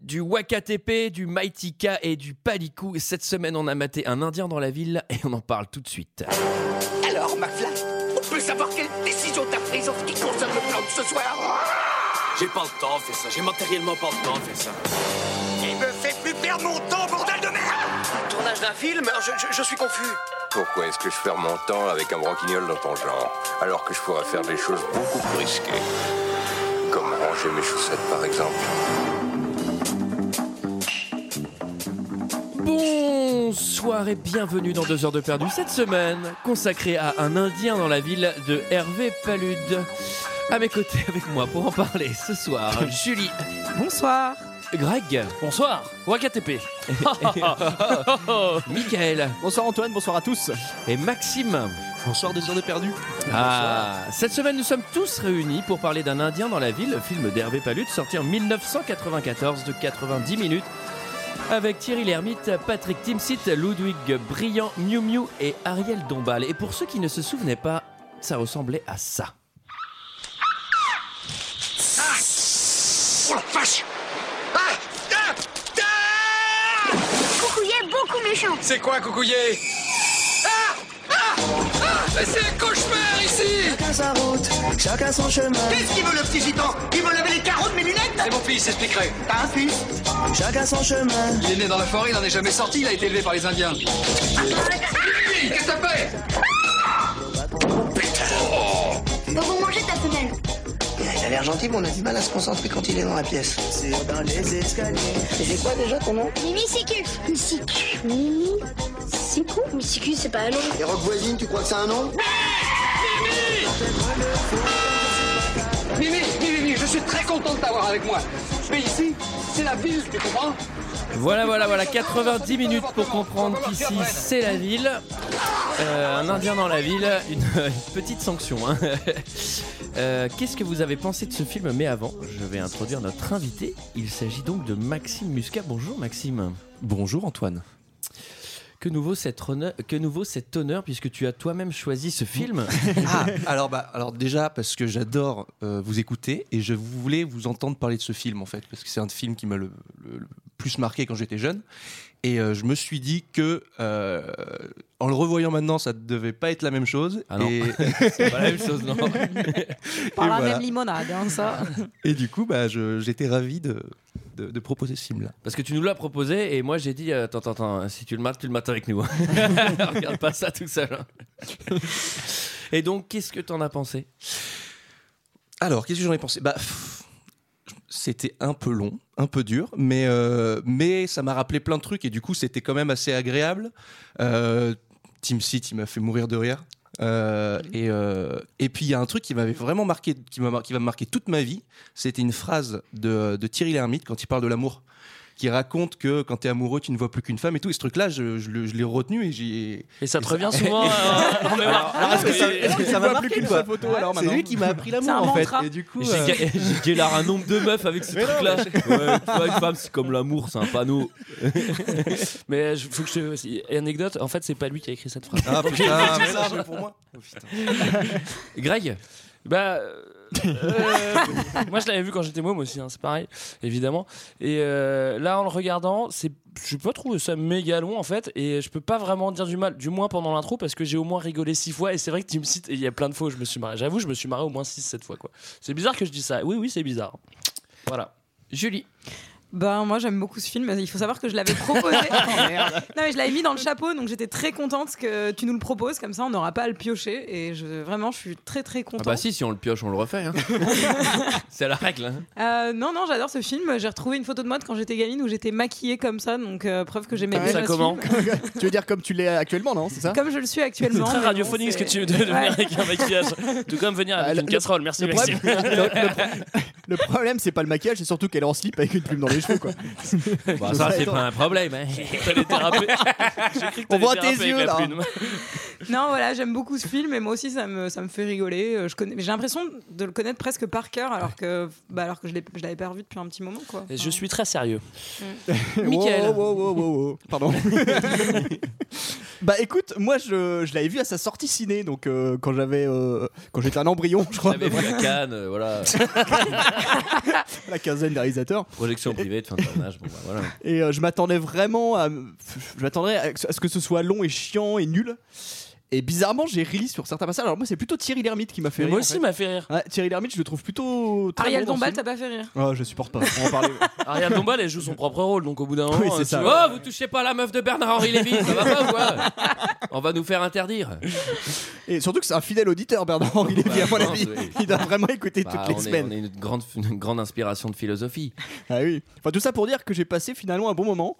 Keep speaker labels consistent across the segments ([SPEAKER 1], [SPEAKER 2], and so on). [SPEAKER 1] du Wakatepe, du Maitika et du Palikou. Cette semaine, on a maté un Indien dans la ville et on en parle tout de suite.
[SPEAKER 2] Alors, McFly, on peut savoir quelle décision t'as prise en ce qui concerne le plan de ce soir
[SPEAKER 3] J'ai pas le temps de faire ça, j'ai matériellement pas le temps de faire ça.
[SPEAKER 2] Il me fait plus perdre mon temps, bordel de merde
[SPEAKER 4] Tournage d'un film je, je- je suis confus.
[SPEAKER 5] Pourquoi est-ce que je perds mon temps avec un broquignol dans ton genre Alors que je pourrais faire des choses beaucoup plus risquées. Comme ranger mes chaussettes par exemple.
[SPEAKER 1] Bonsoir et bienvenue dans 2 heures de perdu cette semaine consacrée à un Indien dans la ville de Hervé Palude. À mes côtés avec moi pour en parler ce soir, Julie. Bonsoir. Greg. Bonsoir. Wakatp. Michael.
[SPEAKER 6] Bonsoir Antoine, bonsoir à tous.
[SPEAKER 1] Et Maxime.
[SPEAKER 6] Bonsoir des heures de perdu.
[SPEAKER 1] Ah, cette semaine, nous sommes tous réunis pour parler d'un Indien dans la ville, film d'Hervé Palude, sorti en 1994 de 90 minutes, avec Thierry Lhermitte, Patrick Timsit, Ludwig Briand, Miu Miu et Ariel Dombal. Et pour ceux qui ne se souvenaient pas, ça ressemblait à ça.
[SPEAKER 2] Oh la vache Ah Ah Ah
[SPEAKER 7] Coucouille est beaucoup méchant.
[SPEAKER 3] C'est quoi, coucouillé
[SPEAKER 2] Mais c'est un cauchemar ici
[SPEAKER 8] Chacun sa route, chacun son chemin,
[SPEAKER 2] Qu'est-ce qu'il veut le petit gitan Il veut laver les carreaux de mes
[SPEAKER 3] C'est
[SPEAKER 2] lunettes
[SPEAKER 3] mon fils, expliquerai.
[SPEAKER 2] T'as un fils
[SPEAKER 8] chacun son chemin.
[SPEAKER 3] Il est né dans la forêt, il n'en est jamais sorti, il a été élevé par les Indiens.
[SPEAKER 2] Qu'est-ce que ça fait
[SPEAKER 7] Bon, vous mangez ta femelle.
[SPEAKER 8] Il a l'air gentil, mais on a du mal à se concentrer quand il est dans la pièce. C'est dans les escaliers. C'est quoi déjà ton nom
[SPEAKER 7] Mimi Sicu. Sicu. Mimi Sicu Mimi Sicu, c'est pas un nom.
[SPEAKER 8] Les rocs voisines, tu crois que c'est un nom
[SPEAKER 3] Mimi, Mimi, Mimi, je suis très content de t'avoir avec moi. Mais ici, c'est la ville, tu comprends
[SPEAKER 1] Voilà, voilà, voilà, 90 minutes pour comprendre qu'ici, c'est la ville. Euh, un Indien dans la ville, une, une petite sanction. hein. Euh, Qu'est-ce que vous avez pensé de ce film Mais avant, je vais introduire notre invité. Il s'agit donc de Maxime Muscat. Bonjour Maxime.
[SPEAKER 6] Bonjour Antoine.
[SPEAKER 1] Que nous vaut cet honneur, que nous vaut cet honneur puisque tu as toi-même choisi ce film
[SPEAKER 9] Ah, alors, bah, alors déjà, parce que j'adore euh, vous écouter et je voulais vous entendre parler de ce film, en fait, parce que c'est un film qui m'a le, le- le plus marqué quand j'étais jeune. Et euh, je me suis dit que, euh, en le revoyant maintenant, ça ne devait pas être la même chose.
[SPEAKER 1] Ah non.
[SPEAKER 9] Et,
[SPEAKER 1] C'est pas la même chose, non
[SPEAKER 10] Par
[SPEAKER 9] Et
[SPEAKER 10] la
[SPEAKER 9] voilà.
[SPEAKER 10] même limonade, hein, ça.
[SPEAKER 9] et du coup, bah, je- j'étais ravi de, de, de proposer ce film-là.
[SPEAKER 1] Parce que tu nous l'as proposé et moi j'ai dit euh, attends, attends, attends, si tu le mates, tu le mates avec nous. Regarde pas ça tout seul. hein. Et donc, qu'est-ce que t'en as pensé
[SPEAKER 9] Alors, qu'est-ce que j'en ai pensé bah, pff, C'était un peu long, un peu dur, mais, euh, mais ça m'a rappelé plein de trucs et du coup, c'était quand même assez agréable. Euh, Team Seat, il m'a fait mourir de rire. Euh, et, euh, et puis, il y a un truc qui m'avait vraiment marqué, qui, m'a, mar- qui va me marquer toute ma vie. C'était une phrase de, de Thierry Lhermitte quand il parle de l'amour qui raconte que quand t'es amoureux tu ne vois plus qu'une femme et tout et ce truc là je, je le- je l'ai retenu et j'ai
[SPEAKER 6] Et ça te revient souvent euh, en mémoire
[SPEAKER 9] est-ce Ah, que ça- est-ce que ça m'a marqué,
[SPEAKER 6] qu'une
[SPEAKER 9] quoi
[SPEAKER 6] seule photo alors maintenant
[SPEAKER 9] qui m'a appris
[SPEAKER 10] C'est un mantra.
[SPEAKER 9] et du coup
[SPEAKER 1] J'ai
[SPEAKER 9] euh,
[SPEAKER 1] ga- j'ai galère un nombre de meufs avec ce truc-là. Ouais, tu vois, une femme, c'est comme l'amour, c'est un panneau. euh,
[SPEAKER 6] Mais je- faut que je te- anecdote, en fait, c'est pas lui qui a écrit cette phrase.
[SPEAKER 9] ah putain mais non, mais pour moi
[SPEAKER 1] Greg
[SPEAKER 6] Bah. euh, euh, moi je l'avais vu quand j'étais môme aussi, hein, c'est pareil, évidemment. Et euh, là en le regardant, c'est, je peux pas trouver ça méga long en fait, et je peux pas vraiment dire du mal, du moins pendant l'intro, parce que j'ai au moins rigolé six fois, et c'est vrai que tu me cites, et il y a plein de fois où je me suis marré. J'avoue, je me suis marré au moins 6-7 fois quoi. C'est bizarre que je dise ça, oui, oui, c'est bizarre. Voilà.
[SPEAKER 1] Julie.
[SPEAKER 10] Ben, moi, j'aime beaucoup ce film. Il faut savoir que je l'avais proposé.
[SPEAKER 6] Oh,
[SPEAKER 10] non, mais je l'avais mis dans le chapeau, donc j'étais très contente que tu nous le proposes. Comme ça, on n'aura pas à le piocher. Et je, vraiment, je suis très, très
[SPEAKER 1] Ah
[SPEAKER 10] contente.
[SPEAKER 1] bah si, si on le pioche, on le refait. hein. c'est la règle. hein.
[SPEAKER 10] Euh, non, non, j'adore ce film. J'ai retrouvé une photo de moi de quand j'étais gamine où j'étais maquillée comme ça, donc euh, preuve que j'aimais
[SPEAKER 6] Comme
[SPEAKER 10] bien
[SPEAKER 6] Ah, ça,
[SPEAKER 10] ce
[SPEAKER 6] comment
[SPEAKER 10] film.
[SPEAKER 6] Tu veux dire comme tu l'es actuellement, non C'est ça
[SPEAKER 10] Comme je le suis
[SPEAKER 6] C'est
[SPEAKER 10] actuellement.
[SPEAKER 6] très
[SPEAKER 10] mais bon,
[SPEAKER 6] radiophonique ce que tu
[SPEAKER 10] c'est-
[SPEAKER 6] veux de de venir
[SPEAKER 10] Ouais.
[SPEAKER 6] avec un maquillage, tout comme venir
[SPEAKER 8] Ah,
[SPEAKER 11] Euh,
[SPEAKER 6] avec
[SPEAKER 8] le-
[SPEAKER 6] une casserole, merci
[SPEAKER 8] le
[SPEAKER 6] Maxime.
[SPEAKER 8] Le problème, c'est pas le maquillage, c'est surtout qu'elle est en slip avec une plume dans les cheveux, quoi.
[SPEAKER 1] Bah, ça, c'est pas un problème. hein.
[SPEAKER 6] T'allais déraper. J'ai cru que
[SPEAKER 8] On
[SPEAKER 6] t'allais
[SPEAKER 8] voit tes
[SPEAKER 6] déraper avec
[SPEAKER 8] yeux,
[SPEAKER 6] la
[SPEAKER 8] là.
[SPEAKER 6] plume.
[SPEAKER 10] Non, voilà, j'aime beaucoup ce film et moi aussi ça me, ça me fait rigoler. Euh, Je connais, mais j'ai l'impression de le connaître presque par cœur alors que, bah, alors que je l'ai- je l'avais pas revu depuis un petit moment. Quoi.
[SPEAKER 6] Je suis très sérieux.
[SPEAKER 1] Mickaël.
[SPEAKER 8] Wow, wow, wow, wow, wow. Pardon.
[SPEAKER 11] Bah écoute, moi je, je l'avais vu à sa sortie ciné, donc euh, quand j'avais euh, quand j'étais un embryon, je crois.
[SPEAKER 1] J'avais vu à Cannes, euh, voilà.
[SPEAKER 11] la quinzaine des réalisateurs.
[SPEAKER 1] Projection privée de fin de tournage. Bon, bah, voilà.
[SPEAKER 11] Et euh, je m'attendais vraiment à, je m'attendais à ce que ce soit long et chiant et nul. Et bizarrement, j'ai ri sur certains passages. Alors moi, c'est plutôt Thierry Lhermitte qui m'a fait
[SPEAKER 6] Mais
[SPEAKER 11] rire.
[SPEAKER 6] moi
[SPEAKER 11] en
[SPEAKER 6] aussi,
[SPEAKER 11] fait.
[SPEAKER 6] m'a fait rire.
[SPEAKER 11] Ouais, Thierry Lhermitte, je le trouve plutôt. Très
[SPEAKER 10] Ariel
[SPEAKER 11] bon dans
[SPEAKER 10] Dombal,
[SPEAKER 11] ce
[SPEAKER 10] t'as
[SPEAKER 11] film.
[SPEAKER 10] pas fait rire.
[SPEAKER 11] Ah, je supporte pas. On va en parler.
[SPEAKER 6] Ariane Dombal, elle joue son propre rôle, donc au bout d'un moment,
[SPEAKER 11] Oui, c'est
[SPEAKER 6] tu
[SPEAKER 11] ça.
[SPEAKER 6] vois,
[SPEAKER 1] Oh, vous touchez pas à la meuf de Bernard-Henri Lévy, ça va pas ou quoi On va nous faire interdire.
[SPEAKER 11] Et surtout que c'est un fidèle auditeur, Bernard Henri Lévy, à mon
[SPEAKER 1] je pense,
[SPEAKER 11] avis.
[SPEAKER 1] oui.
[SPEAKER 11] Il doit vraiment écouter
[SPEAKER 1] Bah,
[SPEAKER 11] toutes
[SPEAKER 1] on
[SPEAKER 11] les
[SPEAKER 1] est-
[SPEAKER 11] semaines.
[SPEAKER 1] on est une grande, une grande inspiration de philosophie.
[SPEAKER 11] Ah oui. Enfin, tout ça pour dire que j'ai passé finalement un bon moment.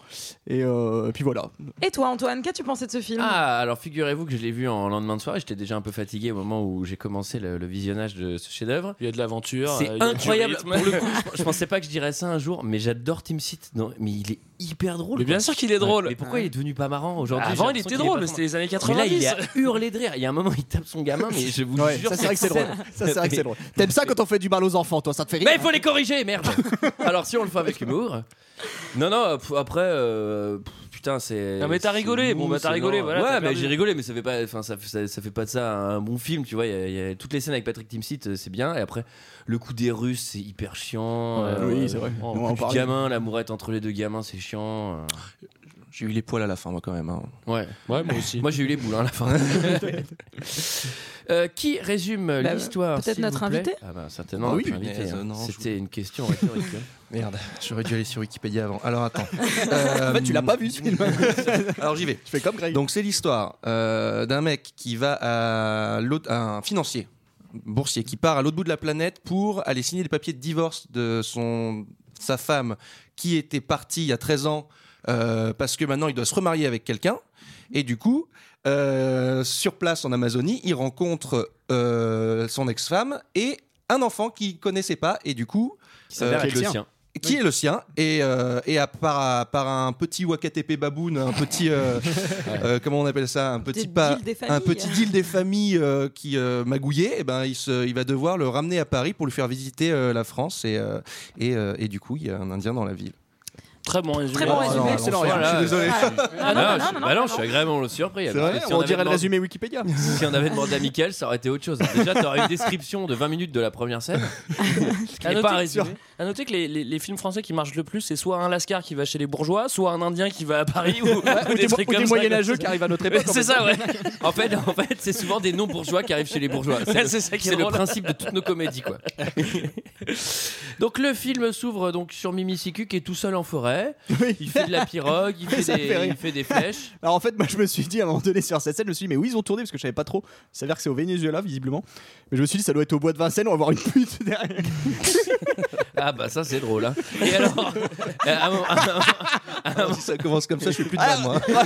[SPEAKER 11] Et euh, puis voilà.
[SPEAKER 10] Et toi, Antoine, qu'as-tu pensé de ce film
[SPEAKER 1] Ah, alors figurez-vous que je l'ai vu en lendemain de soirée. J'étais déjà un peu fatigué au moment où j'ai commencé le, le visionnage de ce chef-d'œuvre.
[SPEAKER 6] Il y a de l'aventure.
[SPEAKER 1] C'est
[SPEAKER 6] euh, il y a du
[SPEAKER 1] incroyable.
[SPEAKER 6] rythme.
[SPEAKER 1] Pour le coup, je, je pensais pas que je dirais ça un jour, mais j'adore Tim Seat. Non, mais il est hyper drôle.
[SPEAKER 6] Mais bien
[SPEAKER 1] quoi.
[SPEAKER 6] sûr qu'il est drôle.
[SPEAKER 1] Mais pourquoi il est devenu pas marrant aujourd'hui
[SPEAKER 6] Avant,
[SPEAKER 1] J'ai
[SPEAKER 6] il était
[SPEAKER 1] l'impression qu'il est
[SPEAKER 6] drôle,
[SPEAKER 1] pas
[SPEAKER 6] c'était les années
[SPEAKER 1] Mais
[SPEAKER 6] 90.
[SPEAKER 1] là, il a hurlé de rire. Il y a un moment, il tape son gamin, mais je vous
[SPEAKER 11] Ouais,
[SPEAKER 1] jure.
[SPEAKER 11] ça c'est vrai que c'est drôle. Ça c'est vrai que c'est drôle. T'aimes ça quand on fait du mal aux enfants, toi, ça te fait rire.
[SPEAKER 1] Mais il faut les corriger, merde Alors si on le fait avec humour. Non, non, p- après, euh, p- putain, c'est.
[SPEAKER 6] Non, mais t'as
[SPEAKER 1] c'est
[SPEAKER 6] rigolé, bon,
[SPEAKER 1] mou,
[SPEAKER 6] bah, t'as
[SPEAKER 1] c'est
[SPEAKER 6] rigolé,
[SPEAKER 1] lent.
[SPEAKER 6] voilà, t'as
[SPEAKER 1] Ouais, mais
[SPEAKER 6] perdu.
[SPEAKER 1] j'ai rigolé, mais ça fait pas, enfin, ça, fait- ça, ça fait pas de ça un bon film, tu vois. il y a- il y a- toutes les scènes avec Patrick Timsit, euh, c'est bien. Et après, le coup des Russes, c'est hyper chiant.
[SPEAKER 11] Ouais, oui, c'est vrai.
[SPEAKER 1] oh,
[SPEAKER 11] On va en
[SPEAKER 1] le coup du
[SPEAKER 11] parler.
[SPEAKER 1] gamin, l'amourette entre les deux gamins, c'est chiant. euh.
[SPEAKER 9] J'ai eu les poils à la fin, moi, quand même. hein.
[SPEAKER 1] Ouais.
[SPEAKER 6] Ouais, moi aussi.
[SPEAKER 1] Moi, j'ai eu les boules hein, à la fin. Euh, qui résume euh,
[SPEAKER 10] Bah,
[SPEAKER 1] l'histoire
[SPEAKER 10] peut-être
[SPEAKER 1] s'il
[SPEAKER 10] notre
[SPEAKER 1] vous plaît
[SPEAKER 10] invité
[SPEAKER 1] Ah bah, certainement
[SPEAKER 9] Ah oui,
[SPEAKER 1] notre invité.
[SPEAKER 9] mais,
[SPEAKER 1] hein.
[SPEAKER 9] euh, non, je-
[SPEAKER 1] C'était une question rhétorique. hein.
[SPEAKER 9] Merde, j'aurais dû aller sur Wikipédia avant. Alors attends. Euh,
[SPEAKER 11] En fait, tu l'as pas vu ce film.
[SPEAKER 9] Alors j'y vais.
[SPEAKER 11] Je fais comme Greg.
[SPEAKER 9] Donc c'est l'histoire euh, d'un mec qui va à, l'autre- à un financier boursier qui part à l'autre bout de la planète pour aller signer les papiers de divorce de son sa femme qui était partie il y a 13 ans euh, parce que maintenant il doit se remarier avec quelqu'un et du coup euh, sur place en Amazonie il rencontre euh, son ex-femme et un enfant qu'il connaissait pas et du coup
[SPEAKER 1] Qui s'avère
[SPEAKER 9] euh,
[SPEAKER 1] être le sien.
[SPEAKER 9] qui est le sien et, euh, et à, par, par un petit wakatp baboon un petit euh, euh, comment on appelle ça un petit
[SPEAKER 10] Des
[SPEAKER 9] pas
[SPEAKER 10] deals des familles.
[SPEAKER 9] un petit deal des familles euh, qui euh, magouillait et ben il, se- il va devoir le ramener à Paris pour lui faire visiter euh, la France et euh, et, euh, et du coup il y a un Indien dans la ville
[SPEAKER 6] Très bon résumé.
[SPEAKER 10] Très bon
[SPEAKER 6] Ah,
[SPEAKER 10] résumé.
[SPEAKER 6] non,
[SPEAKER 11] Excellent,
[SPEAKER 6] non,
[SPEAKER 11] regarde,
[SPEAKER 1] voilà.
[SPEAKER 11] je suis désolé.
[SPEAKER 10] Ah, non,
[SPEAKER 1] Ah,
[SPEAKER 10] non,
[SPEAKER 1] je-
[SPEAKER 10] non,
[SPEAKER 1] bah
[SPEAKER 10] non,
[SPEAKER 1] non, je suis agréablement surpris.
[SPEAKER 11] C'est
[SPEAKER 1] Parce
[SPEAKER 11] vrai,
[SPEAKER 1] que bah, si
[SPEAKER 11] on
[SPEAKER 1] avait
[SPEAKER 11] dirait le
[SPEAKER 1] demandé-
[SPEAKER 11] résumé Wikipédia.
[SPEAKER 1] Si on avait demandé à Michael, ça aurait été autre chose. Déjà, t'aurais une description de 20 minutes de la première scène.
[SPEAKER 6] À
[SPEAKER 1] Et
[SPEAKER 6] noter,
[SPEAKER 1] pas un résumé.
[SPEAKER 6] à noter que les, les- les films français qui marchent le plus, c'est soit un Lascar qui va chez les bourgeois, soit un Indien qui va à Paris, ou,
[SPEAKER 11] Ou des,
[SPEAKER 6] trucs
[SPEAKER 11] ou des
[SPEAKER 6] comme ça.
[SPEAKER 11] moyenâgeux qui arrivent à notre
[SPEAKER 6] Ouais,
[SPEAKER 1] Euh,
[SPEAKER 11] époque. en
[SPEAKER 6] C'est
[SPEAKER 11] fait.
[SPEAKER 6] ça, ouais.
[SPEAKER 1] En fait, en fait c'est souvent des non-bourgeois qui arrivent chez les bourgeois. C'est
[SPEAKER 6] Ouais,
[SPEAKER 1] le-
[SPEAKER 6] c'est ça qui est
[SPEAKER 1] c'est le
[SPEAKER 6] drôle.
[SPEAKER 1] principe de toutes nos comédies, quoi. donc, le film s'ouvre donc sur Mimi Siku qui est tout seul en forêt.
[SPEAKER 11] Oui.
[SPEAKER 1] Il fait de la pirogue, il fait,
[SPEAKER 11] Ça me fait
[SPEAKER 1] des,
[SPEAKER 11] rire.
[SPEAKER 1] il fait des flèches.
[SPEAKER 11] Alors en fait, moi je me suis dit à un moment donné sur cette scène, je me suis dit, mais où ils ont tourné parce que je savais pas trop. Il s'avère que c'est au Venezuela visiblement. Mais je me suis dit, ça doit être au bois de Vincennes, on va avoir une pute derrière.
[SPEAKER 1] Ah, bah ça, c'est drôle. hein. Et alors, euh, à un moment- à un moment-
[SPEAKER 6] Ah,
[SPEAKER 9] si ça commence comme ça je suis plus de mal
[SPEAKER 11] Alors-
[SPEAKER 9] moi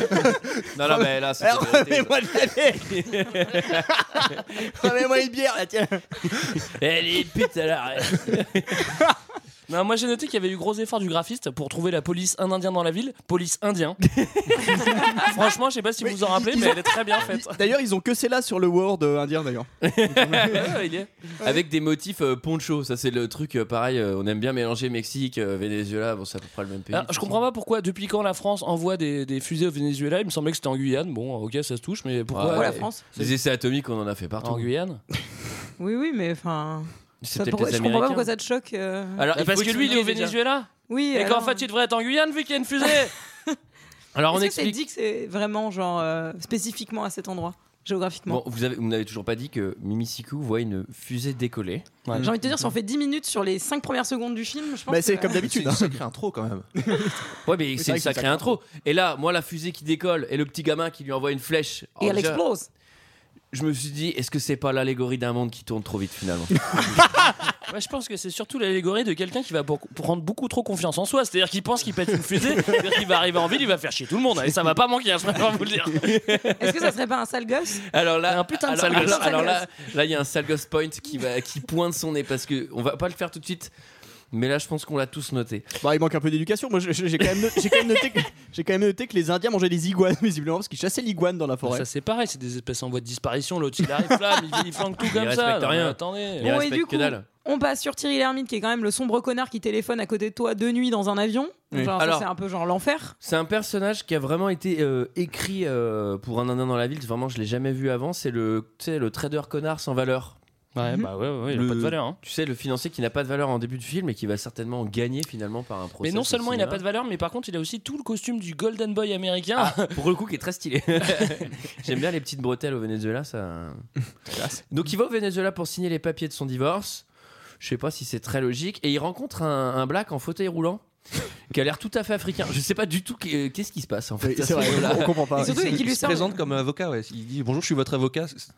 [SPEAKER 1] non, non, mais là, c'était
[SPEAKER 11] Alors,
[SPEAKER 1] c'était-
[SPEAKER 11] Ah, remets-moi de la bière Remets-moi une bière là, tiens
[SPEAKER 1] Elle est pute, elle arrête.
[SPEAKER 6] Non, moi j'ai noté qu'il y avait eu gros effort du graphiste pour trouver la police un indien dans la ville, police indien. Franchement, je sais pas si vous vous en rappelez, mais elle est très bien faite.
[SPEAKER 11] D'ailleurs, ils ont que c'est là sur le Word euh, indien d'ailleurs.
[SPEAKER 6] Ouais, il est-
[SPEAKER 1] Avec des motifs euh, poncho, ça c'est le truc euh, pareil, euh, on aime bien mélanger Mexique, euh, Venezuela, bon c'est à peu près le même pays.
[SPEAKER 6] Alors, je comprends pas pourquoi, depuis quand la France envoie des, des fusées au Venezuela, il me semblait que c'était en Guyane. Bon, ok, ça se touche, mais pourquoi
[SPEAKER 1] Ouais,
[SPEAKER 10] la
[SPEAKER 1] ouais.
[SPEAKER 10] France
[SPEAKER 1] Les essais atomiques, on en a fait
[SPEAKER 6] en
[SPEAKER 1] partout.
[SPEAKER 6] Guyane
[SPEAKER 10] Oui, oui, mais enfin.
[SPEAKER 1] C'est
[SPEAKER 10] ça-
[SPEAKER 1] peut-être
[SPEAKER 10] pourquoi-
[SPEAKER 1] les
[SPEAKER 10] Je comprends pas
[SPEAKER 1] Américains.
[SPEAKER 10] pourquoi ça te choque. euh.
[SPEAKER 1] Alors,
[SPEAKER 6] Et
[SPEAKER 1] il
[SPEAKER 6] Bah, Parce
[SPEAKER 1] faut
[SPEAKER 6] que lui, il est au
[SPEAKER 1] expliquer déjà.
[SPEAKER 6] Venezuela
[SPEAKER 10] Oui,
[SPEAKER 6] Et qu'en
[SPEAKER 10] alors-
[SPEAKER 6] fait, il devrait être en Guyane vu qu'il y a une fusée
[SPEAKER 1] Alors on
[SPEAKER 10] Est-ce que c'est
[SPEAKER 1] explique.
[SPEAKER 10] dit que c'est vraiment genre euh, spécifiquement à cet endroit géographiquement
[SPEAKER 1] Bon, vous avez, vous n'avez toujours pas dit que Mimisiku voit une fusée décoller.
[SPEAKER 10] J'ai envie de te dire si on fait 10 minutes sur les 5 premières secondes du film, je pense
[SPEAKER 11] Bah, c'est
[SPEAKER 10] que-
[SPEAKER 11] comme d'habitude. hein.
[SPEAKER 9] ça crée un trop quand même
[SPEAKER 1] Ouais, mais
[SPEAKER 11] c'est
[SPEAKER 1] c'est une
[SPEAKER 11] vrai que c'est
[SPEAKER 1] sacrée
[SPEAKER 11] sacré.
[SPEAKER 1] intro. Et là, moi, la fusée qui décolle et le petit gamin qui lui envoie une flèche.
[SPEAKER 6] Oh,
[SPEAKER 10] et
[SPEAKER 1] Alors,
[SPEAKER 10] elle
[SPEAKER 1] déjà,
[SPEAKER 10] explose.
[SPEAKER 1] Je me suis dit, est-ce que c'est pas l'allégorie d'un monde qui tourne trop vite finalement
[SPEAKER 6] Moi, Bah, je pense que c'est surtout l'allégorie de quelqu'un qui va beaucoup- prendre beaucoup trop confiance en soi. C'est-à-dire qu'il pense qu'il pète une fusée, c'est-à-dire qu'il va arriver en ville, il va faire chier tout le monde. Et ça va pas manquer, hein, je préfère vous le dire.
[SPEAKER 10] Est-ce que ça serait pas un sale gosse
[SPEAKER 1] Alors là,
[SPEAKER 6] Un putain de
[SPEAKER 1] alors-
[SPEAKER 6] sale gosse.
[SPEAKER 1] alors- alors là, là, il y a un sale gosse point qui va qui pointe son nez parce que on va pas le faire tout de suite. Mais là, je pense qu'on l'a tous noté.
[SPEAKER 11] Bah, il manque un peu d'éducation. Moi, je- je- j'ai quand, même no- j'ai quand même noté que- j'ai quand même noté que les Indiens mangeaient des iguanes, visiblement, parce qu'ils chassaient l'iguane dans la forêt.
[SPEAKER 6] Ça, c'est pareil, c'est des espèces en voie de disparition. L'autre, il arrive, flamme, il, il flanque tout
[SPEAKER 1] Il
[SPEAKER 6] comme ça.
[SPEAKER 1] respecte
[SPEAKER 6] Non,
[SPEAKER 1] rien.
[SPEAKER 6] mais Attendez.
[SPEAKER 1] Il
[SPEAKER 10] Bon, et
[SPEAKER 1] respecte
[SPEAKER 10] du
[SPEAKER 1] que
[SPEAKER 10] coup,
[SPEAKER 1] dalle.
[SPEAKER 10] on passe sur Thierry Lhermitte, qui est quand même le sombre connard qui téléphone à côté de toi de nuit dans un avion.
[SPEAKER 1] Oui.
[SPEAKER 10] Genre, ça,
[SPEAKER 1] Alors-
[SPEAKER 10] c'est un peu genre l'enfer.
[SPEAKER 1] C'est un personnage qui a vraiment été euh, écrit euh, pour un indien dans la ville. Vraiment, je l'ai jamais vu avant. C'est le, tu sais, le trader connard sans valeur.
[SPEAKER 6] Ouais, bah ouais, ouais, il a pas de valeur. hein.
[SPEAKER 1] Tu sais, le financier qui n'a pas de valeur en début de film et qui va certainement gagner finalement par un procès.
[SPEAKER 6] Mais non seulement il n'a pas de
[SPEAKER 1] valeur.
[SPEAKER 6] valeur, mais par contre, il a aussi tout le costume du Golden Boy américain.
[SPEAKER 1] Ah, pour le coup, qui est très stylé. J'aime bien les petites bretelles au Venezuela, ça. Donc il va au Venezuela pour signer les papiers de son divorce. Je sais pas si c'est très logique. Et il rencontre un, un black en fauteuil roulant qui a l'air tout à fait africain. Je sais pas du tout qu'est- qu'est-ce qui se passe en fait. à ce moment-là.
[SPEAKER 10] Et surtout, il lui
[SPEAKER 9] se
[SPEAKER 10] sort-
[SPEAKER 9] présente comme avocat. Ouais. Il dit bonjour, je suis votre avocat. C'est-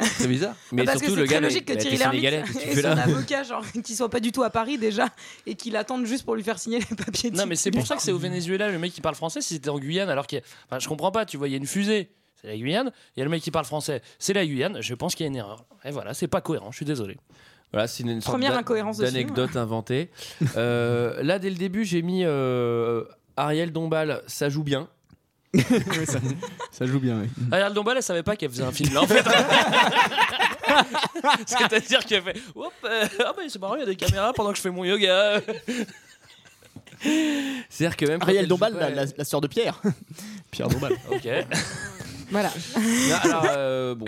[SPEAKER 9] C'est bizarre.
[SPEAKER 1] Mais
[SPEAKER 10] Ah, Parce que
[SPEAKER 1] surtout,
[SPEAKER 10] c'est
[SPEAKER 1] le
[SPEAKER 10] très
[SPEAKER 1] gars,
[SPEAKER 10] logique que
[SPEAKER 1] il a
[SPEAKER 10] Thierry
[SPEAKER 1] été sénégalais.
[SPEAKER 10] Lhermitte
[SPEAKER 1] Qu'est-ce qu'il
[SPEAKER 10] et
[SPEAKER 1] fait
[SPEAKER 10] son
[SPEAKER 1] là
[SPEAKER 10] avocat, genre, qu'il soit pas du tout à Paris déjà, et qu'il l'attende juste pour lui faire signer les papiers.
[SPEAKER 6] Non, mais c'est pour ça que c'est au Venezuela, le mec qui parle français, si c'était en Guyane, alors que. Enfin, je comprends pas, tu vois, il y a une fusée, c'est la Guyane, il y a le mec qui parle français, c'est la Guyane, je pense qu'il y a une erreur. Et voilà, c'est pas cohérent, je suis désolé.
[SPEAKER 1] Voilà, c'est une, une sorte
[SPEAKER 10] Première
[SPEAKER 1] d'a-
[SPEAKER 10] incohérence de
[SPEAKER 1] d'anecdote inventée. Euh, là, dès le début, j'ai mis euh, Ariel Dombal, ça joue bien.
[SPEAKER 11] Ça joue bien, oui.
[SPEAKER 6] Ariel Dombal, elle savait pas qu'elle faisait un film là, en fait. C'est-à-dire qu'elle fait Hop, euh, ah bah, c'est marrant, il y a des caméras pendant que je fais mon yoga.
[SPEAKER 1] C'est-à-dire que même. quand
[SPEAKER 11] Ariel
[SPEAKER 1] elle joue
[SPEAKER 11] Dombal,
[SPEAKER 1] pas,
[SPEAKER 11] la,
[SPEAKER 1] elle-
[SPEAKER 11] la- la sœur de Pierre. Pierre Dombal.
[SPEAKER 6] ok.
[SPEAKER 10] Voilà.
[SPEAKER 1] Non, alors, euh, bon.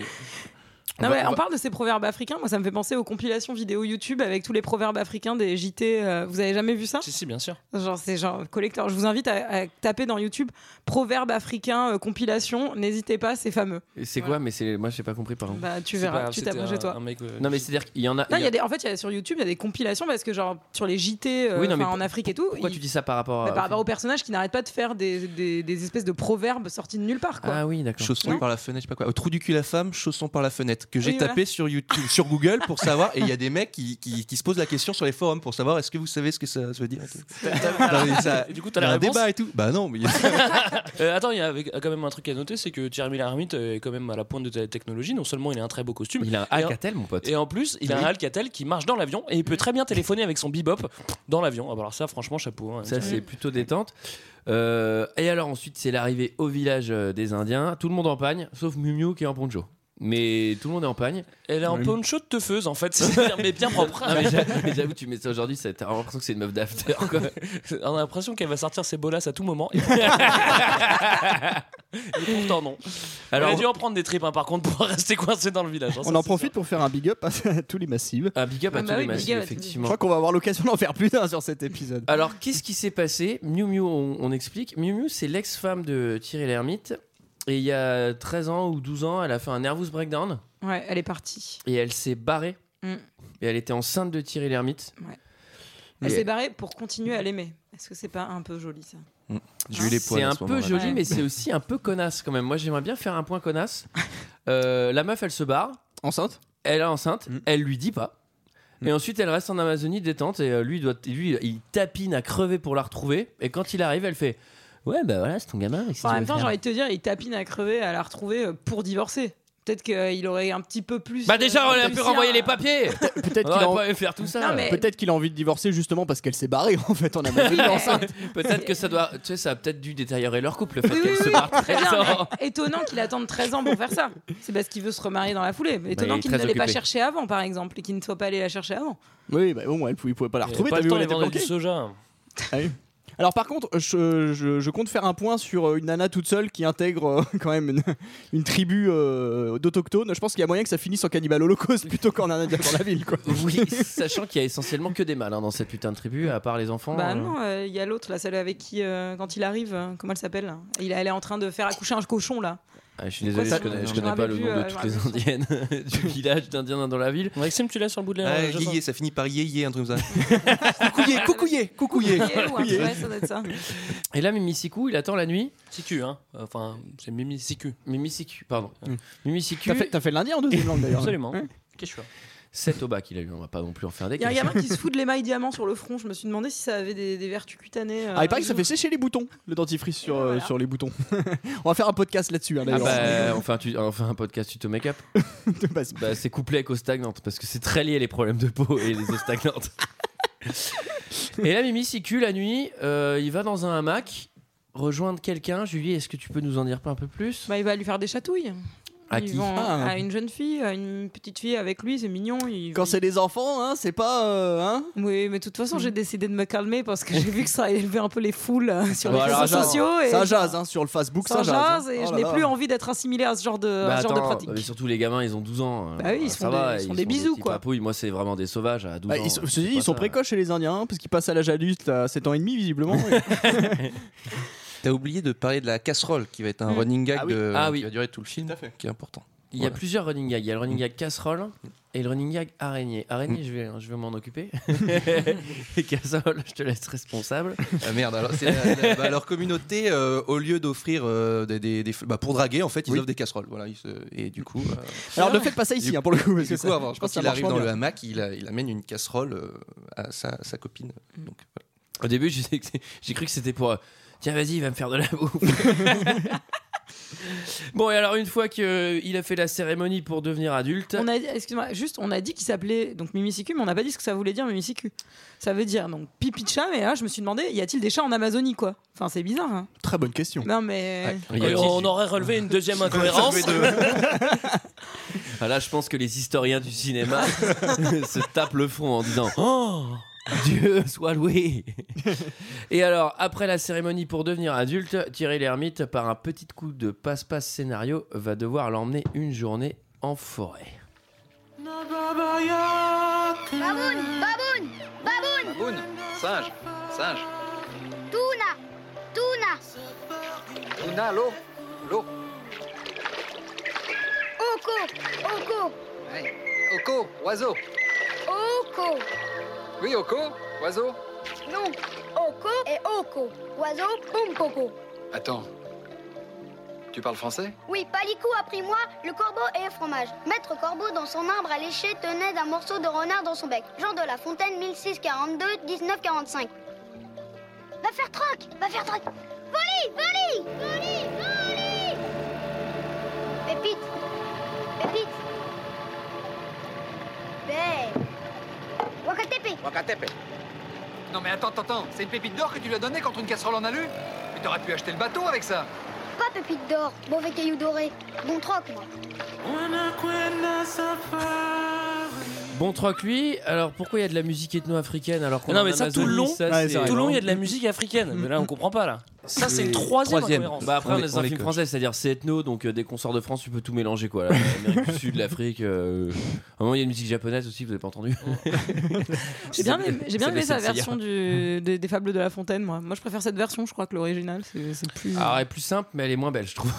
[SPEAKER 10] Non,
[SPEAKER 1] va-
[SPEAKER 10] mais
[SPEAKER 1] on
[SPEAKER 10] on
[SPEAKER 1] va-
[SPEAKER 10] parle de ces proverbes africains. Moi, ça me fait penser aux compilations vidéo YouTube avec tous les proverbes africains des JT. euh, vous avez jamais vu ça
[SPEAKER 6] Si, si, bien sûr.
[SPEAKER 10] Genre, c'est genre collecteur. Je vous invite à, à taper dans YouTube proverbes africains euh, compilation. N'hésitez pas, c'est fameux.
[SPEAKER 1] Et C'est quoi Mais c'est moi, j'ai pas compris, pardon.
[SPEAKER 10] Bah, tu
[SPEAKER 6] C'est
[SPEAKER 10] verras,
[SPEAKER 6] pas grave,
[SPEAKER 10] tu
[SPEAKER 6] c'était
[SPEAKER 10] t'apprends
[SPEAKER 6] un-
[SPEAKER 10] chez toi.
[SPEAKER 6] un mec, euh,
[SPEAKER 1] Non, mais c'est-à-dire qu'il y en a.
[SPEAKER 10] Non, il y a des, en fait, il y a, sur YouTube, il y a des compilations parce que, genre, sur les JT euh,
[SPEAKER 1] Oui, non, mais
[SPEAKER 10] enfin, en
[SPEAKER 1] pour-
[SPEAKER 10] Afrique et tout,
[SPEAKER 1] Pourquoi
[SPEAKER 10] ils-
[SPEAKER 1] tu dis ça par rapport
[SPEAKER 10] bah,
[SPEAKER 1] à.
[SPEAKER 10] par rapport aux personnages qui n'arrêtent pas de faire des, des- des espèces de proverbes sortis de nulle part. Quoi.
[SPEAKER 1] Ah oui, d'accord.
[SPEAKER 9] Chausson
[SPEAKER 10] Non.
[SPEAKER 9] par la fenêtre, je sais pas quoi. Au trou du cul la femme, chausson par la fenêtre. Que j'ai
[SPEAKER 10] Oui,
[SPEAKER 9] tapé
[SPEAKER 10] voilà.
[SPEAKER 9] sur YouTube, sur Google pour savoir. Et il y a des mecs qui, qui, qui se posent la question sur les forums pour savoir est-ce que vous savez ce que ça, ça veut dire. et tout. Non, mais ça-
[SPEAKER 6] Et du coup,
[SPEAKER 9] il
[SPEAKER 6] t'as
[SPEAKER 9] y a
[SPEAKER 6] la
[SPEAKER 9] un
[SPEAKER 6] réponse.
[SPEAKER 9] débat et tout. Bah non, mais il y a-
[SPEAKER 6] Euh, attends, il y a avec- quand même un truc à noter, c'est que Jeremy Larmite est quand même à la pointe de la technologie. Non seulement il a un très beau costume,
[SPEAKER 1] Il a un
[SPEAKER 6] et en-
[SPEAKER 1] Alcatel, mon pote.
[SPEAKER 6] Et en plus, il a
[SPEAKER 1] Oui.
[SPEAKER 6] un Alcatel qui marche dans l'avion et il peut très bien téléphoner avec son bebop dans l'avion. Ah bah alors ça, franchement, chapeau. hein.
[SPEAKER 1] Ça, c'est plutôt détente. Euh, et alors, ensuite, c'est l'arrivée au village euh, des Indiens. Tout le monde en pagne, sauf Mumiu qui est en poncho. Mais tout le monde est en pagne.
[SPEAKER 6] Elle est un
[SPEAKER 11] Oui.
[SPEAKER 6] poncho de teufeuse en fait, C'est-à-dire, mais bien propre.
[SPEAKER 1] Non, mais j'a- mais j'avoue, tu mets ça aujourd'hui, ça- t'as l'impression que c'est une meuf d'after. quoi.
[SPEAKER 6] On a l'impression qu'elle va sortir ses bolas à tout moment. Et pourtant non. Alors, on a dû
[SPEAKER 1] Alors,
[SPEAKER 6] en prendre des tripes hein, par contre pour rester coincé dans le village. hein,
[SPEAKER 11] On
[SPEAKER 6] ça,
[SPEAKER 11] en
[SPEAKER 6] c'est
[SPEAKER 11] profite pour faire un big up à tous les massives.
[SPEAKER 1] un big up à
[SPEAKER 10] Ah bah
[SPEAKER 1] tous les
[SPEAKER 10] oui, big
[SPEAKER 1] massifs,
[SPEAKER 10] up à tous les-
[SPEAKER 11] Je
[SPEAKER 1] effectivement.
[SPEAKER 11] crois qu'on va avoir l'occasion d'en faire plus d'un sur cet épisode.
[SPEAKER 1] Alors, qu'est-ce qui s'est passé Miu Miu, on, on explique. Miu Miu, c'est l'ex-femme de Thierry Lhermitte. Et il y a 13 ans ou 12 ans, elle a fait un nervous breakdown.
[SPEAKER 10] Ouais, elle est partie.
[SPEAKER 1] et elle s'est barrée.
[SPEAKER 10] Mm.
[SPEAKER 1] Et elle était enceinte de Thierry Lhermitte.
[SPEAKER 10] Elle
[SPEAKER 1] Et-
[SPEAKER 10] s'est barrée pour continuer à l'aimer. Est-ce que c'est pas un peu joli ça
[SPEAKER 9] J'ai eu les poils.
[SPEAKER 1] C'est
[SPEAKER 9] à
[SPEAKER 1] un
[SPEAKER 9] ce
[SPEAKER 1] peu
[SPEAKER 9] moment-là.
[SPEAKER 1] joli,
[SPEAKER 10] Ouais.
[SPEAKER 1] mais c'est aussi un peu connasse quand même. Moi, j'aimerais bien faire un point connasse. Euh, la meuf, elle se barre,
[SPEAKER 11] Enceinte
[SPEAKER 1] elle est enceinte,
[SPEAKER 11] Mm.
[SPEAKER 1] elle lui dit pas.
[SPEAKER 9] Mm.
[SPEAKER 1] Et ensuite, elle reste en Amazonie détente et euh, lui, doit, lui, il tapine à crever pour la retrouver. Et quand il arrive, elle fait Ouais, bah voilà, c'est ton gamin. qu'est-ce que
[SPEAKER 10] En
[SPEAKER 1] tu
[SPEAKER 10] même
[SPEAKER 1] veux
[SPEAKER 10] temps,
[SPEAKER 1] faire
[SPEAKER 10] j'ai envie de te dire, il tapine à crever à la retrouver euh, pour divorcer. Peut-être qu'il aurait un petit peu plus.
[SPEAKER 1] Bah déjà,
[SPEAKER 10] euh,
[SPEAKER 1] on a pu
[SPEAKER 10] réussi à-
[SPEAKER 1] renvoyer les papiers.
[SPEAKER 11] Peut-être
[SPEAKER 1] On
[SPEAKER 11] qu'il a,
[SPEAKER 1] aurait pas pu faire tout ça. euh.
[SPEAKER 10] Non, mais-
[SPEAKER 11] peut-être qu'il a envie de divorcer justement parce qu'elle s'est barrée en fait. On a même
[SPEAKER 10] Oui, mais-
[SPEAKER 1] Peut-être que ça doit, tu sais, ça a peut-être dû détériorer leur couple le fait
[SPEAKER 10] Oui,
[SPEAKER 1] qu'elle
[SPEAKER 10] oui,
[SPEAKER 1] se
[SPEAKER 10] oui,
[SPEAKER 1] barre
[SPEAKER 10] très bien,
[SPEAKER 1] 13 ans.
[SPEAKER 10] mais étonnant qu'il attende 13 ans pour faire ça. C'est parce qu'il veut se remarier dans la foulée. Étonnant
[SPEAKER 1] Bah, il est
[SPEAKER 10] qu'il
[SPEAKER 1] très
[SPEAKER 10] ne l'ait pas
[SPEAKER 1] occupé.
[SPEAKER 10] cherchée avant, par exemple, et qu'il ne soit pas allé la chercher avant.
[SPEAKER 11] Oui, bah bon, elle pou- il pouvait pas la
[SPEAKER 6] ça.
[SPEAKER 11] retrouver.
[SPEAKER 6] Pas
[SPEAKER 11] t'as
[SPEAKER 6] le
[SPEAKER 11] vu,
[SPEAKER 6] temps
[SPEAKER 11] elle
[SPEAKER 6] les
[SPEAKER 11] était
[SPEAKER 6] vendre du
[SPEAKER 11] planquée.
[SPEAKER 6] soja.
[SPEAKER 11] Ah oui. Alors par contre, je, je- je compte faire un point sur euh, une nana toute seule qui intègre euh, quand même une, une tribu euh, d'autochtones. Je pense qu'il y a moyen que ça finisse en cannibale holocauste plutôt qu'en un indien dans la ville. Quoi.
[SPEAKER 1] Oui, sachant qu'il y a essentiellement que des mâles hein, dans cette putain de tribu, à part les enfants.
[SPEAKER 10] Bah
[SPEAKER 1] euh.
[SPEAKER 10] non, euh, il y a l'autre, là, celle avec qui, euh, quand il arrive, euh, comment elle s'appelle là Il- Elle est en train de faire accoucher un cochon, là.
[SPEAKER 1] Ah, je suis désolé,
[SPEAKER 10] Pourquoi
[SPEAKER 1] je connais,
[SPEAKER 10] ça-
[SPEAKER 1] je
[SPEAKER 10] je me
[SPEAKER 1] connais pas le
[SPEAKER 10] rappelle
[SPEAKER 1] nom
[SPEAKER 10] plus,
[SPEAKER 1] de
[SPEAKER 10] euh,
[SPEAKER 1] toutes
[SPEAKER 10] je
[SPEAKER 1] les
[SPEAKER 10] me
[SPEAKER 1] indiennes du village d'indiens dans la ville.
[SPEAKER 6] Maxime, tu l'as sur le bout de la
[SPEAKER 9] Ah,
[SPEAKER 6] je sens.
[SPEAKER 9] yéyé, ça finit par yéyé, un truc comme ça. coucouillé, coucouillé, coucouillé.
[SPEAKER 10] Couillet ou un- ouais, ça doit être ça.
[SPEAKER 1] Et là, Mimisiku, il attend la nuit.
[SPEAKER 6] Sicu, hein. Enfin, c'est Mimi Sicu.
[SPEAKER 1] Mimisiku, pardon.
[SPEAKER 11] Mm.
[SPEAKER 1] Mimisiku,
[SPEAKER 11] T'as fait, t'as fait l'indien en deuxième langue d'ailleurs.
[SPEAKER 6] Absolument.
[SPEAKER 10] Mmh.
[SPEAKER 11] Ouais.
[SPEAKER 6] Qu'est-ce que tu
[SPEAKER 1] c'est au bac, il a eu, on va pas non plus en faire des
[SPEAKER 10] Il y a un
[SPEAKER 1] caisses.
[SPEAKER 10] gamin qui se fout de l'émail diamant sur le front. Je me suis demandé si ça avait des, des vertus cutanées. euh,
[SPEAKER 11] Ah, il paraît que ça
[SPEAKER 10] je-
[SPEAKER 11] fait sécher les boutons, le dentifrice sur, euh,
[SPEAKER 10] Voilà.
[SPEAKER 11] sur les boutons. On va faire un podcast là-dessus. Hein,
[SPEAKER 1] Ah
[SPEAKER 11] d'ailleurs.
[SPEAKER 10] Mmh.
[SPEAKER 1] bah, enfin, tu, enfin un podcast tuto make-up.
[SPEAKER 11] Bah, c'est-
[SPEAKER 1] Bah, c'est couplé avec eau stagnante parce que c'est très lié les problèmes de peau et les eaux stagnantes. Et là, Mimi Siku, la nuit, euh, il va dans un hamac rejoindre quelqu'un. Julie, est-ce que tu peux nous en dire un peu plus
[SPEAKER 10] bah, Il va lui faire des chatouilles.
[SPEAKER 1] À
[SPEAKER 10] Ils
[SPEAKER 1] qui
[SPEAKER 10] vont
[SPEAKER 1] Ah.
[SPEAKER 10] À une jeune fille, à une petite fille avec lui, c'est mignon. il-
[SPEAKER 11] hein. Quand c'est Mm. des enfants, hein, c'est pas. euh, hein
[SPEAKER 10] Oui, mais de toute façon, j'ai décidé de me calmer parce que j'ai vu que ça élevait un peu les foules euh, sur
[SPEAKER 11] Bah,
[SPEAKER 10] les
[SPEAKER 11] alors,
[SPEAKER 10] réseaux
[SPEAKER 11] ça-
[SPEAKER 10] sociaux. et-
[SPEAKER 11] Ça jase, hein, sur le Facebook, ça,
[SPEAKER 10] Ça
[SPEAKER 11] jase.
[SPEAKER 10] jase et
[SPEAKER 11] hein.
[SPEAKER 10] je
[SPEAKER 11] Oh
[SPEAKER 10] n'ai
[SPEAKER 11] là là.
[SPEAKER 10] plus envie d'être assimilé à ce genre de, à
[SPEAKER 1] Bah,
[SPEAKER 10] ce genre de
[SPEAKER 1] attends,
[SPEAKER 10] pratique.
[SPEAKER 1] mais surtout les gamins, ils ont 12 ans. hein.
[SPEAKER 10] Bah oui, ils se
[SPEAKER 1] ça
[SPEAKER 10] font
[SPEAKER 1] va,
[SPEAKER 10] des- ils se font des
[SPEAKER 1] petits
[SPEAKER 10] bisous, quoi.
[SPEAKER 1] papouilles. Moi, c'est vraiment des sauvages à 12
[SPEAKER 11] Bah,
[SPEAKER 1] ans. hein.
[SPEAKER 11] ils sont, ceci dit,
[SPEAKER 1] C'est
[SPEAKER 11] ils
[SPEAKER 1] pas
[SPEAKER 11] sont
[SPEAKER 1] ça.
[SPEAKER 11] précoces chez les Indiens hein, parce qu'ils passent à l'âge adulte à 7 ans et demi visiblement.
[SPEAKER 9] T'as oublié de parler de la casserole qui va être un
[SPEAKER 1] Mm.
[SPEAKER 9] running gag
[SPEAKER 1] Ah oui.
[SPEAKER 9] de-
[SPEAKER 1] Ah oui.
[SPEAKER 9] qui va durer tout le film, qui est important.
[SPEAKER 1] Il y
[SPEAKER 9] Voilà.
[SPEAKER 1] a plusieurs running gags. Il y a le
[SPEAKER 10] Mm.
[SPEAKER 1] running gag casserole et le running gag araignée. Araignée, je vais, je vais m'en occuper. et casserole, je te laisse responsable.
[SPEAKER 9] Ah merde, alors, c'est la- la- bah, leur communauté, euh, au lieu d'offrir euh, des. des- des- bah, pour draguer, en fait, ils offrent des casseroles. Voilà, ils se- et du coup. euh,
[SPEAKER 11] Alors ne faites pas ça ici
[SPEAKER 9] du-
[SPEAKER 11] hein, pour le coup. parce
[SPEAKER 9] du
[SPEAKER 11] que
[SPEAKER 9] coup,
[SPEAKER 11] ça-
[SPEAKER 9] avant,
[SPEAKER 11] je pense
[SPEAKER 9] quand
[SPEAKER 11] que ça
[SPEAKER 9] il arrive
[SPEAKER 11] marche
[SPEAKER 9] dans le
[SPEAKER 11] moins bien.
[SPEAKER 9] hamac, il, a- il amène une casserole euh, à sa, sa copine.
[SPEAKER 11] Mm.
[SPEAKER 9] Donc, voilà.
[SPEAKER 1] Au début, je sais que c'est- j'ai cru que c'était pour. euh, Tiens, vas-y, il va me faire de la bouffe. bon, et alors, une fois qu'il a fait la cérémonie pour devenir adulte.
[SPEAKER 10] On a dit, excuse-moi, juste, on a dit qu'il s'appelait donc Mimicicu, mais on n'a pas dit ce que ça voulait dire Mimicicu. Ça veut dire donc pipi de chat, mais là je me suis demandé, y a-t-il des chats en Amazonie quoi Enfin, c'est bizarre. hein.
[SPEAKER 11] Très bonne question.
[SPEAKER 10] Non mais
[SPEAKER 6] Et on aurait relevé une deuxième incohérence.
[SPEAKER 1] Ah, là, je pense que les historiens du cinéma se tapent le front en disant Oh Dieu soit loué Et alors, après la cérémonie pour devenir adulte, Thierry Lhermitte, par un petit coup de passe-passe scénario, va devoir l'emmener une journée en forêt.
[SPEAKER 7] Baboun, baboun, baboun.
[SPEAKER 3] Singe, singe.
[SPEAKER 7] Tuna, tuna.
[SPEAKER 3] Luna, l'eau, l'eau.
[SPEAKER 7] Oko, oko,
[SPEAKER 3] Ouais. Oko, oiseau.
[SPEAKER 7] oko.
[SPEAKER 3] Oui, Oko, oiseau.
[SPEAKER 7] Non, oko et oko. Oiseau, pompoko.
[SPEAKER 3] Attends. Tu parles français
[SPEAKER 7] Oui, Palicou apprit moi le corbeau et le fromage. Maître Corbeau, dans son nimbre alléché, tenait d'un morceau de renard dans son bec. Jean de la Fontaine, 1642-1945. Va faire troc Va faire troc Voli Voli Voli Voli Pépite Pépite Bé Wakatepe
[SPEAKER 3] Wakatepe. Non mais attends, attends, attends. C'est une pépite d'or que tu lui as donnée contre une casserole en alu Mais t'aurais pu acheter le bateau avec ça.
[SPEAKER 7] Pas pépite d'or, mauvais caillou doré. Bon troc, moi.
[SPEAKER 1] Bon troc, lui, alors pourquoi il y a de la musique ethno-africaine alors qu'on
[SPEAKER 6] Non,
[SPEAKER 1] est en
[SPEAKER 6] mais ça, tout le
[SPEAKER 1] Amazonie,
[SPEAKER 6] long,
[SPEAKER 1] ça, c'est- Mm.
[SPEAKER 6] tout le long, il y a de la musique africaine. Mais là, on comprend pas, là. Ça, c'est une troisième, incohérence.
[SPEAKER 1] Bah après, on,
[SPEAKER 6] On
[SPEAKER 1] est
[SPEAKER 6] les-
[SPEAKER 1] dans
[SPEAKER 6] on
[SPEAKER 1] un
[SPEAKER 6] les
[SPEAKER 1] film
[SPEAKER 6] coche.
[SPEAKER 1] français, c'est-à-dire c'est ethno, donc euh, dès qu'on sort de France, tu peux tout mélanger quoi. là. L'Amérique du Sud, l'Afrique. euh, À un moment, il y a une musique japonaise aussi, vous avez pas entendu.
[SPEAKER 10] j'ai bien aimé, j'ai bien
[SPEAKER 1] C'est
[SPEAKER 10] aimé
[SPEAKER 1] des
[SPEAKER 10] sa
[SPEAKER 1] Sept-Seiya.
[SPEAKER 10] version du-
[SPEAKER 11] Mmh.
[SPEAKER 10] des, des fables de la Fontaine, moi. Moi, je préfère cette version, je crois que l'original, c'est c'est plus.
[SPEAKER 11] Ah
[SPEAKER 1] Alors, elle est plus simple, mais elle est moins belle, je trouve.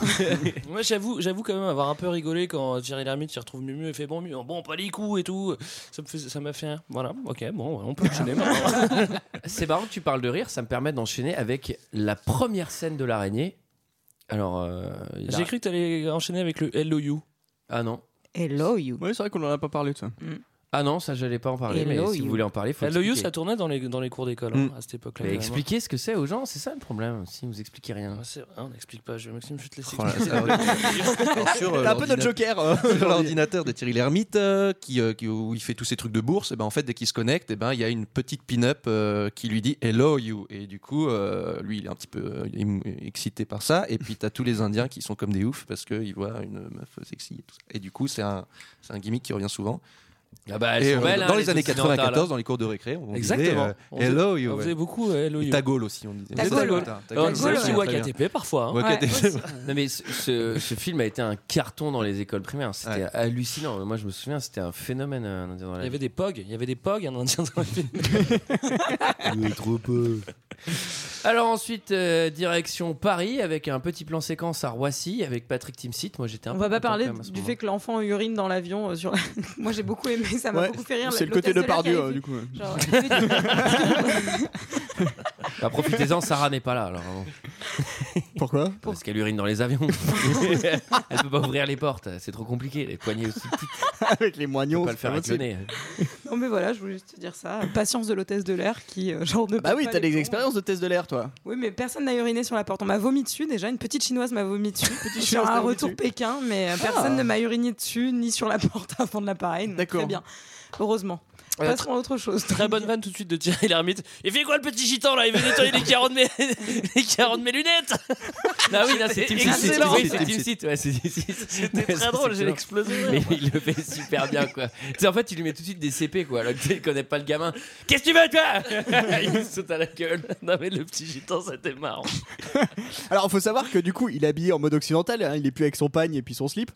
[SPEAKER 6] Moi, j'avoue, j'avoue quand même avoir un peu rigolé quand Thierry Lhermitte s'y retrouve mieux et fait bon, mieux, bon, pas les coups et tout. Ça me faisait- ça m'a fait, rire. voilà, ok, bon, ouais, on peut enchaîner maintenant.
[SPEAKER 1] C'est marrant que tu parles de rire, ça me permet d'enchaîner avec la première scène de l'araignée. Alors, euh, il a-
[SPEAKER 6] J'ai cru que t'allais enchaîner avec le Hello You.
[SPEAKER 1] Ah non.
[SPEAKER 10] Hello You.
[SPEAKER 11] Oui, c'est vrai qu'on en a pas parlé de ça.
[SPEAKER 1] Ah non, ça j'allais pas en parler,
[SPEAKER 6] Hello
[SPEAKER 1] mais si
[SPEAKER 6] You.
[SPEAKER 1] vous voulez en parler, faut
[SPEAKER 6] Hello You,
[SPEAKER 1] expliquer.
[SPEAKER 6] Ah, ça tournait dans les, dans les cours
[SPEAKER 9] Mm.
[SPEAKER 6] d'école hein, à cette époque-là.
[SPEAKER 1] Mais
[SPEAKER 6] vraiment.
[SPEAKER 1] expliquer ce que c'est aux gens, c'est ça le problème, si vous expliquez rien.
[SPEAKER 6] C'est vrai, on n'explique pas. Je, Maxime, je vais te laisse
[SPEAKER 9] Oh là,
[SPEAKER 6] expliquer.
[SPEAKER 9] ça va. Alors, sur, euh,
[SPEAKER 11] T'es un peu
[SPEAKER 9] l'ordinateur-
[SPEAKER 11] notre joker, euh,
[SPEAKER 9] sur
[SPEAKER 11] aujourd'hui.
[SPEAKER 9] l'ordinateur de Thierry Lhermitte euh, qui, euh, qui- où il fait tous ses trucs de bourse et ben en fait dès qu'il se connecte et ben il y a une petite pin-up euh, qui lui dit hello you et du coup euh, lui il est un petit peu euh, ému- excité par ça et puis t'as tous les indiens qui sont comme des oufs parce qu'ils voient une meuf sexy et tout ça. et du coup c'est un, c'est un gimmick qui revient souvent
[SPEAKER 1] Ah bah, elles
[SPEAKER 9] Et, euh,
[SPEAKER 1] sont belles, hein,
[SPEAKER 9] dans
[SPEAKER 1] les
[SPEAKER 9] les années
[SPEAKER 1] occidentales.
[SPEAKER 9] 94 dans les cours de récré on
[SPEAKER 6] Exactement.
[SPEAKER 9] disait,
[SPEAKER 6] On
[SPEAKER 9] euh, hello
[SPEAKER 6] faisait-
[SPEAKER 9] you
[SPEAKER 6] on faisait beaucoup euh, Hello
[SPEAKER 9] Et
[SPEAKER 6] You.
[SPEAKER 9] Tagol aussi on disait
[SPEAKER 6] Tagol, ouais. On disait aussi
[SPEAKER 9] Tagol, très
[SPEAKER 6] Wakatp
[SPEAKER 9] bien.
[SPEAKER 6] parfois, hein.
[SPEAKER 9] Wakatp,
[SPEAKER 6] Ouais, aussi.
[SPEAKER 1] Non mais ce, ce- ce film a été un carton dans les écoles primaires, c'était hallucinant. Moi je me souviens, c'était un phénomène. euh, un Indien dans la
[SPEAKER 6] Il y
[SPEAKER 1] vie.
[SPEAKER 6] avait des pogs, il y avait des pogs, un indien dans le film.
[SPEAKER 1] trop peu. Alors ensuite euh, direction Paris avec un petit plan séquence à Roissy avec Patrick Timsit. Moi j'étais un
[SPEAKER 10] On
[SPEAKER 1] peu
[SPEAKER 10] va pas
[SPEAKER 1] content
[SPEAKER 10] parler
[SPEAKER 1] quand même à ce
[SPEAKER 10] du
[SPEAKER 1] moment.
[SPEAKER 10] fait que l'enfant urine dans l'avion. euh, sur la- Moi, j'ai beaucoup aimé, ça m'a
[SPEAKER 11] Ouais,
[SPEAKER 10] beaucoup fait rire.
[SPEAKER 11] c'est le
[SPEAKER 10] l'hôtesse
[SPEAKER 11] côté de
[SPEAKER 10] l'air qui
[SPEAKER 11] Pardieu,
[SPEAKER 10] avait
[SPEAKER 11] euh,
[SPEAKER 10] fait-
[SPEAKER 11] du coup, ouais.
[SPEAKER 10] genre,
[SPEAKER 1] Bah, profitez-en, Sarah n'est pas là. Alors, vraiment.
[SPEAKER 11] Pourquoi
[SPEAKER 1] Parce qu'elle urine dans les avions. Elle peut pas ouvrir les portes, c'est trop compliqué. Les poignées aussi petites,
[SPEAKER 11] Avec les
[SPEAKER 1] on
[SPEAKER 11] moignons.
[SPEAKER 1] peut pas le faire avec le nez.
[SPEAKER 10] Non mais voilà, je voulais juste te dire ça. Patience de l'hôtesse de l'air qui euh, genre ne.
[SPEAKER 11] Bah
[SPEAKER 10] perd
[SPEAKER 11] oui,
[SPEAKER 10] pas
[SPEAKER 11] t'as
[SPEAKER 10] les
[SPEAKER 11] des
[SPEAKER 10] plombs.
[SPEAKER 11] expériences de test de l'air, toi.
[SPEAKER 10] Oui, mais personne n'a uriné sur la porte. On m'a vomi dessus déjà. Une petite chinoise m'a vomi dessus. sur
[SPEAKER 11] Chinoise t'a
[SPEAKER 10] un
[SPEAKER 11] vomi
[SPEAKER 10] retour
[SPEAKER 11] dessus.
[SPEAKER 10] Pékin,
[SPEAKER 6] Ah.
[SPEAKER 10] mais euh, personne ne m'a uriné dessus ni sur la porte avant de l'appareil. donc
[SPEAKER 11] D'accord.
[SPEAKER 10] Très bien. Heureusement.
[SPEAKER 6] Euh,
[SPEAKER 10] Passons à autre chose.
[SPEAKER 6] Très bonne vanne tout de suite de Thierry Lhermitte. Il fait quoi le petit gitan là Il veut nettoyer les carreaux de mes, les carreaux de mes lunettes
[SPEAKER 1] Ah oui, là, c'est Team Six.
[SPEAKER 6] Excellent.
[SPEAKER 1] Oui, c'est Team Six, ouais, c'est Team Six.
[SPEAKER 6] C'était très drôle, j'ai explosé.
[SPEAKER 1] Mais il le fait super bien, quoi. Tu sais, en fait, il lui met tout de suite des CP, quoi. Alors que tu sais, il connaît pas le gamin. Qu'est-ce que tu veux, toi Il lui saute à la gueule.
[SPEAKER 6] Non mais le petit gitan, c'était marrant.
[SPEAKER 11] Alors, faut savoir que du coup, il est habillé en mode occidental. hein, il est plus avec son pagne et puis son slip.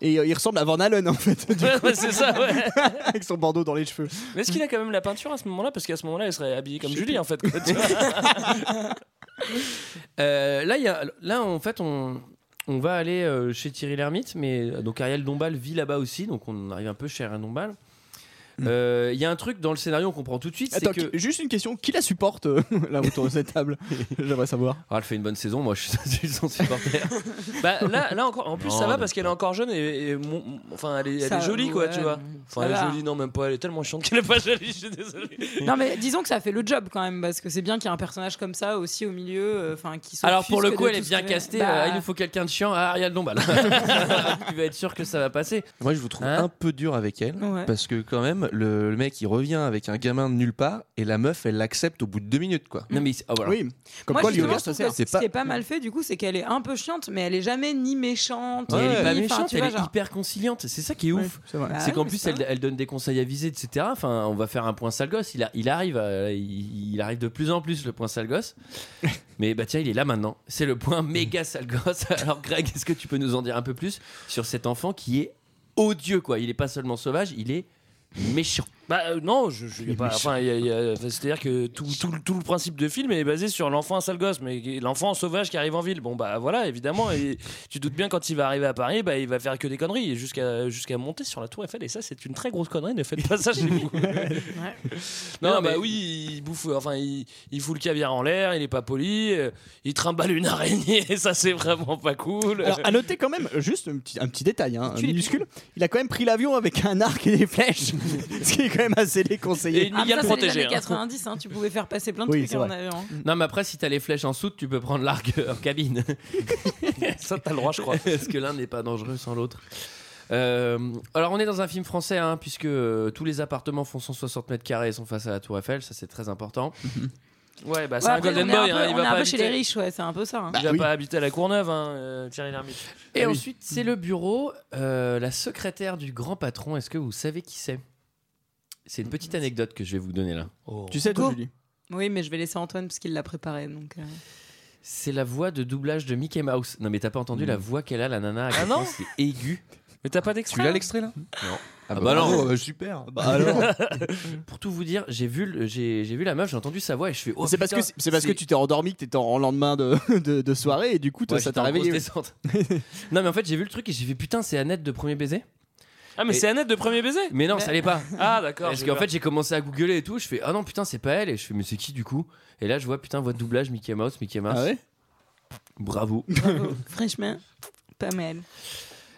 [SPEAKER 11] Et euh, il ressemble à Van Allen en fait. du
[SPEAKER 6] Ouais,
[SPEAKER 11] coup.
[SPEAKER 6] ouais, c'est ça, ouais.
[SPEAKER 11] avec son bandeau dans les cheveux.
[SPEAKER 6] Mais est-ce qu'il a quand même la peinture à ce moment-là Parce qu'à ce moment-là, il serait habillé comme Julie en fait. quoi, tu vois.
[SPEAKER 1] Euh, là, il y a- là, en fait, on, on va aller euh, chez Thierry Lhermitte, mais donc Ariel Dombal vit là-bas aussi, donc on arrive un peu chez Ariel Dombal.
[SPEAKER 6] Hmm.
[SPEAKER 1] Euh, Il y a un truc dans le scénario, on comprend tout de suite, c'est
[SPEAKER 11] Attends,
[SPEAKER 1] que.
[SPEAKER 11] qui- juste une question. Qui la supporte euh, là autour de cette table J'aimerais savoir.
[SPEAKER 1] Ah, elle fait une bonne saison, moi je suis je suis son supporter.
[SPEAKER 6] Bah, là, là encore, en plus
[SPEAKER 1] Non,
[SPEAKER 6] ça va
[SPEAKER 1] même
[SPEAKER 6] parce qu'elle est encore jeune et, et mon- mon- enfin elle est, elle
[SPEAKER 10] Ça-
[SPEAKER 6] est jolie quoi,
[SPEAKER 10] ouais,
[SPEAKER 6] tu vois. Enfin
[SPEAKER 10] ça
[SPEAKER 6] elle est
[SPEAKER 10] va.
[SPEAKER 6] jolie, non même pas, elle est tellement chiante qu'elle est pas jolie, je suis désolé.
[SPEAKER 10] Non mais disons que ça fait le job quand même parce que c'est bien qu'il y ait un personnage comme ça aussi au milieu, euh, enfin qui.
[SPEAKER 1] Alors pour le
[SPEAKER 10] s'offusque
[SPEAKER 1] coup,
[SPEAKER 10] de
[SPEAKER 1] elle
[SPEAKER 10] tout
[SPEAKER 1] est
[SPEAKER 10] ce
[SPEAKER 1] bien
[SPEAKER 10] que-
[SPEAKER 1] castée,
[SPEAKER 10] Bah,
[SPEAKER 1] euh, il nous faut quelqu'un de chiant à Ariel Dombal. tu vas être sûr que ça va passer.
[SPEAKER 9] Moi, je vous trouve
[SPEAKER 1] Hein
[SPEAKER 9] un peu dur avec elle
[SPEAKER 1] Ouais.
[SPEAKER 9] parce que quand même, le, le mec il revient avec un gamin de nulle part et la meuf elle l'accepte au bout de deux minutes quoi.
[SPEAKER 1] Non mais ah, voilà.
[SPEAKER 11] Oui.
[SPEAKER 10] Moi, justement, je trouve que
[SPEAKER 9] C'est
[SPEAKER 10] Ce
[SPEAKER 9] pas.
[SPEAKER 10] qui est pas mal fait du coup, c'est qu'elle est un peu chiante, mais elle est jamais ni méchante.
[SPEAKER 1] Et elle est
[SPEAKER 10] ni-
[SPEAKER 1] pas
[SPEAKER 10] enfin,
[SPEAKER 1] méchante,
[SPEAKER 10] tu
[SPEAKER 1] elle
[SPEAKER 10] vois,
[SPEAKER 1] est
[SPEAKER 10] genre-
[SPEAKER 1] hyper conciliante. C'est ça qui est ouf.
[SPEAKER 11] c'est vrai.
[SPEAKER 1] C'est
[SPEAKER 10] Bah
[SPEAKER 1] qu'en
[SPEAKER 10] oui,
[SPEAKER 1] plus,
[SPEAKER 10] c'est
[SPEAKER 1] elle, elle donne des conseils avisés, etc. Enfin, on va faire un point sale gosse. Il, a- il arrive, euh, il, il arrive de plus en plus le point sale gosse. Mais bah tiens, il est là maintenant. C'est le point méga sale gosse. Alors Greg, est-ce que tu peux nous en dire un peu plus sur cet enfant qui est odieux quoi Il est pas seulement sauvage, il est méchant.
[SPEAKER 6] Bah euh, non, je, je- y a pas- enfin, y a- y a- enfin, c'est-à-dire que tout, tout le- tout le principe de film est basé sur l'enfant sale gosse, mais qui- l'enfant sauvage qui arrive en ville. Bon bah voilà, évidemment, et tu doutes bien quand il va arriver à Paris, bah il va faire que des conneries jusqu'à jusqu'à monter sur la tour Eiffel. Et ça, c'est une très grosse connerie. Ne faites pas ça chez vous.
[SPEAKER 10] Ah,
[SPEAKER 6] Non,
[SPEAKER 1] Non,
[SPEAKER 6] bah
[SPEAKER 1] mais-
[SPEAKER 6] oui, il bouffe, enfin, il, il fout le caviar en l'air, il est pas poli, euh, il trimballe une araignée, et ça c'est vraiment pas cool.
[SPEAKER 11] Alors, à noter quand même, juste un petit, un petit détail, hein, minuscule, il a quand même pris l'avion avec un arc et des flèches, ce qui est quand même assez déconseillé.
[SPEAKER 6] Et une migale
[SPEAKER 10] Ah, ça, c'est les
[SPEAKER 6] protégée. Ah,
[SPEAKER 10] années 90, hein, tu pouvais faire passer plein de
[SPEAKER 11] Oui, c'est
[SPEAKER 10] trucs hein. en
[SPEAKER 11] vrai.
[SPEAKER 10] avion.
[SPEAKER 1] Non, mais après, si t'as les flèches en soute, tu peux prendre l'arc euh, en cabine.
[SPEAKER 6] Ça, t'as le droit, je crois.
[SPEAKER 1] Parce que l'un n'est pas dangereux sans l'autre. Euh, alors, on est dans un film français, hein, puisque euh, tous les appartements font 160 mètres carrés et sont face à la Tour Eiffel. Ça, c'est très important.
[SPEAKER 6] Ouais, bah c'est
[SPEAKER 10] Ouais,
[SPEAKER 6] un
[SPEAKER 10] après,
[SPEAKER 6] Golden
[SPEAKER 10] on est un
[SPEAKER 6] Boy,
[SPEAKER 10] peu-
[SPEAKER 6] hein,
[SPEAKER 10] on
[SPEAKER 6] il
[SPEAKER 10] est
[SPEAKER 6] va
[SPEAKER 10] un
[SPEAKER 6] pas Bah.
[SPEAKER 10] peu chez les
[SPEAKER 6] habiter.
[SPEAKER 10] riches, ouais, c'est un peu ça. hein.
[SPEAKER 6] Il va
[SPEAKER 11] oui.
[SPEAKER 6] pas habiter à la Courneuve, hein, euh, Thierry Lhermitte.
[SPEAKER 1] Et
[SPEAKER 11] Ah oui.
[SPEAKER 1] ensuite, c'est le bureau. Euh, la secrétaire du grand patron, est-ce que vous savez qui c'est C'est une petite anecdote que je vais vous donner là.
[SPEAKER 11] Ah, Tu sais,
[SPEAKER 1] Oh,
[SPEAKER 11] toi,
[SPEAKER 10] Go.
[SPEAKER 11] Julie
[SPEAKER 10] Oui, mais je vais laisser Antoine parce qu'il l'a préparé. Donc, euh.
[SPEAKER 1] C'est la voix de doublage de Mickey Mouse. Non, mais t'as pas entendu la voix qu'elle a, la nana, à quel
[SPEAKER 6] Mm. Ah non
[SPEAKER 1] point c'est aigu.
[SPEAKER 6] Mais t'as pas
[SPEAKER 9] Tu
[SPEAKER 6] d'extrait
[SPEAKER 9] l'as
[SPEAKER 6] hein
[SPEAKER 9] l'extrait là
[SPEAKER 1] Non.
[SPEAKER 9] Ah
[SPEAKER 1] bah
[SPEAKER 9] bah,
[SPEAKER 1] non.
[SPEAKER 9] non, super. Bah alors.
[SPEAKER 1] Pour tout vous dire, j'ai vu, le- j'ai j'ai vu la meuf, j'ai entendu sa voix et je fais. Oh,
[SPEAKER 11] c'est parce que
[SPEAKER 1] putain,
[SPEAKER 11] c'est parce que tu t'es endormi que t'étais en lendemain de, de, de soirée et du coup toi,
[SPEAKER 1] Ouais,
[SPEAKER 11] ça
[SPEAKER 1] j'étais
[SPEAKER 11] t'a
[SPEAKER 1] en grosse
[SPEAKER 11] réveillé.
[SPEAKER 1] descente. non, mais en fait, j'ai vu le truc et j'ai fait putain, c'est Annette de premier baiser.
[SPEAKER 6] Ah, mais
[SPEAKER 1] Et-
[SPEAKER 6] c'est Annette de premier baiser
[SPEAKER 1] Mais non, ça l'est pas.
[SPEAKER 6] Ah, d'accord.
[SPEAKER 1] Parce
[SPEAKER 6] j'ai
[SPEAKER 1] qu'en
[SPEAKER 6] peur.
[SPEAKER 1] fait, j'ai commencé à googler et tout. Je fais ah non, putain, c'est pas elle. Et je fais mais c'est qui du coup Et là, je vois putain, voix de doublage Mickey Mouse, Mickey Mouse.
[SPEAKER 11] Ah ouais
[SPEAKER 1] Bravo.
[SPEAKER 10] bravo. Franchement, pas mal.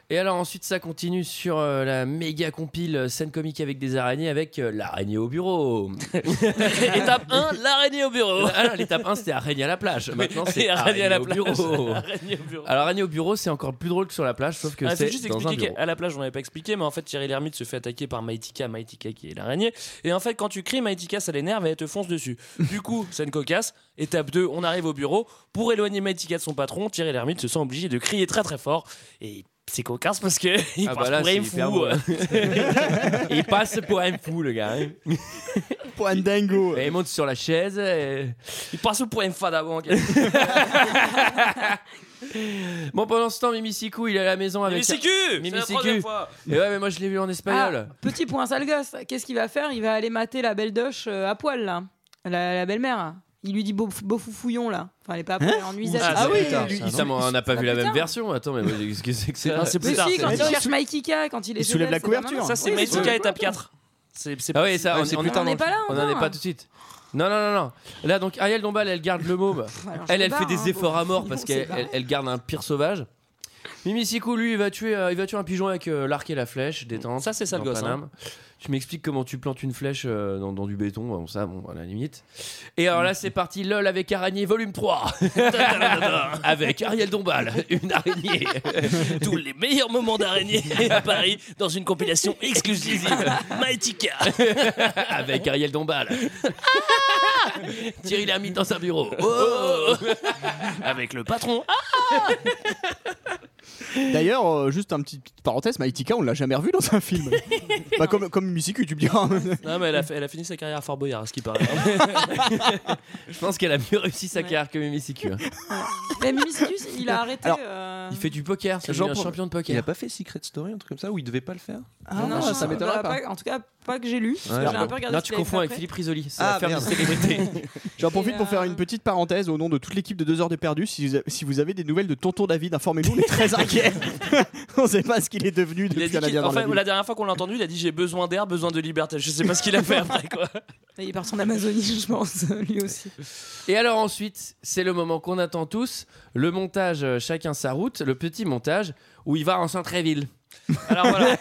[SPEAKER 1] Et alors, ensuite, ça continue sur euh, la méga compile euh, scène comique avec des araignées avec euh, l'araignée au bureau.
[SPEAKER 6] Étape 1, l'araignée au bureau.
[SPEAKER 1] ah non, l'étape 1, c'était araignée à la plage. Maintenant, c'est
[SPEAKER 6] Et
[SPEAKER 1] araignée,
[SPEAKER 6] à la
[SPEAKER 1] au
[SPEAKER 6] plage.
[SPEAKER 1] bureau.
[SPEAKER 6] Araignée au bureau.
[SPEAKER 1] Alors, araignée au bureau, c'est encore plus drôle que sur la plage, sauf que
[SPEAKER 6] Ah, faut
[SPEAKER 1] c'est
[SPEAKER 6] juste
[SPEAKER 1] dans un
[SPEAKER 6] expliquer
[SPEAKER 1] bureau.
[SPEAKER 6] qu'à la plage, on l'avait pas expliqué, mais en fait, Thierry Lhermitte se fait attaquer par Maïtika, Maïtika qui est l'araignée. Et en fait, quand tu cries Maïtika, ça l'énerve et elle te fonce dessus. Du coup, scène cocasse. Étape 2, on arrive au bureau. Pour éloigner Maïtika de son patron, Thierry Lhermitte se sent obligé de crier très très fort. Et c'est cocasse parce que il
[SPEAKER 1] Ah bah
[SPEAKER 6] passe
[SPEAKER 1] là,
[SPEAKER 6] pour
[SPEAKER 1] c'est
[SPEAKER 6] un
[SPEAKER 1] hyper
[SPEAKER 6] fou.
[SPEAKER 1] beau. Il passe pour un fou, le gars. hein.
[SPEAKER 11] Point dingo.
[SPEAKER 1] Et il monte sur la chaise. et-
[SPEAKER 6] Il passe pour un fada. bon, ok.
[SPEAKER 1] Bon, pendant ce temps, Mimi Siku, il est à la maison avec.
[SPEAKER 6] Mais c'est que
[SPEAKER 1] Mimi
[SPEAKER 6] C'est la
[SPEAKER 1] Siku.
[SPEAKER 6] troisième fois.
[SPEAKER 1] Et ouais, mais moi je l'ai vu en espagnol.
[SPEAKER 10] Ah, petit point sale gosse. Qu'est-ce qu'il va faire Il va aller mater la belle doche euh, à poil là, la, la belle-mère. Il lui dit beau, beau foufouillon là. Enfin, elle est pas à poil, elle est en nuisette.
[SPEAKER 6] Ah,
[SPEAKER 11] Ah oui,
[SPEAKER 1] Putain,
[SPEAKER 11] lui-
[SPEAKER 1] il- ça, on n'a pas vu la même version. Attends, mais moi, qu'est-ce que c'est que ça
[SPEAKER 6] Ah,
[SPEAKER 3] Euh,
[SPEAKER 6] c'est
[SPEAKER 10] Mais
[SPEAKER 6] plus tard,
[SPEAKER 10] si,
[SPEAKER 6] c'est
[SPEAKER 10] quand
[SPEAKER 6] plus
[SPEAKER 10] il
[SPEAKER 6] tard.
[SPEAKER 10] cherche Maïkika, quand il est
[SPEAKER 11] Il
[SPEAKER 10] chez
[SPEAKER 11] soulève
[SPEAKER 10] elle,
[SPEAKER 11] la
[SPEAKER 10] c'est maman.
[SPEAKER 11] couverture.
[SPEAKER 6] Ça, c'est
[SPEAKER 10] Oui,
[SPEAKER 6] Maïtika,
[SPEAKER 10] ça.
[SPEAKER 6] étape 4. C'est c'est-
[SPEAKER 1] Ah oui, ça,
[SPEAKER 9] Ouais,
[SPEAKER 1] on,
[SPEAKER 9] c'est
[SPEAKER 1] on-
[SPEAKER 9] plus tard
[SPEAKER 10] On n'est pas là
[SPEAKER 1] on en est
[SPEAKER 10] encore.
[SPEAKER 1] pas tout de suite. Non, non, non, non. Là, donc, Ariel Dombal, elle garde le môme.
[SPEAKER 10] Pff, alors, je
[SPEAKER 1] Elle,
[SPEAKER 10] sais
[SPEAKER 1] elle
[SPEAKER 10] pas,
[SPEAKER 1] fait
[SPEAKER 10] hein,
[SPEAKER 1] des
[SPEAKER 10] bon.
[SPEAKER 1] efforts à mort parce
[SPEAKER 10] Bon, c'est
[SPEAKER 1] qu'elle
[SPEAKER 10] pas
[SPEAKER 1] elle- elle garde un pire sauvage. Mimi Sikou, lui, il va tuer, euh, il va tuer un pigeon avec euh, l'arc et la flèche, détente.
[SPEAKER 6] Ça, c'est sale
[SPEAKER 1] dans
[SPEAKER 6] gosse, hein.
[SPEAKER 1] Paname. Tu m'expliques comment tu plantes une flèche euh, dans, dans du béton, bon, ça, bon, à la limite. Et alors là, c'est parti, LOL avec araignée, volume 3. avec Ariel Dombal, une araignée.
[SPEAKER 6] Tous les meilleurs moments d'araignée à Paris dans une compilation exclusive. Maetika.
[SPEAKER 1] avec Ariel Dombal. Ah Thierry Lhermitte dans sa bureau. Oh avec le patron.
[SPEAKER 11] D'ailleurs, euh, juste un petit petite parenthèse, Maïtika, on l'a jamais revu dans un film. bah, comme comme Misiku, tu me diras.
[SPEAKER 6] Non, mais elle a, fait- elle a fini sa carrière à Fort Boyard, à ce qui paraît. hein.
[SPEAKER 1] Je pense qu'elle a mieux réussi sa carrière que Mimi Siku. hein.
[SPEAKER 10] Mais Mimicus, il a arrêté.
[SPEAKER 1] Alors,
[SPEAKER 10] euh,
[SPEAKER 1] Il fait du poker, c'est
[SPEAKER 9] Jean
[SPEAKER 1] un
[SPEAKER 9] Paul-
[SPEAKER 1] champion de poker.
[SPEAKER 9] Il a pas fait Secret Story, un truc comme ça, ou il devait pas le faire
[SPEAKER 10] Ah, non, non,
[SPEAKER 11] ça m'étonnerait
[SPEAKER 10] bah,
[SPEAKER 11] pas.
[SPEAKER 10] En tout cas, pas que j'ai lu. parce que
[SPEAKER 9] Ouais.
[SPEAKER 10] J'ai un peu regardé
[SPEAKER 1] Non,
[SPEAKER 10] ce
[SPEAKER 1] tu
[SPEAKER 10] qu'il avait
[SPEAKER 1] confonds
[SPEAKER 10] fait
[SPEAKER 1] avec
[SPEAKER 10] après.
[SPEAKER 1] Philippe Risoli. C'est
[SPEAKER 9] Ah,
[SPEAKER 1] l'affaire des
[SPEAKER 9] merde.
[SPEAKER 1] célébrités.
[SPEAKER 11] J'en profite
[SPEAKER 10] Et,
[SPEAKER 11] pour faire
[SPEAKER 10] euh,
[SPEAKER 11] une petite parenthèse au nom de toute l'équipe de 2 heures de perdu. Si vous, a- si vous avez des nouvelles de Tonton David, informez-nous, on est très inquiets. on ne sait pas ce qu'il est devenu
[SPEAKER 6] Il a
[SPEAKER 11] depuis
[SPEAKER 6] dit
[SPEAKER 11] qu'on a
[SPEAKER 6] qu'il-
[SPEAKER 11] bien dans
[SPEAKER 6] enfin,
[SPEAKER 11] la ville.
[SPEAKER 6] la dernière fois qu'on l'a entendu, il a dit j'ai besoin d'air, besoin de liberté. Je sais pas ce qu'il a fait après quoi.
[SPEAKER 10] Il est parti en Amazonie, je pense, lui aussi.
[SPEAKER 1] Et alors ensuite, c'est le moment qu'on attend tous, le montage euh, chacun sa route, le petit montage où il va en centre-ville.
[SPEAKER 6] Alors voilà,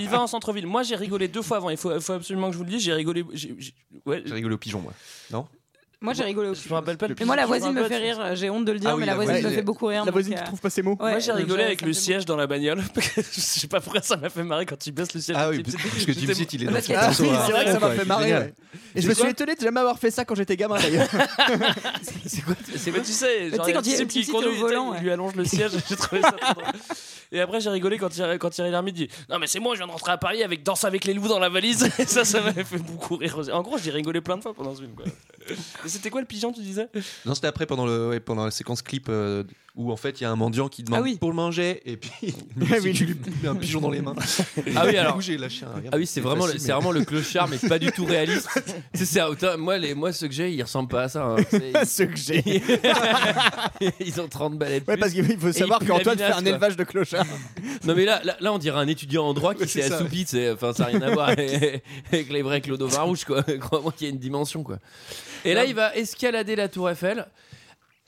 [SPEAKER 6] il va en centre-ville. Moi j'ai rigolé deux fois avant. Il faut, faut absolument que je vous le dise. J'ai rigolé. j'ai- j'ai- ouais,
[SPEAKER 9] J'ai rigolé au pigeon, moi.
[SPEAKER 10] Moi, j'ai rigolé aussi.
[SPEAKER 6] je me rappelle pas. le
[SPEAKER 10] Mais moi, la
[SPEAKER 6] pigeon, je
[SPEAKER 10] voisine me
[SPEAKER 6] rappelle
[SPEAKER 10] fait
[SPEAKER 6] pas.
[SPEAKER 10] rire. J'ai honte de le dire,
[SPEAKER 9] Ah oui,
[SPEAKER 10] mais la
[SPEAKER 9] la
[SPEAKER 10] voisine me
[SPEAKER 11] voisine.
[SPEAKER 10] fait beaucoup rire.
[SPEAKER 11] La
[SPEAKER 10] donc,
[SPEAKER 11] voisine qui
[SPEAKER 10] euh,
[SPEAKER 11] trouve pas ses mots.
[SPEAKER 10] ouais,
[SPEAKER 6] moi j'ai
[SPEAKER 10] euh,
[SPEAKER 6] rigolé
[SPEAKER 10] ça-
[SPEAKER 6] avec
[SPEAKER 10] ça
[SPEAKER 6] le
[SPEAKER 10] me fait
[SPEAKER 6] siège dans la bagnole. je sais pas pourquoi ça m'a fait marrer quand il baisse le siège.
[SPEAKER 9] Ah
[SPEAKER 6] du
[SPEAKER 9] oui,
[SPEAKER 6] Gypsy.
[SPEAKER 9] parce que Jim
[SPEAKER 6] J'étais-
[SPEAKER 9] Seat, il
[SPEAKER 10] Ah,
[SPEAKER 9] est dans
[SPEAKER 10] parce
[SPEAKER 9] son
[SPEAKER 10] qu'il y a-
[SPEAKER 9] perso,
[SPEAKER 10] oui,
[SPEAKER 9] hein.
[SPEAKER 10] c'est vrai que
[SPEAKER 11] ça m'a fait
[SPEAKER 9] Ouais,
[SPEAKER 11] marrer,
[SPEAKER 9] génial.
[SPEAKER 11] ouais. Et je me suis étonné de jamais avoir fait ça quand j'étais gamin d'ailleurs.
[SPEAKER 6] Mais tu sais, genre,
[SPEAKER 10] tu sais,
[SPEAKER 6] il y a
[SPEAKER 10] quand il y a
[SPEAKER 6] le type
[SPEAKER 10] une
[SPEAKER 6] qui
[SPEAKER 10] petite
[SPEAKER 6] conduit,
[SPEAKER 10] au
[SPEAKER 6] il était-
[SPEAKER 10] volant,
[SPEAKER 6] il lui allonge le siège, j'ai trouvé ça trop drôle. Et après, j'ai rigolé quand Thierry, quand Thierry Lhermitte dit Non, mais c'est moi, je viens de rentrer à Paris avec Danse avec les loups dans la valise. Et ça, ça m'avait fait beaucoup rire. En gros, j'ai rigolé plein de fois pendant ce film. Quoi. Et c'était quoi le pigeon, tu disais
[SPEAKER 9] Non, c'était après pendant, le, ouais, pendant la séquence clip euh, où en fait il y a un mendiant qui demande
[SPEAKER 10] Ah oui.
[SPEAKER 9] pour manger et puis
[SPEAKER 11] Ah oui.
[SPEAKER 9] tu lui mets un pigeon dans les mains.
[SPEAKER 1] Ah oui, alors-
[SPEAKER 9] j'ai lâché un rire.
[SPEAKER 1] Ah oui, c'est vraiment, le-
[SPEAKER 9] facile,
[SPEAKER 1] c'est
[SPEAKER 9] mais-
[SPEAKER 1] vraiment le clochard, mais pas du tout réaliste. c'est ça, autant- moi, les, moi, ceux que j'ai, ils ressemblent pas à ça. hein. C'est-
[SPEAKER 11] ce que j'ai.
[SPEAKER 1] Ils ont 30 balais de
[SPEAKER 11] Ouais,
[SPEAKER 1] plus.
[SPEAKER 11] parce qu'il faut savoir
[SPEAKER 1] pue
[SPEAKER 11] qu'Antoine
[SPEAKER 1] la
[SPEAKER 11] fait un
[SPEAKER 1] vinasse,
[SPEAKER 11] élevage de clochards.
[SPEAKER 1] Non, mais là, là, là, on dirait un étudiant en droit qui s'est
[SPEAKER 9] c'est ça,
[SPEAKER 1] assoupi, tu sais. Enfin, ça n'a rien à voir avec avec les vrais Clodovin rouges, quoi. Crois-moi qu'il y a une dimension, quoi. Et là, il va escalader la Tour Eiffel.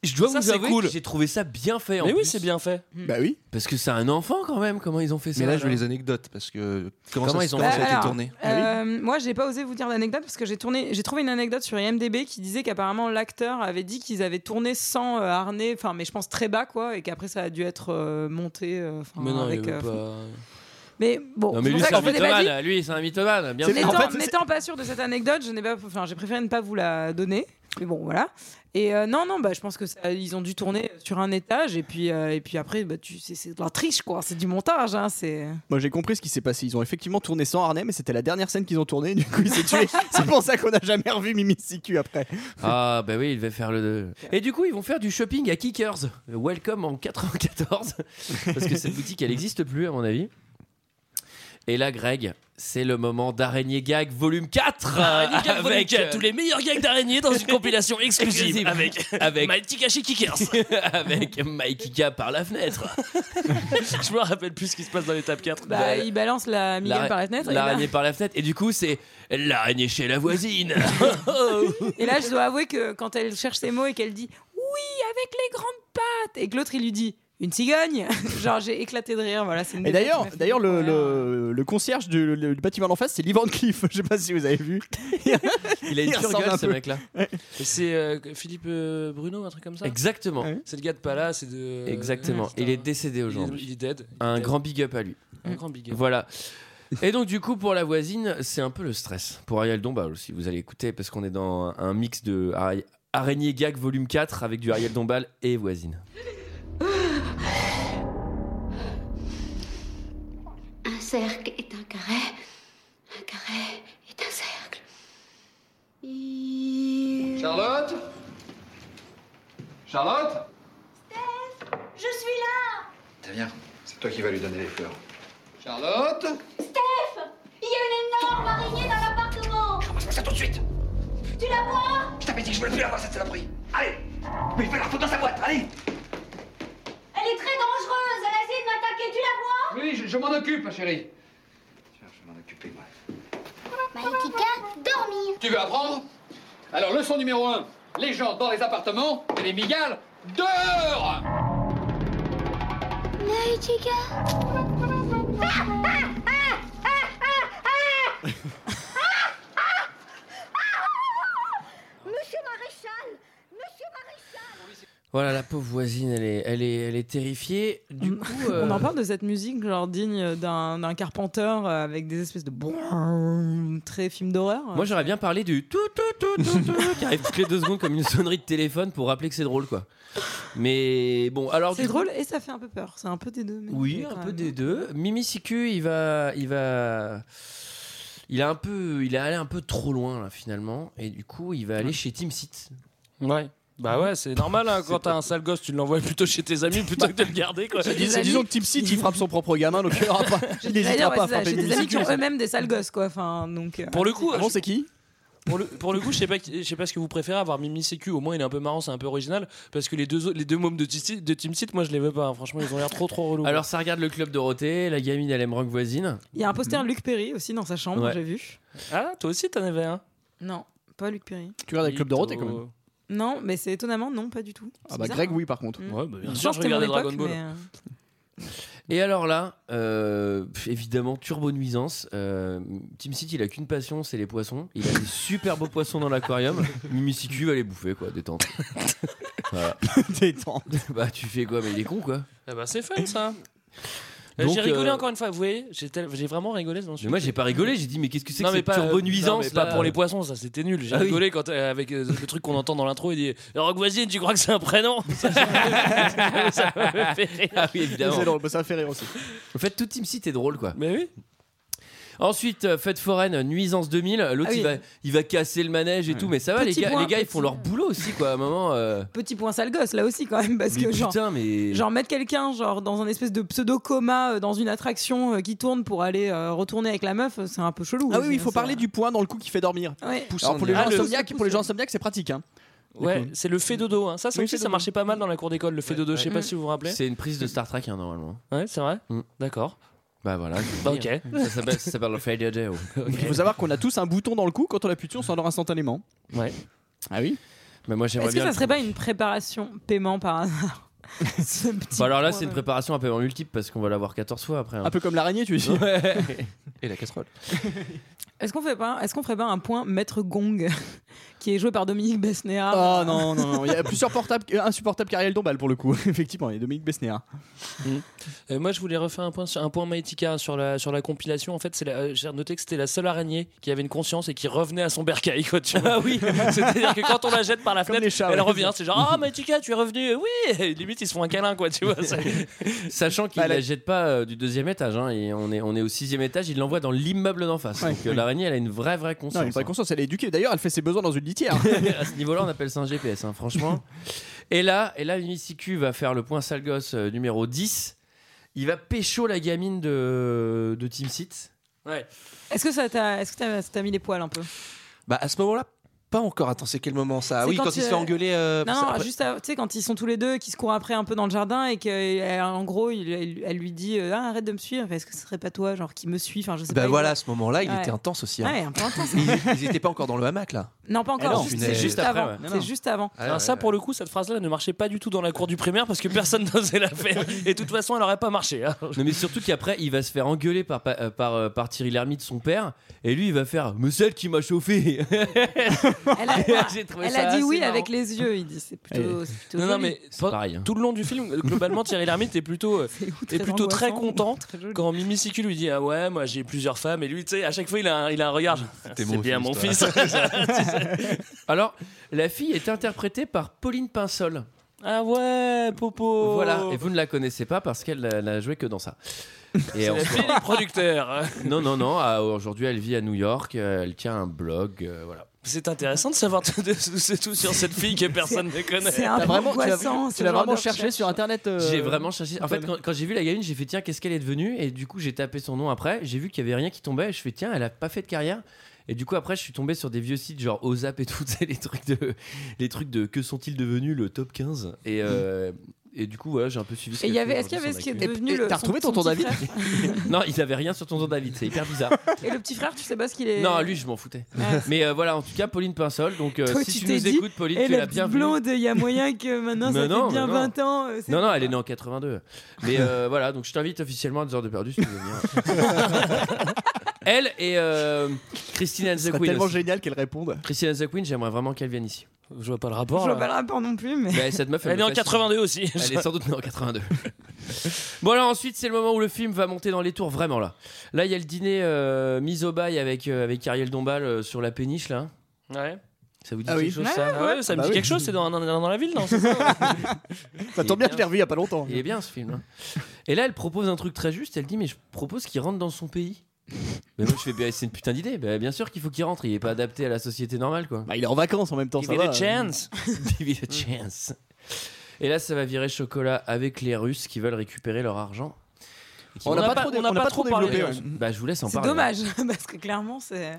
[SPEAKER 1] Je dois
[SPEAKER 6] Ça,
[SPEAKER 1] vous
[SPEAKER 6] c'est
[SPEAKER 1] avouer
[SPEAKER 6] cool.
[SPEAKER 1] que j'ai trouvé ça bien fait. en
[SPEAKER 6] Mais oui,
[SPEAKER 1] plus.
[SPEAKER 6] c'est bien fait.
[SPEAKER 11] Bah oui.
[SPEAKER 1] Parce que c'est un enfant quand même. Comment ils ont fait ça
[SPEAKER 9] Mais là, je
[SPEAKER 1] alors
[SPEAKER 9] veux les anecdotes parce que comment,
[SPEAKER 1] Comment
[SPEAKER 9] ça, Bah,
[SPEAKER 1] ils
[SPEAKER 9] ils
[SPEAKER 1] ont
[SPEAKER 9] ont
[SPEAKER 10] fait
[SPEAKER 9] été
[SPEAKER 10] ça
[SPEAKER 9] tourné
[SPEAKER 10] Euh, moi, j'ai pas osé vous dire l'anecdote parce que j'ai tourné, j'ai trouvé une anecdote sur IMDb qui disait qu'apparemment l'acteur avait dit qu'ils avaient tourné sans euh, harnais, enfin, mais je pense très bas quoi, et qu'après ça a dû être euh, monté. euh, enfin,
[SPEAKER 6] Mais non,
[SPEAKER 10] avec,
[SPEAKER 6] il y avait
[SPEAKER 10] euh,
[SPEAKER 6] pas.
[SPEAKER 10] Mais bon,
[SPEAKER 1] Non, mais
[SPEAKER 10] c'est
[SPEAKER 1] lui,
[SPEAKER 10] pour ça
[SPEAKER 1] c'est un
[SPEAKER 10] que je vous ai pas dit.
[SPEAKER 1] mythomane. Lui, c'est un mythomane. Bien
[SPEAKER 11] C'est-
[SPEAKER 1] sûr.
[SPEAKER 11] En
[SPEAKER 10] N'étant
[SPEAKER 11] fait, c'est-
[SPEAKER 10] n'étant pas sûr de cette anecdote, je n'ai pas, enfin, j'ai préféré ne pas vous la donner. Mais bon, voilà. Et euh, non, non, bah, je pense que ça- ils ont dû tourner sur un étage et puis euh, et puis après, bah, tu, c'est, c'est de la triche quoi, c'est du montage, hein, c'est.
[SPEAKER 11] Moi j'ai compris ce qui s'est passé. Ils ont effectivement tourné sans harnais, mais c'était la dernière scène qu'ils ont tournée. Du coup, il s'est tué. C'est pour ça qu'on n'a jamais revu Mimi Siku après.
[SPEAKER 1] Ah, bah oui, il devait faire le 2. Et du coup, ils vont faire du shopping à Kickers. Welcome en 94. Parce que cette boutique, elle n'existe plus, à mon avis. Et là, Greg, c'est le moment d'Araignée Gag volume 4. euh, avec, euh,
[SPEAKER 6] tous les meilleurs gags d'araignée dans une compilation exclusive
[SPEAKER 1] Exclusive.
[SPEAKER 6] avec,
[SPEAKER 1] avec,
[SPEAKER 6] Mighty Kashi Kickers.
[SPEAKER 1] avec Mike Ika par la fenêtre.
[SPEAKER 6] Je me rappelle plus ce qui se passe dans l'étape 4.
[SPEAKER 10] Bah,
[SPEAKER 1] Bah,
[SPEAKER 10] ils balancent la migale
[SPEAKER 1] L'ara-
[SPEAKER 10] par la fenêtre. et là-
[SPEAKER 1] L'araignée par la fenêtre. Et du coup, c'est l'araignée chez la voisine.
[SPEAKER 10] Et là, je dois avouer que quand elle cherche ses mots et qu'elle dit oui avec les grandes pattes et que l'autre il lui dit une cigogne, genre j'ai éclaté de rire. Voilà, c'est une
[SPEAKER 11] Et
[SPEAKER 10] blague
[SPEAKER 11] d'ailleurs,
[SPEAKER 10] qui m'a fait
[SPEAKER 11] d'ailleurs le,
[SPEAKER 10] beaucoup rire.
[SPEAKER 11] le, le concierge du, le- le bâtiment d'en face, c'est Livan Cliff. Je sais pas si vous avez vu.
[SPEAKER 1] il a une
[SPEAKER 11] Il
[SPEAKER 1] pure
[SPEAKER 11] ressemble
[SPEAKER 1] gueule,
[SPEAKER 11] un
[SPEAKER 1] ce
[SPEAKER 11] peu.
[SPEAKER 1] mec-là.
[SPEAKER 6] C'est euh, Philippe euh, Bruno, un truc comme ça
[SPEAKER 10] Ah
[SPEAKER 1] Exactement.
[SPEAKER 11] Ouais.
[SPEAKER 6] C'est le gars de Palace et de.
[SPEAKER 1] Exactement.
[SPEAKER 6] Putain.
[SPEAKER 1] Il est décédé
[SPEAKER 6] Il est-
[SPEAKER 1] aujourd'hui.
[SPEAKER 6] Il est dead. Il est
[SPEAKER 1] Un
[SPEAKER 6] dead.
[SPEAKER 1] grand big up à lui.
[SPEAKER 6] Un grand big up.
[SPEAKER 1] Voilà. Et donc du coup pour la voisine, c'est un peu le stress. Pour Ariel Dombal aussi, vous allez écouter parce qu'on est dans un mix de ara- Araignée Gag volume 4 avec du Ariel Dombal et voisine.
[SPEAKER 7] Un cercle est un carré. Un carré est un cercle. Il-
[SPEAKER 3] Charlotte Charlotte
[SPEAKER 7] Je suis là
[SPEAKER 12] Très bien, c'est toi qui vas lui donner les fleurs.
[SPEAKER 3] Charlotte
[SPEAKER 7] Il y a une énorme araignée dans l'appartement
[SPEAKER 2] Commence-moi ça tout de suite
[SPEAKER 7] Tu la vois
[SPEAKER 2] Je t'avais dit que je voulais plus la voir cette saloperie Allez Mais il faut la foutre dans sa boîte, allez
[SPEAKER 7] Elle est très dangereuse Elle a essayé de m'attaquer, tu la vois
[SPEAKER 3] Oui, je, je m'en occupe, ma chérie.
[SPEAKER 12] Tiens, je vais m'en occuper, moi.
[SPEAKER 7] Maïtika, dormir
[SPEAKER 3] Tu veux apprendre Alors, leçon numéro 1. Les gens dans les appartements et les migales dehors
[SPEAKER 7] Hey, Chica
[SPEAKER 13] Monsieur Maréchal Monsieur Maréchal
[SPEAKER 1] Voilà, la pauvre voisine, elle est, elle est, elle est terrifiée. Du
[SPEAKER 10] Mm.
[SPEAKER 1] coup,
[SPEAKER 10] On
[SPEAKER 1] euh,
[SPEAKER 10] en parle de cette musique genre digne d'un d'un carpenteur euh, avec des espèces de brrrr, très film d'horreur.
[SPEAKER 1] moi j'aurais bien parlé du tout tout tout tout tout qui arrive toutes les deux secondes comme une sonnerie de téléphone pour rappeler que c'est drôle quoi. Mais bon, alors
[SPEAKER 10] c'est
[SPEAKER 1] du coup-
[SPEAKER 10] drôle et ça fait un peu peur. C'est un peu des deux. mais- hein.
[SPEAKER 1] Oui,
[SPEAKER 10] mais
[SPEAKER 1] un
[SPEAKER 10] quand
[SPEAKER 1] peu
[SPEAKER 10] même.
[SPEAKER 1] des deux. Mimi Siku, il va, il va, il a un peu, il est allé un peu trop loin là finalement, et du coup, il va aller chez Team Sit.
[SPEAKER 6] Ouais. Bah ouais, c'est normal hein, quand t'as un sale gosse, tu l'envoies plutôt chez tes amis plutôt que de le garder. Quoi.
[SPEAKER 11] Dis- disons que Tipsy, il frappe son propre gamin, donc il, aura pas, il n'hésitera
[SPEAKER 10] D'ailleurs, ouais,
[SPEAKER 11] pas à
[SPEAKER 10] c'est ça,
[SPEAKER 11] frapper
[SPEAKER 10] J'ai des amis qui ont
[SPEAKER 11] Mimi.
[SPEAKER 10] eux-mêmes des sales gosses quoi. Enfin donc. euh,
[SPEAKER 6] Pour le
[SPEAKER 1] Ah
[SPEAKER 6] coup,
[SPEAKER 11] c'est qui
[SPEAKER 6] pour le, pour le coup, je sais pas, qui- je sais pas ce que vous préférez avoir Mimi Sécu. Au moins, il est un peu marrant, c'est un peu original. Parce que les deux, autres- les deux mômes de, Tisti- de Team Seat, moi, je les veux pas. hein. Franchement, ils ont l'air trop, trop relous.
[SPEAKER 1] Alors ça regarde le club Dorothée, la gamine elle aime rock voisine.
[SPEAKER 10] Il y a un poster de Luc Perry aussi dans sa chambre.
[SPEAKER 1] Mm. Ouais.
[SPEAKER 10] J'ai vu.
[SPEAKER 6] Ah, toi aussi t'en avais un.
[SPEAKER 10] Non, pas Luc Perry.
[SPEAKER 11] Tu regardes le club Dorothée quand même.
[SPEAKER 10] Non, mais c'est étonnamment non, pas du tout.
[SPEAKER 11] Ah
[SPEAKER 10] C'est
[SPEAKER 11] bah
[SPEAKER 10] bizarre,
[SPEAKER 11] Greg,
[SPEAKER 10] hein.
[SPEAKER 11] oui, par contre.
[SPEAKER 10] Mm.
[SPEAKER 6] Ouais, bah, bien
[SPEAKER 10] Je
[SPEAKER 6] sûr,
[SPEAKER 10] pense
[SPEAKER 6] je
[SPEAKER 10] que c'était mon
[SPEAKER 6] regardais Dragon
[SPEAKER 10] époque,
[SPEAKER 6] Ball.
[SPEAKER 10] mais, euh,
[SPEAKER 1] Et alors là, euh, pff, évidemment, turbo nuisance. Euh, Team Sit, il a qu'une passion, c'est les poissons. Il a des super beaux poissons dans l'aquarium. Mimi Siku va les bouffer quoi, détente. Voilà.
[SPEAKER 11] Détente.
[SPEAKER 1] bah tu fais quoi, mais il est con quoi.
[SPEAKER 6] Ah bah, c'est fun ça. Euh,
[SPEAKER 1] Donc,
[SPEAKER 6] j'ai rigolé
[SPEAKER 1] euh,
[SPEAKER 6] encore une fois, vous voyez, j'ai tel- j'ai vraiment rigolé dans
[SPEAKER 1] Mais moi j'ai pas rigolé, j'ai dit mais qu'est-ce que c'est que
[SPEAKER 6] mais
[SPEAKER 1] cette
[SPEAKER 6] pas-
[SPEAKER 1] turbo
[SPEAKER 6] non, mais
[SPEAKER 1] nuisance
[SPEAKER 6] pas pour les poissons, ça c'était nul. J'ai
[SPEAKER 1] Ah oui.
[SPEAKER 6] rigolé quand, euh, avec euh, le truc qu'on entend dans l'intro, il dit Rock voisine, tu crois que c'est un prénom Ça, ça me fait rire.
[SPEAKER 1] Ah oui, évidemment.
[SPEAKER 11] C'est drôle, bah, ça fait rire aussi.
[SPEAKER 1] En fait, tout Team Seat est drôle, quoi.
[SPEAKER 6] Mais oui.
[SPEAKER 1] Ensuite, euh, fête foraine, nuisance 2000. L'autre,
[SPEAKER 10] Ah oui.
[SPEAKER 1] il, va, il va casser le manège et tout. Mais ça va, les
[SPEAKER 10] Petit
[SPEAKER 1] gars,
[SPEAKER 10] point,
[SPEAKER 1] les gars ils
[SPEAKER 10] petit-
[SPEAKER 1] font leur boulot aussi, quoi. À un moment. euh,
[SPEAKER 10] Petit point sale gosse là aussi quand même parce
[SPEAKER 1] mais
[SPEAKER 10] que genre.
[SPEAKER 1] putain, mais.
[SPEAKER 10] Genre mettre quelqu'un genre dans un espèce de pseudo coma dans une attraction euh, qui tourne pour aller euh, retourner avec la meuf, euh, c'est un peu chelou.
[SPEAKER 11] Ah oui, oui, il faut
[SPEAKER 10] Ça-
[SPEAKER 11] parler du point dans le coup qui fait dormir.
[SPEAKER 10] Ouais.
[SPEAKER 11] Alors pour les,
[SPEAKER 6] Ah,
[SPEAKER 11] gens
[SPEAKER 6] le-
[SPEAKER 11] insomniaques, pour les gens insomniaques, c'est pratique. Hein.
[SPEAKER 6] Ouais, c'est le fait dodo. Hein. Ça, ça
[SPEAKER 11] Oui,
[SPEAKER 6] aussi,
[SPEAKER 11] fait
[SPEAKER 6] ça
[SPEAKER 11] dodo.
[SPEAKER 6] marchait pas mal dans la cour d'école, le fait dodo. Je sais
[SPEAKER 1] Ouais.
[SPEAKER 6] pas si vous vous rappelez.
[SPEAKER 1] C'est une prise de Star Trek, hein, normalement.
[SPEAKER 6] Ouais, c'est vrai.
[SPEAKER 1] Mm.
[SPEAKER 6] D'accord.
[SPEAKER 1] Bah voilà. je veux
[SPEAKER 6] Bah,
[SPEAKER 1] dire.
[SPEAKER 6] ok.
[SPEAKER 1] Ça s'appelle- Ça s'appelle le Failure Day. ouais.
[SPEAKER 11] Il faut savoir qu'on a tous un bouton dans le cou, quand on l'appuie dessus, on s'endort instantanément.
[SPEAKER 6] Ouais.
[SPEAKER 11] Ah oui
[SPEAKER 1] Mais moi, j'aimerais
[SPEAKER 10] Est-ce que
[SPEAKER 1] bien.
[SPEAKER 10] ça
[SPEAKER 1] le
[SPEAKER 10] serait pas une préparation paiement par hasard Ce petit
[SPEAKER 1] Bah, alors là,
[SPEAKER 10] point,
[SPEAKER 1] c'est une
[SPEAKER 10] euh,
[SPEAKER 1] préparation à paiement multiple parce qu'on va l'avoir 14 fois après. hein.
[SPEAKER 11] Un peu comme l'araignée, tu dis.
[SPEAKER 1] Ouais. Et la casserole.
[SPEAKER 10] Est-ce qu'on fait pas Est-ce qu'on ferait pas un point maître gong qui est joué par Dominique Besnéard
[SPEAKER 11] Ah non, non, non. Il y a plusieurs portables, insupportables qu'Ariel Dombal pour le coup, effectivement. Il y a Dominique Besnéard.
[SPEAKER 6] Euh, moi, je voulais refaire un point, sur, un point Maïtika sur la, sur la compilation. En fait, c'est la- euh, j'ai noté que c'était la seule araignée qui avait une conscience et qui revenait à son bercail. Quoi, tu vois.
[SPEAKER 1] Ah oui.
[SPEAKER 6] C'est-à-dire que quand on la jette par la
[SPEAKER 11] Comme
[SPEAKER 6] fenêtre,
[SPEAKER 11] les chats,
[SPEAKER 6] elle
[SPEAKER 11] ouais.
[SPEAKER 6] revient. C'est genre, ah, Maïtika, tu es revenu. Oui, Et limite, ils se font un câlin, quoi, tu vois. c'est-
[SPEAKER 1] Sachant qu'il
[SPEAKER 11] Bah,
[SPEAKER 1] la
[SPEAKER 11] la-
[SPEAKER 1] jette pas euh, du deuxième étage, hein, et on est, on est au sixième étage, il l'envoie dans l'immeuble d'en face.
[SPEAKER 11] Ouais.
[SPEAKER 1] Donc euh, l'araignée, elle a une vraie, vraie conscience.
[SPEAKER 11] Non, une vraie
[SPEAKER 1] hein.
[SPEAKER 11] conscience, elle est éduquée. D'ailleurs, elle fait ses besoins dans une litière.
[SPEAKER 1] à ce niveau-là, on appelle ça un GPS, hein, franchement. Et là, et là, Mimi Siku va faire le point sale gosse euh, numéro 10. Il va pécho la gamine de, de Team Seat.
[SPEAKER 6] Ouais.
[SPEAKER 10] Est-ce que ça t'a Est-ce que t'as- ça t'a mis les poils un peu
[SPEAKER 9] Bah à ce moment-là, pas encore. Attends, c'est quel moment ça Ah
[SPEAKER 10] C'est
[SPEAKER 9] Oui,
[SPEAKER 10] quand
[SPEAKER 9] quand,
[SPEAKER 10] il-
[SPEAKER 9] il se fait engueuler. euh,
[SPEAKER 10] Non,
[SPEAKER 9] parce-
[SPEAKER 10] non,
[SPEAKER 9] après-
[SPEAKER 10] juste à- tu sais quand ils sont tous les deux, qui se courent après un peu dans le jardin et qu'en gros, il- elle, elle lui dit euh, ah, arrête de me suivre. Est-ce que ce serait pas toi, genre qui me suit Enfin, je sais
[SPEAKER 9] Bah
[SPEAKER 10] pas.
[SPEAKER 9] voilà, à ce moment-là, il
[SPEAKER 10] Ouais.
[SPEAKER 9] était intense aussi. hein.
[SPEAKER 10] Ouais, un peu intense.
[SPEAKER 9] Ils ils étaient pas encore dans le hamac là.
[SPEAKER 10] Non, pas
[SPEAKER 9] Eh
[SPEAKER 10] encore.
[SPEAKER 9] non,
[SPEAKER 10] juste-
[SPEAKER 9] punaise.
[SPEAKER 10] c'est juste
[SPEAKER 1] Après,
[SPEAKER 10] avant.
[SPEAKER 1] Ah, ouais.
[SPEAKER 10] C'est juste avant.
[SPEAKER 9] Ah,
[SPEAKER 6] Alors, ça, pour le coup, cette phrase-là ne marchait pas du tout dans la cour du primaire parce que personne n'osait la faire. Et de toute façon, elle aurait pas marché. hein.
[SPEAKER 1] Non, mais surtout qu'après, il va se faire engueuler par, pa- euh, par, euh, par Thierry Lhermitte, son père, et lui, il va faire Mais celle qui m'a chauffé
[SPEAKER 10] Elle a,
[SPEAKER 1] J'ai trouvé
[SPEAKER 10] elle
[SPEAKER 1] ça
[SPEAKER 10] a dit
[SPEAKER 1] assez
[SPEAKER 10] oui
[SPEAKER 1] marrant.
[SPEAKER 10] avec les yeux. Il dit c'est plutôt. c'est plutôt
[SPEAKER 6] Non, non,
[SPEAKER 10] joli.
[SPEAKER 6] mais pas-
[SPEAKER 1] Pareil. hein.
[SPEAKER 6] tout le long du film, globalement, Thierry Lhermitte est plutôt. euh,
[SPEAKER 10] C'est
[SPEAKER 6] est plutôt très
[SPEAKER 10] angoissant.
[SPEAKER 6] content
[SPEAKER 10] Très joli.
[SPEAKER 6] quand Mimi Siku lui dit ah ouais moi j'ai plusieurs femmes et lui tu sais à chaque fois il a un, il a un regard genre, Ah, c'est
[SPEAKER 9] mon
[SPEAKER 6] bien
[SPEAKER 9] fils,
[SPEAKER 6] mon
[SPEAKER 9] toi.
[SPEAKER 6] fils
[SPEAKER 1] Alors, la fille est interprétée par Pauline Pinsol.
[SPEAKER 6] ah ouais popo
[SPEAKER 1] Voilà, et vous ne la connaissez pas parce qu'elle n'a- n'a joué que dans ça. Et
[SPEAKER 6] c'est
[SPEAKER 1] en
[SPEAKER 6] la fille du producteur
[SPEAKER 1] Non, non, non. à- Aujourd'hui, elle vit à New York. euh, Elle tient un blog. euh, voilà.
[SPEAKER 6] c'est intéressant de savoir tout, de- tout- tout sur cette fille que personne ne connaît
[SPEAKER 10] C'est un
[SPEAKER 11] T'as
[SPEAKER 10] peu
[SPEAKER 11] vraiment, tu l'as-
[SPEAKER 10] angoissant, ce
[SPEAKER 11] tu l'as
[SPEAKER 10] genre
[SPEAKER 11] vraiment
[SPEAKER 10] de
[SPEAKER 11] cherché
[SPEAKER 10] recherche.
[SPEAKER 11] sur internet. euh,
[SPEAKER 1] J'ai vraiment cherché. En fait,
[SPEAKER 11] Antoine.
[SPEAKER 1] quand, quand j'ai vu la gamine, j'ai fait tiens, qu'est-ce qu'elle est devenue Et du coup, j'ai tapé son nom après. J'ai vu qu'il y avait rien qui tombait. Je fais tiens, elle a pas fait de carrière. Et du coup, après, je suis tombé sur des vieux sites genre
[SPEAKER 6] Mm.
[SPEAKER 1] Ozap et tout, tu sais, les trucs de, les trucs de que sont-ils devenus le top 15 Et euh, Et du coup, voilà, j'ai un peu suivi. ce
[SPEAKER 10] Et il y
[SPEAKER 1] qu'elle
[SPEAKER 10] avait-
[SPEAKER 1] fait
[SPEAKER 10] est-ce qu'il y avait
[SPEAKER 1] aujourd'hui,
[SPEAKER 10] ce qui
[SPEAKER 1] son
[SPEAKER 10] est
[SPEAKER 1] actu.
[SPEAKER 10] devenu Et- et le- t'as son retrouvé petit tonton David
[SPEAKER 1] Non, ils avaient rien sur tonton David. C'est hyper bizarre.
[SPEAKER 10] Et le petit frère, tu sais pas ce qu'il est.
[SPEAKER 1] Non, lui, je m'en foutais. Mais euh, voilà, en tout cas, Pauline Pinsol. Donc, euh,
[SPEAKER 10] Toi,
[SPEAKER 1] si
[SPEAKER 10] tu
[SPEAKER 1] tu
[SPEAKER 10] t'es
[SPEAKER 1] nous
[SPEAKER 10] dit,
[SPEAKER 1] écoutes, Pauline,
[SPEAKER 10] et
[SPEAKER 1] tu
[SPEAKER 10] la
[SPEAKER 1] l'as
[SPEAKER 10] petite
[SPEAKER 1] bien
[SPEAKER 10] blonde, il y a moyen que maintenant
[SPEAKER 1] Mais
[SPEAKER 10] ça
[SPEAKER 1] non,
[SPEAKER 10] fait bien
[SPEAKER 1] mais non.
[SPEAKER 10] 20 ans. euh, c'est-
[SPEAKER 1] Non, non, elle est née en 82. Mais euh, voilà, donc je t'invite officiellement à 2 heures de perdu si tu veux venir. elle et euh, Christine and
[SPEAKER 11] C'est
[SPEAKER 1] the Queen.
[SPEAKER 11] tellement
[SPEAKER 1] aussi.
[SPEAKER 11] génial qu'elle réponde.
[SPEAKER 1] Christine and the Queen, j'aimerais vraiment qu'elle vienne ici.
[SPEAKER 6] Je vois pas le rapport.
[SPEAKER 10] je vois pas le rapport non plus, mais.
[SPEAKER 1] Mais cette meuf, elle,
[SPEAKER 6] Elle est
[SPEAKER 1] me
[SPEAKER 6] en
[SPEAKER 1] fascine.
[SPEAKER 6] 82 aussi.
[SPEAKER 1] Elle est sans doute née en 82. bon, alors ensuite, c'est le moment où le film va monter dans les tours, vraiment là. Là, il y a le dîner euh, mis au bail avec, euh, avec Ariel Dombal euh, sur la péniche, là.
[SPEAKER 6] Ouais.
[SPEAKER 1] Ça vous dit
[SPEAKER 6] Ah bah
[SPEAKER 1] quelque
[SPEAKER 6] oui.
[SPEAKER 1] chose
[SPEAKER 6] Ouais,
[SPEAKER 1] ça
[SPEAKER 6] ouais, ça me dit quelque chose, c'est dans, dans, dans la ville, non c'est ça
[SPEAKER 1] Ça
[SPEAKER 11] tombe bien, je l'ai revu il y a pas longtemps.
[SPEAKER 1] Il est bien ce film. hein. Et là, elle propose un truc très juste. Elle dit Mais je propose qu'il rentre dans son pays. Mais moi, je fais Bah, C'est une putain d'idée. Bah, bien sûr qu'il faut qu'il rentre. Il est pas adapté à la société normale, quoi.
[SPEAKER 11] Bah, il est en vacances en même temps.
[SPEAKER 1] Give
[SPEAKER 11] ça
[SPEAKER 1] it
[SPEAKER 11] va,
[SPEAKER 1] a
[SPEAKER 11] euh.
[SPEAKER 1] chance. Give it a chance. Et là, ça va virer chocolat avec les Russes qui veulles récupérer leur argent. Et qui
[SPEAKER 11] On
[SPEAKER 1] vont-
[SPEAKER 11] n'a pas trop dé- on n'a pas trop
[SPEAKER 1] parlé
[SPEAKER 11] développé,
[SPEAKER 1] des
[SPEAKER 11] ouais.
[SPEAKER 1] Russes. Bah, je vous laisse en
[SPEAKER 10] C'est
[SPEAKER 1] parler.
[SPEAKER 10] dommage, parce que clairement, c'est.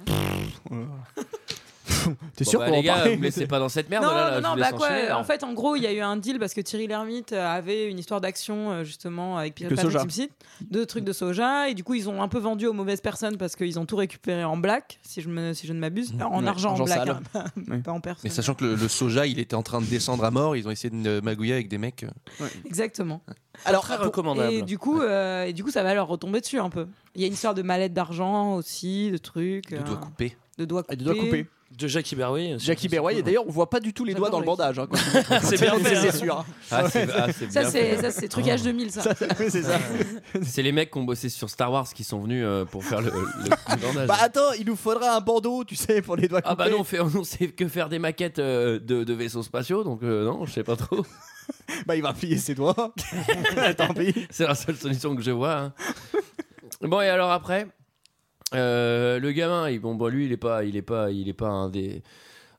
[SPEAKER 11] T'es
[SPEAKER 1] Bon,
[SPEAKER 11] sûr
[SPEAKER 1] bah,
[SPEAKER 11] qu'on va
[SPEAKER 1] les
[SPEAKER 11] en
[SPEAKER 1] gars,
[SPEAKER 11] parler
[SPEAKER 1] vous me laissez pas dans cette merde. hein,
[SPEAKER 10] non,
[SPEAKER 1] là, là,
[SPEAKER 10] non,
[SPEAKER 1] je vous
[SPEAKER 10] non, bah
[SPEAKER 1] laisse
[SPEAKER 10] quoi.
[SPEAKER 1] enchaîner, hein. là.
[SPEAKER 10] En fait, en gros, il y a eu un deal parce que Thierry Lhermitte euh, avait une histoire d'action euh, justement avec Pierre
[SPEAKER 11] Le
[SPEAKER 10] Patrick
[SPEAKER 11] soja.
[SPEAKER 10] Timsit, de trucs de soja, et du coup, ils ont un peu vendu aux mauvaises personnes parce qu'ils ont tout récupéré en black, si je me, si je ne m'abuse, Alors, en
[SPEAKER 11] Ouais,
[SPEAKER 10] argent, en
[SPEAKER 11] argent
[SPEAKER 10] black,
[SPEAKER 11] sale.
[SPEAKER 10] hein, pas, pas en personne.
[SPEAKER 9] Mais sachant que le, le soja, il était en train de descendre à mort, ils ont essayé de euh, magouiller avec des mecs. euh.
[SPEAKER 10] Exactement.
[SPEAKER 11] Alors,
[SPEAKER 6] très recommandable.
[SPEAKER 10] Et du coup, euh, et du coup, ça va leur retomber dessus un peu. Il y a une histoire de mallette d'argent aussi, de trucs. De
[SPEAKER 2] Ah.
[SPEAKER 9] doigts coupés.
[SPEAKER 10] De doigts coupés.
[SPEAKER 11] Et Ah, de doigts coupés.
[SPEAKER 6] De Jackie Berway.
[SPEAKER 11] Jackie Berway, et d'ailleurs, on voit pas du tout les doigts dans le bandage. hein, quand-
[SPEAKER 6] C'est bien fait,
[SPEAKER 11] c'est
[SPEAKER 6] hein.
[SPEAKER 11] sûr. hein.
[SPEAKER 1] Ah, c'est-
[SPEAKER 11] Ouais,
[SPEAKER 1] ah,
[SPEAKER 10] Ça,
[SPEAKER 1] bien
[SPEAKER 10] c'est
[SPEAKER 1] fait.
[SPEAKER 10] ça, c'est trucage 2000, ça.
[SPEAKER 11] Oui, c'est ça.
[SPEAKER 1] C'est les mecs qui ont bossé sur Star Wars qui sont venus euh, pour faire le, le- le bandage.
[SPEAKER 11] Bah attends, il nous faudra un bandeau, tu sais, pour les doigts coupés.
[SPEAKER 1] Ah bah non, on, fait, on sait que faire des maquettes euh, de, de vaisseaux spatiaux, donc euh, non, je sais pas trop.
[SPEAKER 11] Bah il va plier ses doigts. Tant pis.
[SPEAKER 1] C'est la seule solution que je vois. hein. Bon et alors après, euh, le gamin, il, bon bah lui, il est pas, il est pas, il est pas un des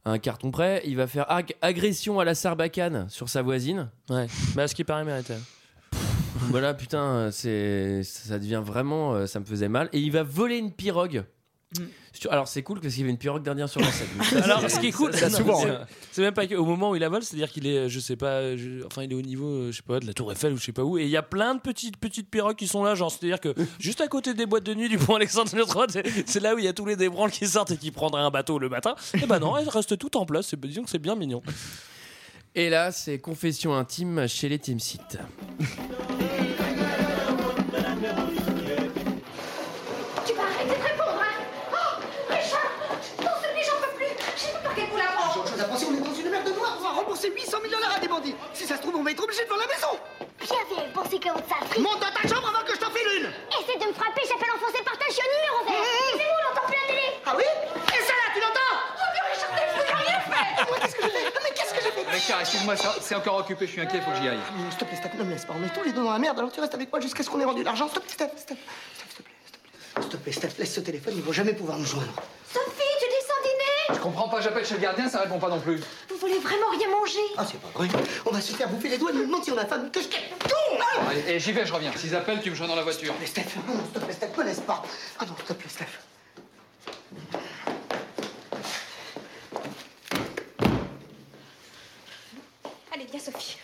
[SPEAKER 1] un carton prêt. Il va faire ag- agression à la Sarbacane sur sa voisine.
[SPEAKER 6] Ouais. Mais à ce qui paraît hein. mérité.
[SPEAKER 1] voilà, putain, euh, c'est ça devient vraiment, euh, ça me faisait mal. Et il va voler une pirogue.
[SPEAKER 10] Mm.
[SPEAKER 1] Sur- Alors c'est cool parce qu'il y avait une pirogue dernière sur l'ancêtre. Donc ça,
[SPEAKER 6] Alors,
[SPEAKER 1] c'est-
[SPEAKER 6] ce qui est cool,
[SPEAKER 1] ça,
[SPEAKER 6] non,
[SPEAKER 1] souvent. hein.
[SPEAKER 6] c'est- c'est même pas qu'au moment où il la vole, c'est-à-dire qu'il est, je sais pas, je- enfin, il est au niveau, euh, je sais pas, de la Tour Eiffel ou je sais pas où, et il y a plein de petites petites pirogues qui sont là, genre, c'est-à-dire que juste à côté des boîtes de nuit du pont Alexandre III, c'est- c'est là où il y a tous les débranles qui sortent et qui prendraient un bateau le matin. Et ben non, elles restent toutes en place. C'est, disons que c'est bien mignon.
[SPEAKER 1] Et là, c'est confession intime chez les Team Sites.
[SPEAKER 13] Tu vas arrêter de répondre, hein Oh, Richard Pour ce j'en peux plus Je sais pas par quel bout la prendre
[SPEAKER 2] Chose à penser, on est dans une merde noire, on va rembourser 800 000 dollars à des bandits. Si ça se trouve, on va être obligé de vendre la maison.
[SPEAKER 13] J'avais pensé que ça frise
[SPEAKER 2] Monte dans ta chambre avant que je t'en file une.
[SPEAKER 13] Essaie de me frapper, j'appelle enfoncer le partage, je suis au numéro vert
[SPEAKER 12] Mmh.
[SPEAKER 13] C'est bon, on entend plus la télé
[SPEAKER 2] Ah oui Et ça là, tu l'entends
[SPEAKER 13] Oh, mais Richard, je n'ai rien fait
[SPEAKER 2] Moi, qu'est-ce que je fais Mais qu'est-ce que je fais
[SPEAKER 12] Richard, excuse-moi, ça, c'est encore occupé, je suis inquiet, faut que j'y aille.
[SPEAKER 2] Non, S'il te plaît, Steph, ne me laisse pas. On est tous les deux dans la merde, alors tu restes avec moi jusqu'à ce qu'on ait rendu l'argent. Stop, Steph, Steph, Steph, s'il te plaît, s'il te plaît. S'il te plaît, Steph, laisse ce téléphone, ils vont jamais pouvoir nous joindre.
[SPEAKER 13] Sophie, tu descends dîner
[SPEAKER 12] Je comprends pas, j'appelle chez le gardien, ça répond pas non plus.
[SPEAKER 13] Vous voulez vraiment rien manger
[SPEAKER 2] Ah, c'est pas vrai. On va se faire bouffer les doigts, nous demande si on a faim, que je quitte tout
[SPEAKER 12] Allez, et j'y vais, je reviens. S'ils appellent, tu me joins dans la voiture.
[SPEAKER 2] Mais Steph, non, non, s'il te plaît, Steph, me laisse pas. Ah non, s'il te plaît, Steph.
[SPEAKER 13] Allez, viens, Sophie.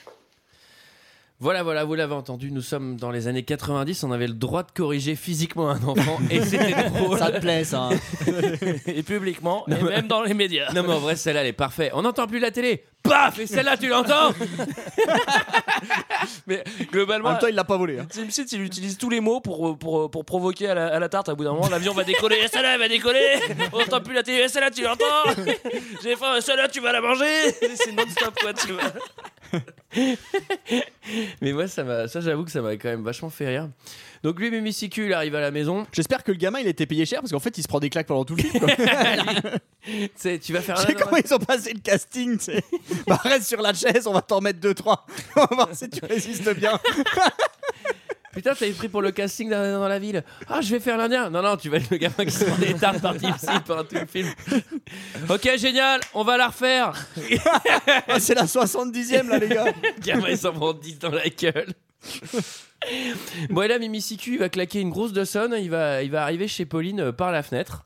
[SPEAKER 1] Voilà, voilà, vous l'avez entendu, nous sommes dans les années 90, on avait le droit de corriger physiquement un enfant et c'était drôle.
[SPEAKER 11] Ça te plaît ça. hein.
[SPEAKER 6] Et publiquement,
[SPEAKER 1] Non,
[SPEAKER 6] et
[SPEAKER 1] mais-
[SPEAKER 6] même dans les médias.
[SPEAKER 1] Non mais en vrai, celle-là, elle est parfaite. On n'entend plus la télé Paf Et celle-là, tu l'entends
[SPEAKER 6] Mais
[SPEAKER 11] En
[SPEAKER 6] globalement,
[SPEAKER 11] même temps, il l'a pas volé. hein.
[SPEAKER 6] Tim Sit, il utilise tous les mots pour, pour, pour provoquer à la, à la tarte. À bout d'un moment, l'avion va décoller. Et celle-là, elle va décoller. On n'entend plus la télé. Et celle-là, tu l'entends. J'ai faim. Et celle-là, tu vas la manger. C'est non-stop, quoi, tu vois.
[SPEAKER 1] Mais moi, ça, m'a- ça j'avoue que ça m'a quand même vachement fait rire. Donc lui, Mimicicu, il arrive à la maison.
[SPEAKER 11] J'espère que le gamin il a été payé cher parce qu'en fait il se prend des claques pendant tout le film. quoi.
[SPEAKER 1] Tu sais, tu vas faire
[SPEAKER 11] Tu
[SPEAKER 1] un...
[SPEAKER 11] sais comment ils ont passé le casting tu sais. Bah reste sur la chaise, on va t'en mettre deux trois. On va voir si tu résistes bien.
[SPEAKER 1] Putain, t'avais pris pour le casting dans, dans la ville. Ah, je vais faire l'Indien. Non, non, tu vas être le gamin qui se prend des tartes par Tim Sit pendant tout le film. Ok, génial, on va la refaire.
[SPEAKER 11] Ah, C'est la 70e là les gars.
[SPEAKER 1] Gamin, il s'en prend 10 dans la gueule. bon, et là, Mimicicu, il va claquer une grosse de sonne. Il va, il va arriver chez Pauline euh, par la fenêtre.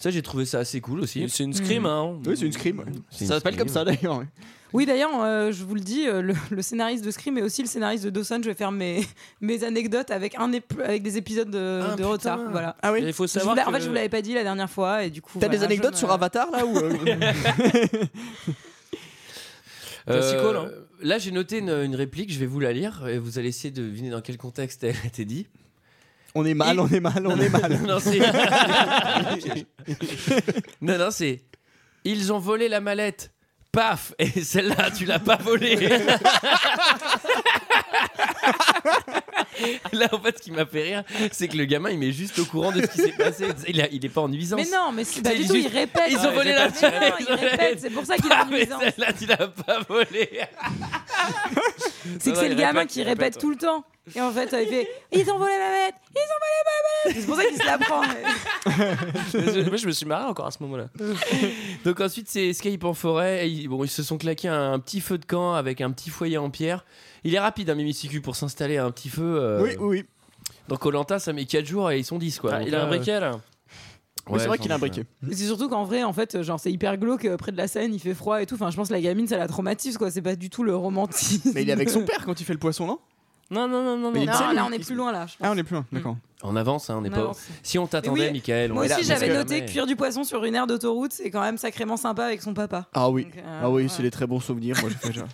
[SPEAKER 1] Ça, j'ai trouvé ça assez cool aussi.
[SPEAKER 6] C'est une scream, hein.
[SPEAKER 11] Oui, c'est une scream.
[SPEAKER 1] C'est une
[SPEAKER 11] Ça s'appelle
[SPEAKER 1] scream.
[SPEAKER 11] comme ça d'ailleurs. ouais.
[SPEAKER 10] Oui, d'ailleurs, euh, je vous le dis, euh, le, le scénariste de Scream et aussi le scénariste de Dawson, je vais faire mes, mes anecdotes avec, un ép- avec des épisodes de, de retard. Voilà.
[SPEAKER 11] Ah oui.
[SPEAKER 6] Il faut
[SPEAKER 10] Je vous
[SPEAKER 6] savoir.
[SPEAKER 10] l'ai- En fait,
[SPEAKER 6] que-
[SPEAKER 10] je vous l'avais pas dit la dernière fois. et du coup.
[SPEAKER 11] T'as
[SPEAKER 10] voilà,
[SPEAKER 11] des anecdotes
[SPEAKER 10] je me-
[SPEAKER 11] sur Avatar là ou euh,
[SPEAKER 6] Classico, là.
[SPEAKER 1] Euh, Là, j'ai noté une, une réplique, je vais vous la lire et vous allez essayer de deviner dans quel contexte elle a été dite.
[SPEAKER 11] On est mal, on est mal, on est mal.
[SPEAKER 1] non, c'est. non, non, c'est. Ils ont volé la mallette. Paf Et celle-là, tu l'as pas volée. Là, en fait, ce qui m'a fait rire, c'est que le gamin, il met juste au courant de ce qui s'est passé. Il, a- il est pas en nuisance.
[SPEAKER 10] Mais non, mais c'est pas
[SPEAKER 1] Il
[SPEAKER 10] du tout,
[SPEAKER 1] juste-
[SPEAKER 10] il répète.
[SPEAKER 1] Ils ont
[SPEAKER 10] Ouais,
[SPEAKER 1] volé
[SPEAKER 10] j'ai
[SPEAKER 1] la Ah,
[SPEAKER 10] pas fait. Mais non, il répète, c'est pour ça qu'il est en
[SPEAKER 1] Paf, et
[SPEAKER 10] nuisance.
[SPEAKER 1] Celle-là, tu l'as pas volée.
[SPEAKER 10] C'est
[SPEAKER 1] Non,
[SPEAKER 10] que
[SPEAKER 1] non,
[SPEAKER 10] c'est le
[SPEAKER 1] il
[SPEAKER 10] gamin
[SPEAKER 1] répète,
[SPEAKER 10] qui
[SPEAKER 1] il
[SPEAKER 10] répète
[SPEAKER 1] répète.
[SPEAKER 10] tout le temps. Et en fait, il fait Ils ont volé ma mallette Ils ont volé ma mallette C'est pour ça qu'il se la prend.
[SPEAKER 6] je- Moi, je me suis marré encore à ce moment-là.
[SPEAKER 1] Donc ensuite c'est Escape en forêt. Et ils- bon, ils se sont claqués un, un petit feu de camp avec un petit foyer en pierre. Il est rapide, un Mimicicu, pour s'installer à un petit feu. euh,
[SPEAKER 11] Oui, oui.
[SPEAKER 1] Dans Colanta, ça met 4 jours et ils sont 10 quoi.
[SPEAKER 6] Ah,
[SPEAKER 1] Donc
[SPEAKER 6] il a
[SPEAKER 1] là, euh,
[SPEAKER 6] un briquet là.
[SPEAKER 1] Ouais,
[SPEAKER 11] Mais c'est vrai
[SPEAKER 1] sans
[SPEAKER 11] qu'il a un
[SPEAKER 1] doute,
[SPEAKER 11] briquet.
[SPEAKER 10] Mais c'est surtout qu'en vrai, en fait, genre, c'est hyper glauque euh, près de la Seine, il fait froid et tout. Enfin, je pense que la gamine, ça la traumatise, quoi. C'est pas du tout le romantisme.
[SPEAKER 11] Mais il est avec son père quand il fait le poisson,
[SPEAKER 1] euh,
[SPEAKER 11] non
[SPEAKER 6] Non, non, non, non.
[SPEAKER 11] Mais
[SPEAKER 10] Non,
[SPEAKER 11] il sait,
[SPEAKER 10] là,
[SPEAKER 11] lui.
[SPEAKER 10] on est plus loin, là. je pense.
[SPEAKER 11] Ah, on est plus loin, d'accord.
[SPEAKER 1] On avance, hein, on n'est
[SPEAKER 10] On
[SPEAKER 1] pas.
[SPEAKER 10] avance.
[SPEAKER 1] Si on t'attendait,
[SPEAKER 10] Mais oui,
[SPEAKER 1] Michael. on
[SPEAKER 10] Moi
[SPEAKER 1] est là,
[SPEAKER 10] aussi,
[SPEAKER 1] parce
[SPEAKER 10] j'avais
[SPEAKER 1] que-
[SPEAKER 10] noté
[SPEAKER 1] Mais-
[SPEAKER 10] cuire du poisson sur une aire d'autoroute, c'est quand même sacrément sympa avec son papa.
[SPEAKER 11] Ah oui,
[SPEAKER 10] Donc, euh,
[SPEAKER 11] ah oui, c'est les très bons souvenirs. Moi, j'ai fait ça.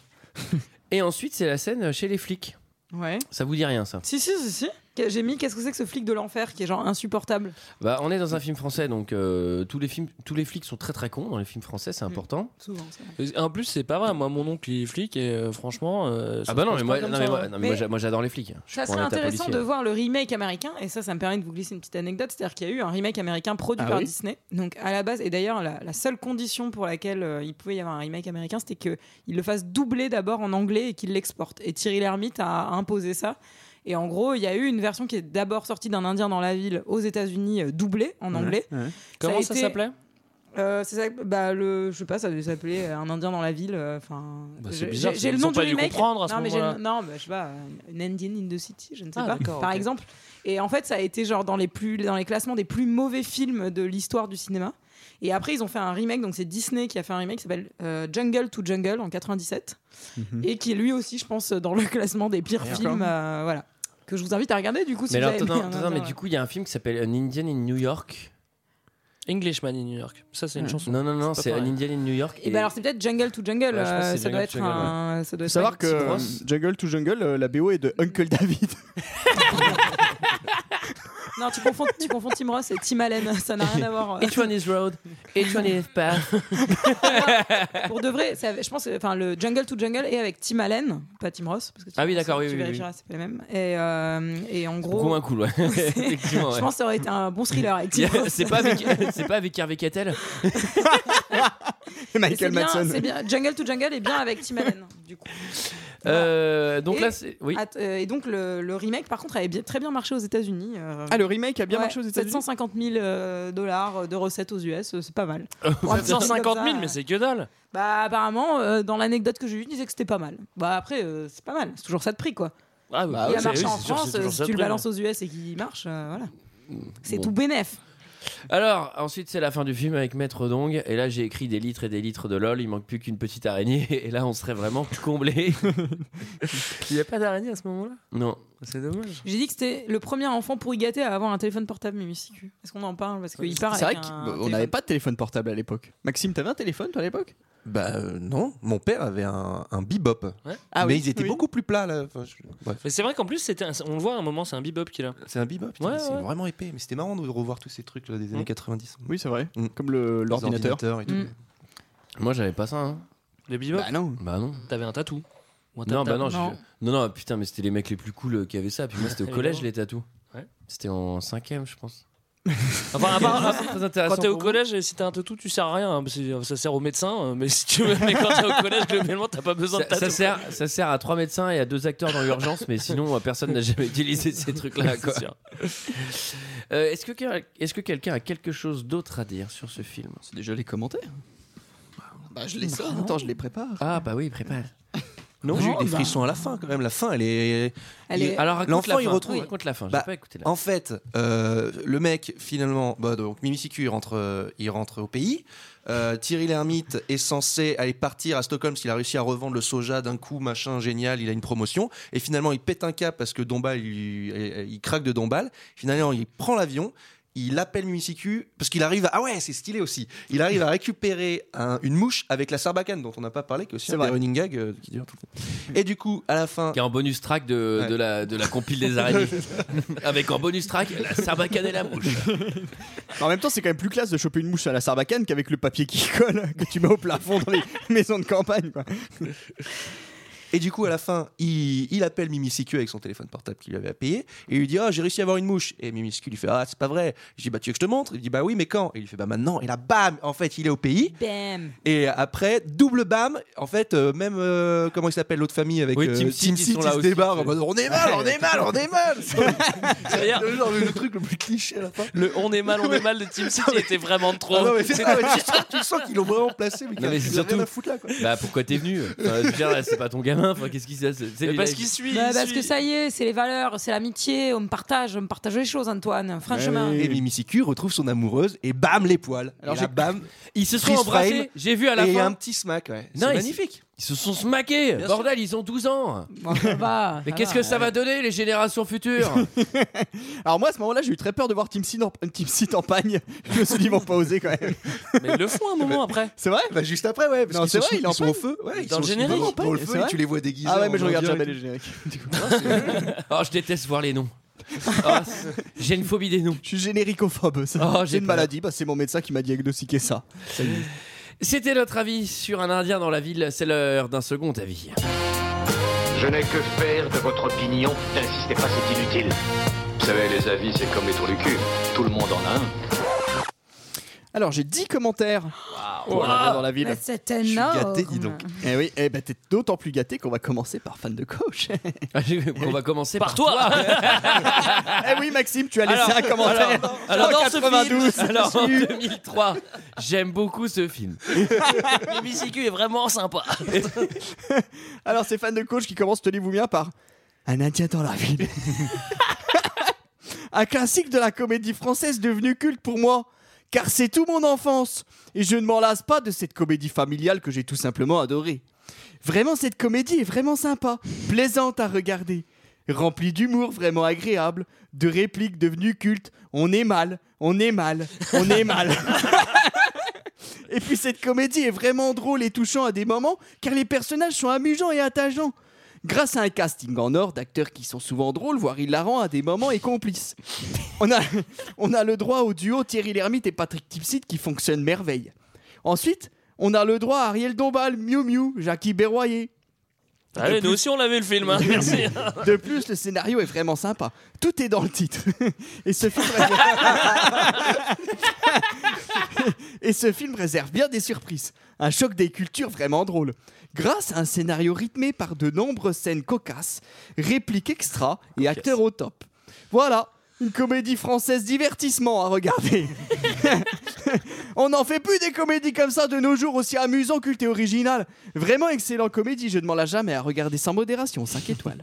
[SPEAKER 1] Et ensuite, c'est la scène chez les flics.
[SPEAKER 10] Ouais.
[SPEAKER 1] Ça vous dit rien, ça
[SPEAKER 10] Si, si, si, si. Que- J'ai mis Qu'est-ce que c'est que ce flic de l'enfer qui est genre insupportable
[SPEAKER 1] Bah, on est dans un film français, donc euh, tous les films, tous les flics sont très très cons dans les films français,
[SPEAKER 11] Mm.
[SPEAKER 1] c'est important.
[SPEAKER 10] Souvent, ça.
[SPEAKER 6] Et En plus, c'est pas vrai. Moi, mon oncle, il est flic et euh, franchement. euh, ça
[SPEAKER 1] Ah bah
[SPEAKER 6] se
[SPEAKER 1] non,
[SPEAKER 6] passe
[SPEAKER 1] mais
[SPEAKER 6] pas
[SPEAKER 1] moi,
[SPEAKER 6] comme
[SPEAKER 1] non,
[SPEAKER 6] ça,
[SPEAKER 1] mais moi-
[SPEAKER 6] ouais.
[SPEAKER 1] non, mais moi, j'a- moi, j'adore les flics. Je
[SPEAKER 10] Ça
[SPEAKER 1] prends
[SPEAKER 10] serait
[SPEAKER 1] un état
[SPEAKER 10] intéressant
[SPEAKER 1] policier.
[SPEAKER 10] de voir le remake américain, et ça, ça me permet de vous glisser une petite anecdote, c'est-à-dire qu'il y a eu un remake américain produit
[SPEAKER 1] Ah
[SPEAKER 10] par
[SPEAKER 1] oui
[SPEAKER 10] Disney. Donc à la base, et d'ailleurs la, la seule condition pour laquelle euh, il pouvait y avoir un remake américain, c'était qu'il le fasse doubler d'abord en anglais et qu'il l'exporte. Et Thierry Lhermitte a imposé ça. Et en gros, il y a eu une version qui est d'abord sortie d'un Indien dans la ville aux États-Unis, euh, doublée en anglais.
[SPEAKER 11] Ouais, ouais.
[SPEAKER 10] a
[SPEAKER 6] Comment ça
[SPEAKER 10] été-
[SPEAKER 6] s'appelait
[SPEAKER 10] Euh, c'est ça, bah, le, je sais pas, ça devait s'appeler euh, un Indien dans la ville. euh, Enfin,
[SPEAKER 6] Bah, c'est
[SPEAKER 10] j'ai-
[SPEAKER 6] bizarre,
[SPEAKER 10] j'ai-
[SPEAKER 6] ils
[SPEAKER 10] J'ai le
[SPEAKER 6] ont
[SPEAKER 10] nom
[SPEAKER 6] pas
[SPEAKER 10] du
[SPEAKER 6] dû
[SPEAKER 10] remake.
[SPEAKER 6] comprendre à ce
[SPEAKER 10] non, mais j'ai
[SPEAKER 6] moment-là.
[SPEAKER 10] le- non, bah, je sais pas, une Indian in the City, je ne sais
[SPEAKER 6] Ah,
[SPEAKER 10] pas,
[SPEAKER 6] d'accord,
[SPEAKER 10] par
[SPEAKER 6] ok.
[SPEAKER 10] exemple. Et en fait, ça a été genre dans les plus, dans les classements des plus mauvais films de l'histoire du cinéma. Et après, ils ont fait un remake. Donc c'est Disney qui a fait un remake qui s'appelle euh, Jungle to Jungle en 97 et qui est lui aussi, je pense, dans le classement des pires
[SPEAKER 1] Mhm. D'accord.
[SPEAKER 10] films. euh, voilà. Que je vous invite à regarder du coup si
[SPEAKER 1] Mais
[SPEAKER 10] vous
[SPEAKER 1] alors,
[SPEAKER 10] avez
[SPEAKER 1] attends,
[SPEAKER 10] aimé hein, un
[SPEAKER 1] attends,
[SPEAKER 10] Indien,
[SPEAKER 1] mais
[SPEAKER 10] ouais.
[SPEAKER 1] du coup, il y a un film qui s'appelle An Indian in New York.
[SPEAKER 6] Englishman in New York. Ça, c'est une
[SPEAKER 1] Ouais.
[SPEAKER 6] chanson.
[SPEAKER 1] Non, non, non,
[SPEAKER 6] C'est pas
[SPEAKER 1] c'est An
[SPEAKER 6] pareil.
[SPEAKER 1] Indian in New York.
[SPEAKER 10] Et, ben alors c'est peut-être Jungle to Jungle.
[SPEAKER 1] Ouais, je pense que
[SPEAKER 10] euh,
[SPEAKER 1] c'est
[SPEAKER 10] ça, doit
[SPEAKER 1] Jungle
[SPEAKER 10] être
[SPEAKER 1] to Jungle,
[SPEAKER 10] un, ça doit
[SPEAKER 11] Faut
[SPEAKER 10] être
[SPEAKER 11] savoir
[SPEAKER 10] un
[SPEAKER 11] que
[SPEAKER 10] petit
[SPEAKER 11] euh,
[SPEAKER 10] gros.
[SPEAKER 11] Jungle to Jungle, euh, la BO est de Uncle David.
[SPEAKER 10] Non, tu confonds, tu confonds Tim Ross et Tim Allen. Ça n'a rien à voir.
[SPEAKER 1] Each one is road, each one is path.
[SPEAKER 10] Pour de vrai, ça- je pense, que- enfin, le Jungle to Jungle est avec Tim Allen, pas Tim Ross, parce que Tim
[SPEAKER 1] Ah oui,
[SPEAKER 10] Ross,
[SPEAKER 1] d'accord, oui,
[SPEAKER 10] tu
[SPEAKER 1] oui, oui.
[SPEAKER 10] vérifieras, c'est pas le même. Et, euh, et en
[SPEAKER 1] Beaucoup
[SPEAKER 10] gros,
[SPEAKER 1] moins cool, ouais. Effectivement, ouais.
[SPEAKER 10] je pense que ça aurait été un bon thriller avec
[SPEAKER 1] Il y
[SPEAKER 10] Tim
[SPEAKER 1] a-
[SPEAKER 10] Ross.
[SPEAKER 1] C'est pas avec, c'est pas avec Harvey Keitel.
[SPEAKER 11] Et
[SPEAKER 10] Et c'est
[SPEAKER 11] Michael
[SPEAKER 10] bien,
[SPEAKER 11] Madsen.
[SPEAKER 10] c'est bien. Jungle to Jungle est bien avec Tim Allen. Du coup.
[SPEAKER 1] Euh, donc
[SPEAKER 10] Et-
[SPEAKER 1] là, c'est- oui.
[SPEAKER 10] Att- euh, Et donc le, le remake, par contre, avait bien, très bien marché aux États-Unis. euh,
[SPEAKER 11] Ah, le remake a bien
[SPEAKER 10] ouais,
[SPEAKER 11] marché aux États-Unis.
[SPEAKER 10] 750 000 euh, dollars de recettes aux US, euh, c'est pas mal. Pour un petit film comme
[SPEAKER 6] 750
[SPEAKER 10] ça,
[SPEAKER 6] 000, mais c'est que dalle.
[SPEAKER 10] Bah apparemment, euh, dans l'anecdote que j'ai eue, ils disaient que c'était pas mal. Bah après, euh, c'est pas mal, c'est toujours ça de prix quoi.
[SPEAKER 6] Ah, bah,
[SPEAKER 10] il a
[SPEAKER 6] oui,
[SPEAKER 10] marché
[SPEAKER 6] oui,
[SPEAKER 10] en
[SPEAKER 6] c'est sûr,
[SPEAKER 10] France, euh,
[SPEAKER 6] c'est toujours
[SPEAKER 10] si
[SPEAKER 6] ça hein.
[SPEAKER 10] tu
[SPEAKER 6] de
[SPEAKER 10] le
[SPEAKER 6] prix,
[SPEAKER 10] balances aux US et qu'il marche, euh, voilà. C'est
[SPEAKER 1] Bon.
[SPEAKER 10] tout bénef.
[SPEAKER 1] Alors, ensuite, c'est la fin du film avec Maître Dong. Et là, j'ai écrit des litres et des litres de LOL. Il manque plus qu'une petite araignée. Et là, on serait vraiment comblé.
[SPEAKER 6] Il n'y a pas d'araignée à ce moment-là
[SPEAKER 1] non.
[SPEAKER 6] C'est dommage.
[SPEAKER 10] J'ai dit que c'était le premier enfant pourri gâté à avoir un téléphone portable, Mimicicu. Est-ce qu'on en parle Parce qu'il part
[SPEAKER 11] C'est vrai
[SPEAKER 10] avec un
[SPEAKER 11] qu'on
[SPEAKER 10] téléphone.
[SPEAKER 11] n'avait pas de téléphone portable à l'époque. Maxime, t'avais un téléphone toi à l'époque
[SPEAKER 9] Bah euh, non, mon père avait un, un bebop.
[SPEAKER 6] Ouais.
[SPEAKER 11] Ah
[SPEAKER 9] mais
[SPEAKER 11] oui,
[SPEAKER 9] ils étaient
[SPEAKER 11] oui.
[SPEAKER 9] beaucoup plus plats là. Enfin, je- bref.
[SPEAKER 6] Mais c'est vrai qu'en plus, c'était un- on le voit à un moment, c'est un bebop qu'il a.
[SPEAKER 9] C'est un bebop, putain,
[SPEAKER 6] Ouais,
[SPEAKER 9] mais c'est
[SPEAKER 6] ouais.
[SPEAKER 9] vraiment épais. Mais c'était marrant de revoir tous ces trucs là, des
[SPEAKER 11] Mmh.
[SPEAKER 9] années 90.
[SPEAKER 11] Oui, c'est vrai.
[SPEAKER 9] Mm.
[SPEAKER 11] Comme le-
[SPEAKER 9] Les
[SPEAKER 11] l'ordinateur.
[SPEAKER 9] ordinateurs et tout.
[SPEAKER 10] Mm.
[SPEAKER 1] Moi, j'avais pas ça. hein.
[SPEAKER 6] Le bebop
[SPEAKER 11] Bah non.
[SPEAKER 1] Bah non.
[SPEAKER 6] T'avais un tatou. Ou un
[SPEAKER 1] Non,
[SPEAKER 6] tatou.
[SPEAKER 1] bah non, j'ai-
[SPEAKER 10] Non.
[SPEAKER 1] non, non, putain, mais c'était les mecs les plus cool euh, qui avaient ça. Puis moi, c'était au collège, les tatous.
[SPEAKER 6] Ouais.
[SPEAKER 1] C'était en cinquième, je pense.
[SPEAKER 6] Enfin, à part- à part-
[SPEAKER 1] Très
[SPEAKER 6] quand
[SPEAKER 1] intéressant.
[SPEAKER 6] t'es au
[SPEAKER 1] pour vous.
[SPEAKER 6] collège, et si t'as un tatou, tu sers à rien. hein, parce que Ça sert au médecin, euh, mais si tu veux, mais quand t'es au collège, globalement, t'as pas besoin de
[SPEAKER 1] Ça, ça
[SPEAKER 6] tatou.
[SPEAKER 1] sert, ça sert à trois médecins et à deux acteurs dans l'urgence, mais sinon, euh, personne n'a jamais utilisé ces trucs-là. quoi.
[SPEAKER 6] C'est sûr.
[SPEAKER 1] Euh, Est-ce que, est que quelqu'un a quelque chose d'autre à dire sur ce film
[SPEAKER 9] Ah,
[SPEAKER 10] Ah,
[SPEAKER 11] C'est déjà les commentaires. Bah, je les sors. Attends, je les prépare.
[SPEAKER 1] Ah, bah oui, prépare.
[SPEAKER 9] Non, j'ai eu
[SPEAKER 11] Non,
[SPEAKER 9] des
[SPEAKER 11] bah.
[SPEAKER 9] frissons à la fin quand même. La fin, elle est.
[SPEAKER 11] Elle est-
[SPEAKER 9] il-
[SPEAKER 11] Alors, raconte
[SPEAKER 9] l'enfant,
[SPEAKER 11] la
[SPEAKER 9] il
[SPEAKER 11] fin.
[SPEAKER 9] retrouve.
[SPEAKER 11] Oui. Raconte la fin, j'ai
[SPEAKER 9] Bah,
[SPEAKER 11] pas écouté la
[SPEAKER 9] En fait, euh, le mec finalement, bah, donc Mimi Siku, il rentre, euh, il rentre au pays. Euh, Thierry Lhermitte est censé aller partir à Stockholm parce qu'il a réussi à revendre le soja d'un coup, machin génial, il a une promotion. Et finalement, il pète un cap parce que Dombal, il, il craque de Dombal. Finalement, il prend l'avion. Il appelle Mimi Siku parce qu'il arrive à... Ah ouais, c'est stylé aussi. Il arrive à récupérer un- une mouche avec la sarbacane dont on n'a pas parlé, qui est aussi
[SPEAKER 11] C'est
[SPEAKER 9] un des
[SPEAKER 11] vrai.
[SPEAKER 9] running gags euh, qui dure tout le temps. Et du coup, à la fin...
[SPEAKER 1] Qui est en bonus track de, de la, de la compile des araignées. Avec en bonus track la sarbacane et la mouche.
[SPEAKER 11] En même temps, c'est quand même plus classe de choper une mouche à la sarbacane qu'avec le papier qui colle que tu mets au plafond dans les maisons de campagne. Quoi.
[SPEAKER 9] Et du coup, à la fin, il, il appelle Mimi Siku avec son téléphone portable qu'il lui avait à payer et il lui dit Ah, j'ai réussi à avoir une mouche. Et Mimi Siku lui fait Ah, c'est pas vrai. Je dis Bah, tu veux que je te montre Il dit Bah oui, mais quand Et il lui fait Bah maintenant. Et là, bam En fait, il est au pays.
[SPEAKER 10] Bam
[SPEAKER 9] Et après, double bam En fait, euh, même, euh, comment il s'appelle, l'autre famille avec
[SPEAKER 1] Oui,
[SPEAKER 9] euh,
[SPEAKER 1] Team Seed, ils
[SPEAKER 9] Seed,
[SPEAKER 1] sont
[SPEAKER 9] ils
[SPEAKER 1] là
[SPEAKER 9] se
[SPEAKER 1] aussi.
[SPEAKER 9] débarquent en mode, On est mal, on est mal, on est mal
[SPEAKER 6] C'est le,
[SPEAKER 9] truc le plus cliché à la fin.
[SPEAKER 6] Le on est mal, on est mal de Team City était vraiment trop.
[SPEAKER 9] Ah non, mais c'est
[SPEAKER 6] C'est-
[SPEAKER 9] ça, ouais, tu sens- tu sens qu'ils l'ont vraiment placé, mais,
[SPEAKER 1] Non, mais
[SPEAKER 9] qu'ils
[SPEAKER 1] c'est
[SPEAKER 9] avaient rien
[SPEAKER 1] surtout-
[SPEAKER 9] à foutre là, quoi.
[SPEAKER 1] Bah pourquoi t'es venu Enfin, je veux dire, là, C'est pas ton gamin. Enfin, qu'est-ce qui se passe C'est-
[SPEAKER 6] Mais parce
[SPEAKER 1] il-
[SPEAKER 6] qu'il suit.
[SPEAKER 10] Bah, parce que ça y est, c'est les valeurs, c'est l'amitié, on me partage, on me partage les choses, Antoine. Franchement.
[SPEAKER 9] Et Mimi Siku retrouve son amoureuse et bam les poils. Alors
[SPEAKER 1] Et
[SPEAKER 9] j'ai
[SPEAKER 1] là,
[SPEAKER 9] bam.
[SPEAKER 1] Ils se sont
[SPEAKER 9] freeze
[SPEAKER 1] embrassés,
[SPEAKER 9] frame,
[SPEAKER 1] j'ai vu à la
[SPEAKER 9] et
[SPEAKER 1] fin.
[SPEAKER 9] un petit smack, ouais.
[SPEAKER 1] Non,
[SPEAKER 9] C'est
[SPEAKER 1] ils-
[SPEAKER 9] magnifique.
[SPEAKER 1] Ils se sont smaqués.
[SPEAKER 9] Bien
[SPEAKER 1] Bordel, ils ont 12 ans.
[SPEAKER 10] Ça va,
[SPEAKER 6] Ah
[SPEAKER 1] Mais
[SPEAKER 10] ça
[SPEAKER 1] qu'est-ce
[SPEAKER 10] va.
[SPEAKER 1] que ça va donner les générations futures
[SPEAKER 11] Alors moi, à ce moment-là, j'ai eu très peur de voir Team Seed en, Team Seed en pagne. Je me suis dit, ils vont pas oser quand même.
[SPEAKER 6] Mais ils le font un moment après.
[SPEAKER 11] C'est vrai
[SPEAKER 9] Bah, juste après, ouais. Parce
[SPEAKER 11] Non,
[SPEAKER 9] qu'ils
[SPEAKER 11] c'est
[SPEAKER 9] sont-
[SPEAKER 11] vrai, il est
[SPEAKER 9] ils
[SPEAKER 11] en
[SPEAKER 9] sont
[SPEAKER 11] pagne.
[SPEAKER 9] au feu.
[SPEAKER 11] Mais
[SPEAKER 9] Ouais, ils
[SPEAKER 11] dans
[SPEAKER 9] sont
[SPEAKER 11] le générique.
[SPEAKER 9] vraiment Dans le
[SPEAKER 11] C'est
[SPEAKER 9] feu, et
[SPEAKER 11] vrai
[SPEAKER 9] tu les vois déguisés.
[SPEAKER 11] Ah ouais,
[SPEAKER 9] en
[SPEAKER 11] mais je regarde
[SPEAKER 9] indien et
[SPEAKER 11] jamais les
[SPEAKER 9] tout.
[SPEAKER 11] génériques.
[SPEAKER 1] Oh, je déteste voir les noms. Ah, c'est- J'ai une phobie des noms.
[SPEAKER 11] Je suis généricophobe. ça.
[SPEAKER 1] Oh, j'ai
[SPEAKER 11] j'ai une
[SPEAKER 1] peur.
[SPEAKER 11] maladie, bah, c'est mon médecin qui m'a diagnostiqué ça.
[SPEAKER 1] C'était notre avis sur un Indien dans la ville. C'est l'heure d'un second avis.
[SPEAKER 14] Je n'ai que faire de votre opinion. N'insistez pas, c'est inutile. Vous savez, les avis, c'est comme les trous du cul. Tout le monde en a un.
[SPEAKER 11] Alors j'ai 10 commentaires pour
[SPEAKER 10] Waouh.
[SPEAKER 11] l'Indien dans la ville.
[SPEAKER 10] Mais Ah, c'est énorme.
[SPEAKER 11] Eh oui, eh ben t'es d'autant plus gâté qu'on va commencer par fan de coach.
[SPEAKER 1] On va commencer par,
[SPEAKER 6] toi.
[SPEAKER 11] eh oui, Maxime, tu as laissé
[SPEAKER 1] Alors,
[SPEAKER 11] un commentaire.
[SPEAKER 1] alors, alors,
[SPEAKER 11] en
[SPEAKER 1] dans ce
[SPEAKER 11] 92,
[SPEAKER 1] film, alors, en
[SPEAKER 11] dessus.
[SPEAKER 1] 2003, j'aime beaucoup ce film.
[SPEAKER 6] Mimi Siku est vraiment sympa.
[SPEAKER 11] Alors c'est fan de coach qui commence, tenez-vous bien, par Un Indien dans la ville. un classique de la comédie française devenu culte pour moi, car c'est tout mon enfance, et je ne m'en lasse pas de cette comédie familiale que j'ai tout simplement adorée. Vraiment, cette comédie est vraiment sympa, plaisante à regarder, remplie d'humour vraiment agréable, de répliques devenues cultes. On est mal, on est mal, on est mal. Et puis cette comédie est vraiment drôle et touchant à des moments, car les personnages sont amusants et attachants. Grâce à un casting en or d'acteurs qui sont souvent drôles, voire hilarants à des moments et complices. On a, on a le droit au duo Thierry Lhermitte et Patrick Tipsit qui fonctionne merveille. Ensuite, on a le droit à Ariel Dombal, Miu Miu, Jackie Berroyer.
[SPEAKER 6] Allez, Ah, nous aussi on l'a vu le film. hein. Merci.
[SPEAKER 11] De plus, le scénario est vraiment sympa. Tout est dans le titre. Et ce film réserve... Et ce film réserve bien des surprises. Un choc des cultures vraiment drôle. Grâce à un scénario rythmé par de nombreuses scènes cocasses, répliques extra et acteurs au top. Voilà, une comédie française divertissement à regarder. On n'en fait plus des comédies comme ça de nos jours, aussi amusant, culte et original. Vraiment excellent comédie, je ne m'en lasse jamais à regarder sans modération, 5 étoiles.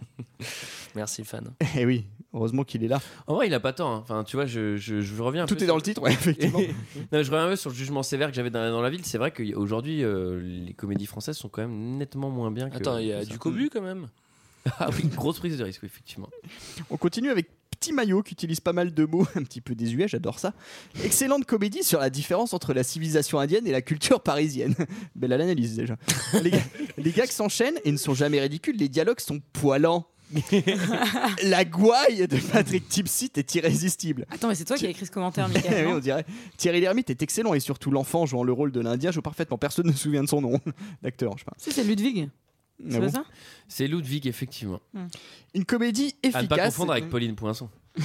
[SPEAKER 6] Merci fan.
[SPEAKER 11] Eh oui, heureusement qu'il est là.
[SPEAKER 1] En vrai, il a pas tant. hein. Enfin, tu vois, je, je, je reviens. un
[SPEAKER 11] Tout
[SPEAKER 1] peu
[SPEAKER 11] est dans le titre, ouais, effectivement.
[SPEAKER 1] Non, je reviens un peu sur le jugement sévère que j'avais dans, dans la ville. C'est vrai qu'aujourd'hui, euh, les comédies françaises sont quand même nettement moins bien que.
[SPEAKER 6] Attends, il y a
[SPEAKER 1] que ça.
[SPEAKER 6] du cobu quand même.
[SPEAKER 1] Ah oui, grosse prise de risque, oui, effectivement.
[SPEAKER 11] On continue avec Petit Maillot qui utilise pas mal de mots, un petit peu désuets, j'adore ça. Excellente comédie sur la différence entre la civilisation indienne et la culture parisienne. Belle l'analyse déjà. Les, gars- les gags s'enchaînent et ne sont jamais ridicules, les dialogues sont poilants. la gouaille de Patrick Tipsit est irrésistible.
[SPEAKER 10] Attends, mais c'est toi qui as écrit ce commentaire,
[SPEAKER 11] Eh
[SPEAKER 10] Michael.
[SPEAKER 11] oui,
[SPEAKER 10] non
[SPEAKER 11] on dirait. Thierry Lhermitte est excellent et surtout l'enfant jouant le rôle de l'Indien joue parfaitement. Personne ne se souvient de son nom d'acteur, je pense.
[SPEAKER 10] Si, c'est Ludwig. C'est pas ça
[SPEAKER 1] C'est Ludwig, effectivement.
[SPEAKER 11] Une comédie
[SPEAKER 1] À
[SPEAKER 11] efficace.
[SPEAKER 1] ne pas confondre avec Pauline Poinçon.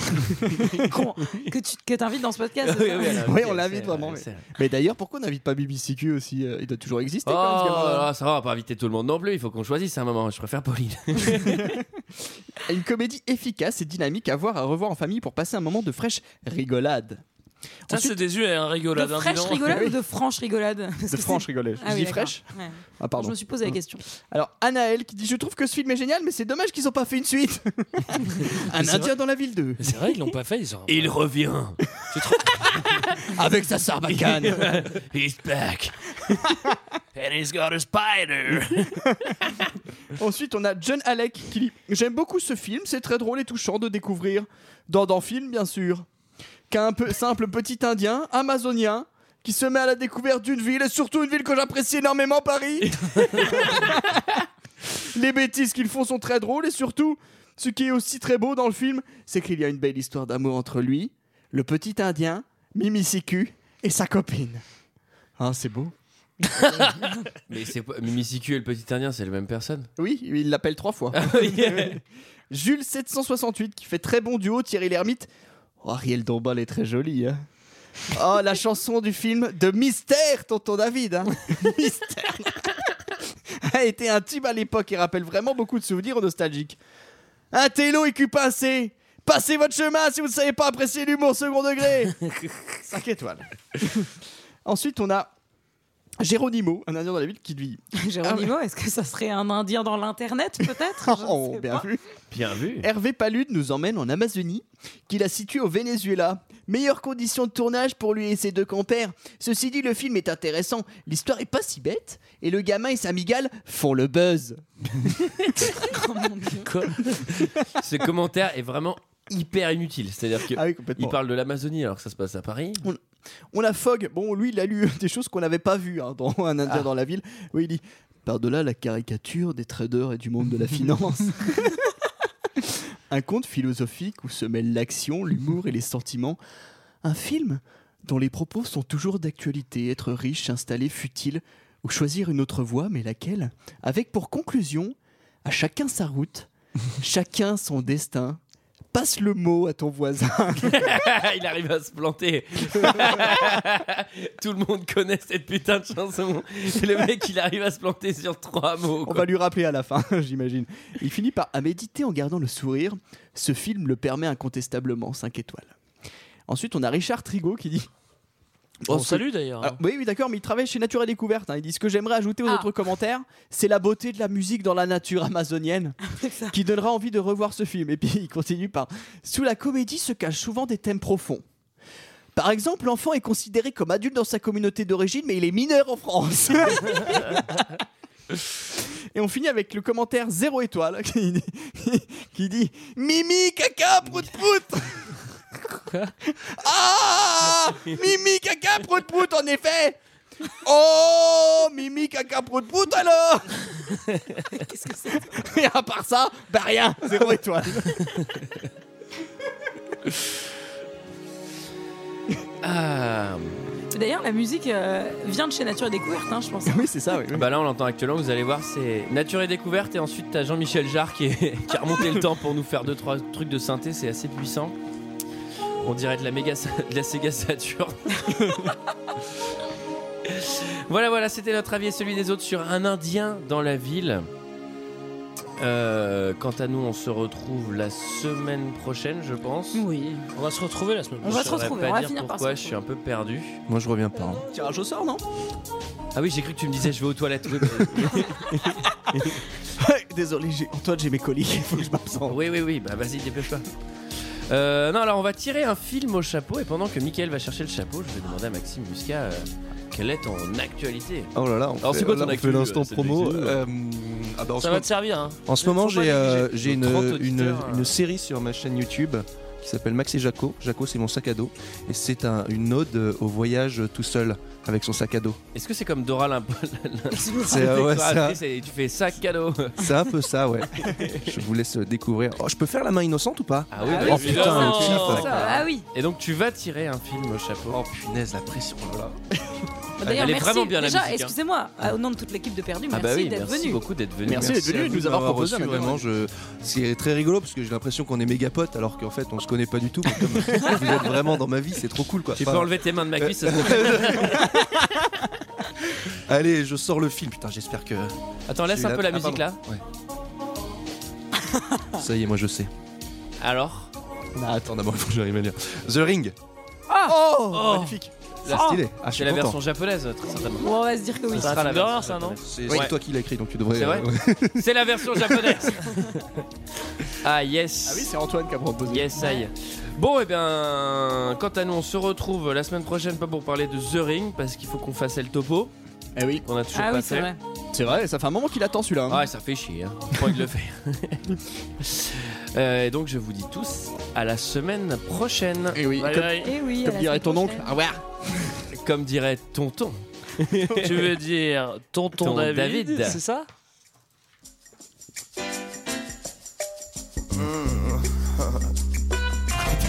[SPEAKER 10] Con, que tu que t'invites dans ce podcast. c'est
[SPEAKER 1] Oui,
[SPEAKER 10] ça
[SPEAKER 1] oui, alors,
[SPEAKER 11] Oui,
[SPEAKER 1] ok,
[SPEAKER 11] on l'invite
[SPEAKER 1] c'est-
[SPEAKER 11] vraiment. Mais,
[SPEAKER 1] c'est-
[SPEAKER 11] mais d'ailleurs, pourquoi on n'invite pas Bibi Siku aussi euh, Il doit toujours exister.
[SPEAKER 1] Oh,
[SPEAKER 11] quand même, ce gamin-là.
[SPEAKER 1] là, ça va, on va pas inviter tout le monde non plus. Il faut qu'on choisisse à un moment. Je préfère Pauline.
[SPEAKER 11] Une comédie efficace et dynamique à voir, à revoir en famille pour passer un moment de fraîche rigolade.
[SPEAKER 6] Ça, c'est des yeux et un rigolade.
[SPEAKER 10] De
[SPEAKER 6] hein, dis
[SPEAKER 10] fraîche
[SPEAKER 6] donc.
[SPEAKER 10] rigolade ou de franche rigolade Parce
[SPEAKER 11] De
[SPEAKER 10] que
[SPEAKER 11] franche
[SPEAKER 10] c'est-
[SPEAKER 11] rigolade.
[SPEAKER 10] Ah
[SPEAKER 11] Je
[SPEAKER 10] oui,
[SPEAKER 11] dis
[SPEAKER 10] d'accord.
[SPEAKER 11] fraîche
[SPEAKER 10] Ouais.
[SPEAKER 11] Ah, pardon.
[SPEAKER 10] Je me suis
[SPEAKER 1] Hein.
[SPEAKER 10] posé la question.
[SPEAKER 11] Alors, Anaël qui dit Je trouve que ce film est génial, mais c'est dommage qu'ils ont pas fait une suite. Un
[SPEAKER 6] c'est
[SPEAKER 11] Indien
[SPEAKER 6] vrai-
[SPEAKER 11] dans la ville 2.
[SPEAKER 6] C'est vrai, ils l'ont pas fait. Ils ont...
[SPEAKER 1] Il revient.
[SPEAKER 11] Avec sa sarbacane.
[SPEAKER 1] He's back. And he's got a spider.
[SPEAKER 11] Ensuite, on a John Alec qui dit J'aime beaucoup ce film, c'est très drôle et touchant de découvrir, dans dans film bien sûr, qu'un peu simple petit indien amazonien qui se met à la découverte d'une ville et surtout une ville que j'apprécie énormément, Paris. Les bêtises qu'ils font sont très drôles et surtout, ce qui est aussi très beau dans le film, c'est qu'il y a une belle histoire d'amour entre lui, le petit indien, Mimi Siku, et sa copine. Ah, c'est beau.
[SPEAKER 1] Mais c'est pas- Mimicicu et le petit indien, c'est la même personne.
[SPEAKER 11] Oui, il l'appelle trois fois. Jules 768 qui fait très bon duo, Thierry Lhermitte. Oh, Ariel Dombal est très jolie. hein. Oh, la chanson du film de Mystère, tonton David. hein. Mystère a été un tube à l'époque et rappelle vraiment beaucoup de souvenirs nostalgiques. Un télo et cul pincé. Passez votre chemin si vous ne savez pas apprécier l'humour second degré. 5 étoiles. Ensuite, on a Géronimo, un indien dans la ville qui lui.
[SPEAKER 1] Ah
[SPEAKER 10] Géronimo, est-ce que ça serait un indien dans l'internet peut-être Je ne
[SPEAKER 11] Oh,
[SPEAKER 10] sais
[SPEAKER 11] bien
[SPEAKER 10] pas.
[SPEAKER 11] vu.
[SPEAKER 1] Bien vu.
[SPEAKER 11] Hervé Palude nous emmène en Amazonie, qui la situe au Venezuela. Meilleures conditions de tournage pour lui et ses deux compères. Ceci dit, le film est intéressant, l'histoire est pas si bête, et le gamin et sa migale font le buzz.
[SPEAKER 1] Quoi Ce commentaire est vraiment hyper inutile. C'est-à-dire qu'il
[SPEAKER 11] Ah oui, complètement.
[SPEAKER 1] parle de l'Amazonie alors que ça se passe à Paris.
[SPEAKER 11] On, on a Fogg, bon, lui, il a lu des choses qu'on n'avait pas vues hein, dans Un Indien
[SPEAKER 1] Ah.
[SPEAKER 11] dans la ville. Oui, il dit Par-delà la caricature des traders et du monde de la finance. Un conte philosophique où se mêlent l'action, l'humour et les sentiments. Un film dont les propos sont toujours d'actualité, être riche, installé, futile, ou choisir une autre voie, mais laquelle Avec pour conclusion, à chacun sa route, chacun son destin. Passe le mot à ton voisin.
[SPEAKER 1] il arrive à se planter. Tout le monde connaît cette putain de chanson. Et le mec, il arrive à se planter sur trois mots.
[SPEAKER 11] On
[SPEAKER 1] quoi.
[SPEAKER 11] va lui rappeler à la fin, j'imagine. Il finit par à méditer en gardant le sourire. Ce film le permet incontestablement, 5 étoiles. Ensuite, on a Richard Trigo qui dit.
[SPEAKER 6] On
[SPEAKER 1] Oh,
[SPEAKER 11] se-
[SPEAKER 6] salue d'ailleurs.
[SPEAKER 11] Alors, oui, oui, d'accord, mais il travaille chez Nature et Découverte. hein. Il dit ce que j'aimerais ajouter aux
[SPEAKER 6] Ah.
[SPEAKER 11] autres commentaires, c'est la beauté de la musique dans la nature amazonienne qui donnera envie de revoir ce film. Et puis il continue par Sous la comédie se cachent souvent des thèmes profonds. Par exemple, l'enfant est considéré comme adulte dans sa communauté d'origine, mais il est mineur en France. Et on finit avec le commentaire 0 étoile qui dit, qui dit Mimi, caca, prout, prout Ah Mimi, caca, prout, prout, en effet Oh Mimi, caca, prout, prout, alors Qu'est-ce que c'est Et à part ça, bah rien, 0 étoile.
[SPEAKER 1] Ah.
[SPEAKER 10] D'ailleurs, la musique euh, vient de chez Nature et Découverte, hein, je pense.
[SPEAKER 11] Oui, c'est ça, oui.
[SPEAKER 1] Bah là, on l'entend actuellement, vous allez voir, c'est Nature et Découverte. Et ensuite, t'as Jean-Michel Jarre qui, est- qui a remonté le temps pour nous faire deux, trois trucs de synthé, c'est assez puissant. On dirait de la, méga, de la Sega Saturn. voilà, voilà, c'était notre avis et celui des autres sur un Indien dans la ville. Euh, quant à nous, on se retrouve la semaine prochaine, je pense.
[SPEAKER 10] Oui.
[SPEAKER 6] On va se retrouver la semaine
[SPEAKER 1] Je
[SPEAKER 6] prochaine.
[SPEAKER 1] ne saurais
[SPEAKER 11] retrouver,
[SPEAKER 1] pas
[SPEAKER 11] on va
[SPEAKER 1] dire
[SPEAKER 11] finir par
[SPEAKER 1] pourquoi,
[SPEAKER 11] se
[SPEAKER 1] je suis un peu perdu.
[SPEAKER 9] Moi, je reviens pas.
[SPEAKER 11] Tirage au sort, non
[SPEAKER 1] Ah oui, j'ai cru que tu me disais je vais aux toilettes. Oui, mais-
[SPEAKER 11] Désolé, j'ai- Antoine, j'ai mes colis, il faut que je
[SPEAKER 9] Oh.
[SPEAKER 11] m'absente.
[SPEAKER 1] Oui, oui, oui, bah vas-y, dépêche-toi. Euh, non, alors on va tirer un film au chapeau et pendant que Mickaël va chercher le chapeau, je vais demander à Maxime Muscat euh, quelle est ton actualité.
[SPEAKER 9] Oh là là, on
[SPEAKER 1] Alors,
[SPEAKER 9] fait,
[SPEAKER 1] c'est quoi
[SPEAKER 9] là,
[SPEAKER 1] ton
[SPEAKER 9] on
[SPEAKER 1] actu,
[SPEAKER 9] fait l'instant
[SPEAKER 1] euh, cette
[SPEAKER 9] promo.
[SPEAKER 1] vidéo, là
[SPEAKER 9] Euh, ah bah, en ce
[SPEAKER 6] Ça va
[SPEAKER 9] moment-
[SPEAKER 6] te servir. Hein.
[SPEAKER 9] En ce moment,
[SPEAKER 6] Faut pas
[SPEAKER 9] j'ai euh,
[SPEAKER 6] négliger.
[SPEAKER 9] j'ai une,
[SPEAKER 6] Nos 30 auditeurs,
[SPEAKER 9] une- une série sur ma chaîne YouTube qui s'appelle Max et Jaco. Jaco, c'est mon sac à dos. Et c'est un- une ode euh, au voyage euh, tout seul avec son sac à dos.
[SPEAKER 1] Est-ce que c'est comme Dora l'imp...
[SPEAKER 9] C'est, euh, ouais, Ah
[SPEAKER 1] décoratrice et tu fais sac cadeau.
[SPEAKER 9] C'est un peu ça, ouais. je vous laisse euh, découvrir. Oh, je peux faire la main innocente ou pas
[SPEAKER 1] Ah oui, bah,
[SPEAKER 9] oh,
[SPEAKER 1] évidemment.
[SPEAKER 9] putain, le
[SPEAKER 1] Oh,
[SPEAKER 9] kiff.
[SPEAKER 1] c'est ça.
[SPEAKER 10] ah
[SPEAKER 1] Et donc tu vas tirer un film au chapeau. Oh
[SPEAKER 9] punaise, la pression là.
[SPEAKER 10] D'ailleurs,
[SPEAKER 1] Elle est
[SPEAKER 10] merci.
[SPEAKER 1] vraiment bien
[SPEAKER 10] Déjà,
[SPEAKER 1] la musique. hein.
[SPEAKER 10] excusez-moi, euh, au nom de toute l'équipe de Perdu,
[SPEAKER 1] Ah
[SPEAKER 10] merci
[SPEAKER 1] bah oui,
[SPEAKER 10] d'être
[SPEAKER 1] merci
[SPEAKER 10] venu.
[SPEAKER 1] beaucoup d'être venu.
[SPEAKER 9] Merci, d'être venu et de nous avoir
[SPEAKER 11] proposé
[SPEAKER 9] reçu,
[SPEAKER 11] un accord.
[SPEAKER 9] vraiment. Je... C'est très rigolo parce que j'ai l'impression qu'on est méga potes alors qu'en fait on se connaît pas du tout. Mais comme vous êtes vraiment dans ma vie, c'est trop cool quoi.
[SPEAKER 1] Tu
[SPEAKER 9] Enfin,
[SPEAKER 1] peux enlever tes mains de ma cuisse. ça se
[SPEAKER 9] Allez, je sors le film. Putain, j'espère que.
[SPEAKER 1] Attends, laisse
[SPEAKER 9] J'ai eu
[SPEAKER 1] un peu la
[SPEAKER 9] Ah,
[SPEAKER 1] musique,
[SPEAKER 9] pardon. Ouais. ça y est, moi je sais.
[SPEAKER 1] Alors
[SPEAKER 9] Ah,
[SPEAKER 1] Bah,
[SPEAKER 9] Attends, d'abord, il faut que j'arrive à lire. The Ring.
[SPEAKER 10] Ah Ah
[SPEAKER 11] Oh,
[SPEAKER 1] Magnifique.
[SPEAKER 11] C'est stylé. Ah, je suis
[SPEAKER 1] c'est la
[SPEAKER 11] content.
[SPEAKER 1] version japonaise, très certainement.
[SPEAKER 10] Bon, on va se dire que oui.
[SPEAKER 1] Ce
[SPEAKER 10] C'est un
[SPEAKER 1] sera la
[SPEAKER 10] film d'horreur,
[SPEAKER 1] version
[SPEAKER 10] ça, non
[SPEAKER 1] japonaise.
[SPEAKER 9] C'est
[SPEAKER 1] Ouais.
[SPEAKER 9] toi qui l'as écrit, donc tu devrais. euh,
[SPEAKER 1] C'est vrai
[SPEAKER 9] ouais.
[SPEAKER 1] C'est la version japonaise. ah yes. Ah
[SPEAKER 11] oui, c'est Antoine qui a proposé.
[SPEAKER 1] Yes, aïe. Bon, et bien, quant à nous, on se retrouve la semaine prochaine, pas pour parler de The Ring, parce qu'il faut qu'on fasse le topo.
[SPEAKER 11] Eh oui.
[SPEAKER 1] On a toujours
[SPEAKER 10] Ah
[SPEAKER 1] pas fait.
[SPEAKER 11] C'est vrai, ça fait un moment qu'il attend celui-là.
[SPEAKER 1] Ouais, ça fait chier. Hein. Faut de le faire. Euh, et donc, je vous dis tous à la semaine prochaine. Et
[SPEAKER 11] oui, comme- Eh oui, à comme la dirait semaine ton oncle, prochaine. au revoir.
[SPEAKER 1] Comme dirait tonton.
[SPEAKER 6] Tu veux dire tonton
[SPEAKER 1] Ton
[SPEAKER 6] David,
[SPEAKER 1] David.
[SPEAKER 6] c'est ça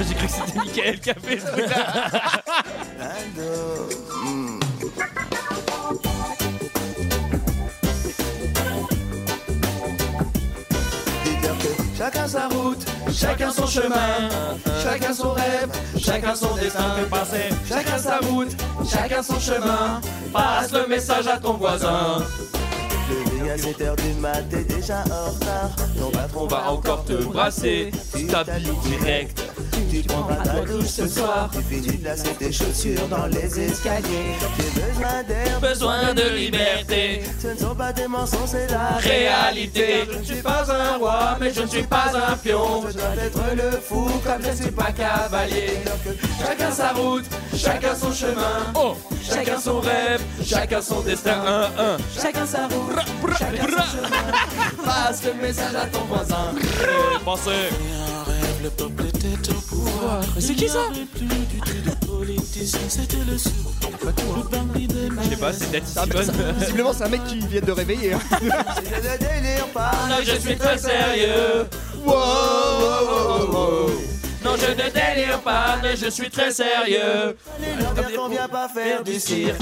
[SPEAKER 1] J'ai cru que c'était Michael qui a fait ce truc-là.
[SPEAKER 15] Chacun sa route, chacun son chemin, chacun son rêve, chacun son destin fait passer. Chacun sa route, chacun son chemin, passe le message à ton voisin.
[SPEAKER 16] Le nez à 7h du mat, t'es déjà en retard. Ton patron va encore te brasser. Tu t'habilles direct. Tu prendras ta douche ce soir. Tu finis de lasser tes chaussures dans les escaliers. J'ai besoin d'air,
[SPEAKER 15] Besoin de liberté.
[SPEAKER 16] Ce ne sont pas des mensonges, c'est la
[SPEAKER 15] Réalité, je ne suis pas un roi, mais je ne suis pas un pion. Je dois être le fou comme je ne suis pas cavalier. Chacun sa route, chacun son chemin.
[SPEAKER 1] Oh.
[SPEAKER 15] Chacun son rêve, chacun son destin. Chacun sa route, chacun son chemin. Passe le message à ton voisin.
[SPEAKER 6] Pensez.
[SPEAKER 15] C'est qui ça
[SPEAKER 1] Je sais pas, c'est Tati Simone.
[SPEAKER 11] Visiblement, c'est un mec qui vient de réveiller. hein.
[SPEAKER 15] Non, je suis très sérieux. Wow,
[SPEAKER 11] Oh,
[SPEAKER 15] wow, wow, wow. Non, je ne délire pas, Ah, mais je suis très sérieux.
[SPEAKER 16] On vient pas faire du cirque.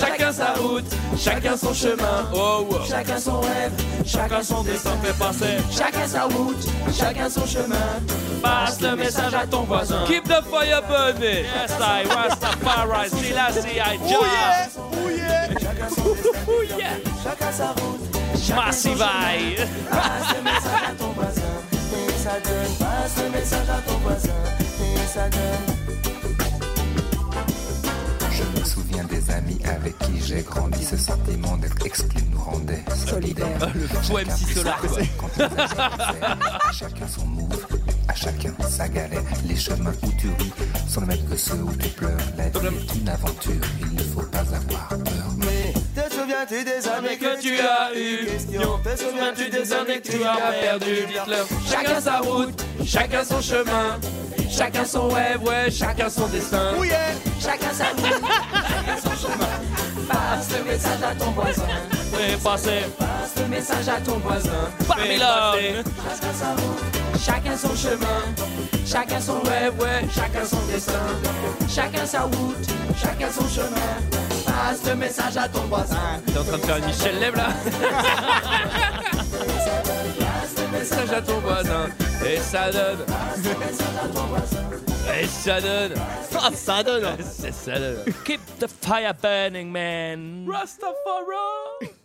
[SPEAKER 15] Chacun sa route, chacun son chemin.
[SPEAKER 6] Oh,
[SPEAKER 15] Chacun son rêve, chacun son destin fait passer. Chacun sa route, chacun son chemin. Passe le message à ton voisin.
[SPEAKER 6] Keep the fire burning. Yes, I was the paradise. See, I see, I
[SPEAKER 15] Oh
[SPEAKER 6] jump.
[SPEAKER 15] yeah, oh yeah. Chacun son destin, chacun sa route.
[SPEAKER 6] Oh, Massive Eye.
[SPEAKER 15] Passe le message à ton voisin. Et ça donne, passe le message à ton voisin. Et ça donne.
[SPEAKER 17] Je me souviens des amis avec qui j'ai grandi. Ce sentiment d'être exclu nous rendait solidaires.
[SPEAKER 1] Le poème
[SPEAKER 17] Chacun
[SPEAKER 1] si solar,
[SPEAKER 17] poussait
[SPEAKER 1] quoi.
[SPEAKER 17] quand il faisait son concert. À chacun son move, à chacun sa galère. Les chemins où tu ris sont les mêmes que ceux où tu pleures. La vie est une aventure, il ne faut pas avoir peur.
[SPEAKER 16] Mais te souviens-tu des
[SPEAKER 15] Mais
[SPEAKER 16] années
[SPEAKER 15] que tu as eu, te souviens-tu des années que tu as perdu Dites-leur, chacun sa route, chacun son chemin, chacun son rêve, ouais, chacun son destin.
[SPEAKER 16] Oui, yeah.
[SPEAKER 15] Chacun sa route, chacun son chemin. Passe le message à ton voisin,
[SPEAKER 6] Fais passer.
[SPEAKER 15] passe le message à ton voisin.
[SPEAKER 6] Parmi l'homme.
[SPEAKER 15] Chacun sa route, chacun son chemin, chacun son rêve, ouais, chacun son destin. Chacun sa route, chacun son chemin. Passe le message à ton voisin.
[SPEAKER 1] T'es en train de faire une Michel Lève là
[SPEAKER 15] Passe le
[SPEAKER 1] Message à ton voisin. Et ça donne. Et ça donne.
[SPEAKER 11] Ah, ça donne. hein.
[SPEAKER 1] C'est ça donne.
[SPEAKER 11] Ah,
[SPEAKER 6] Keep the fire burning, man. Rastafari.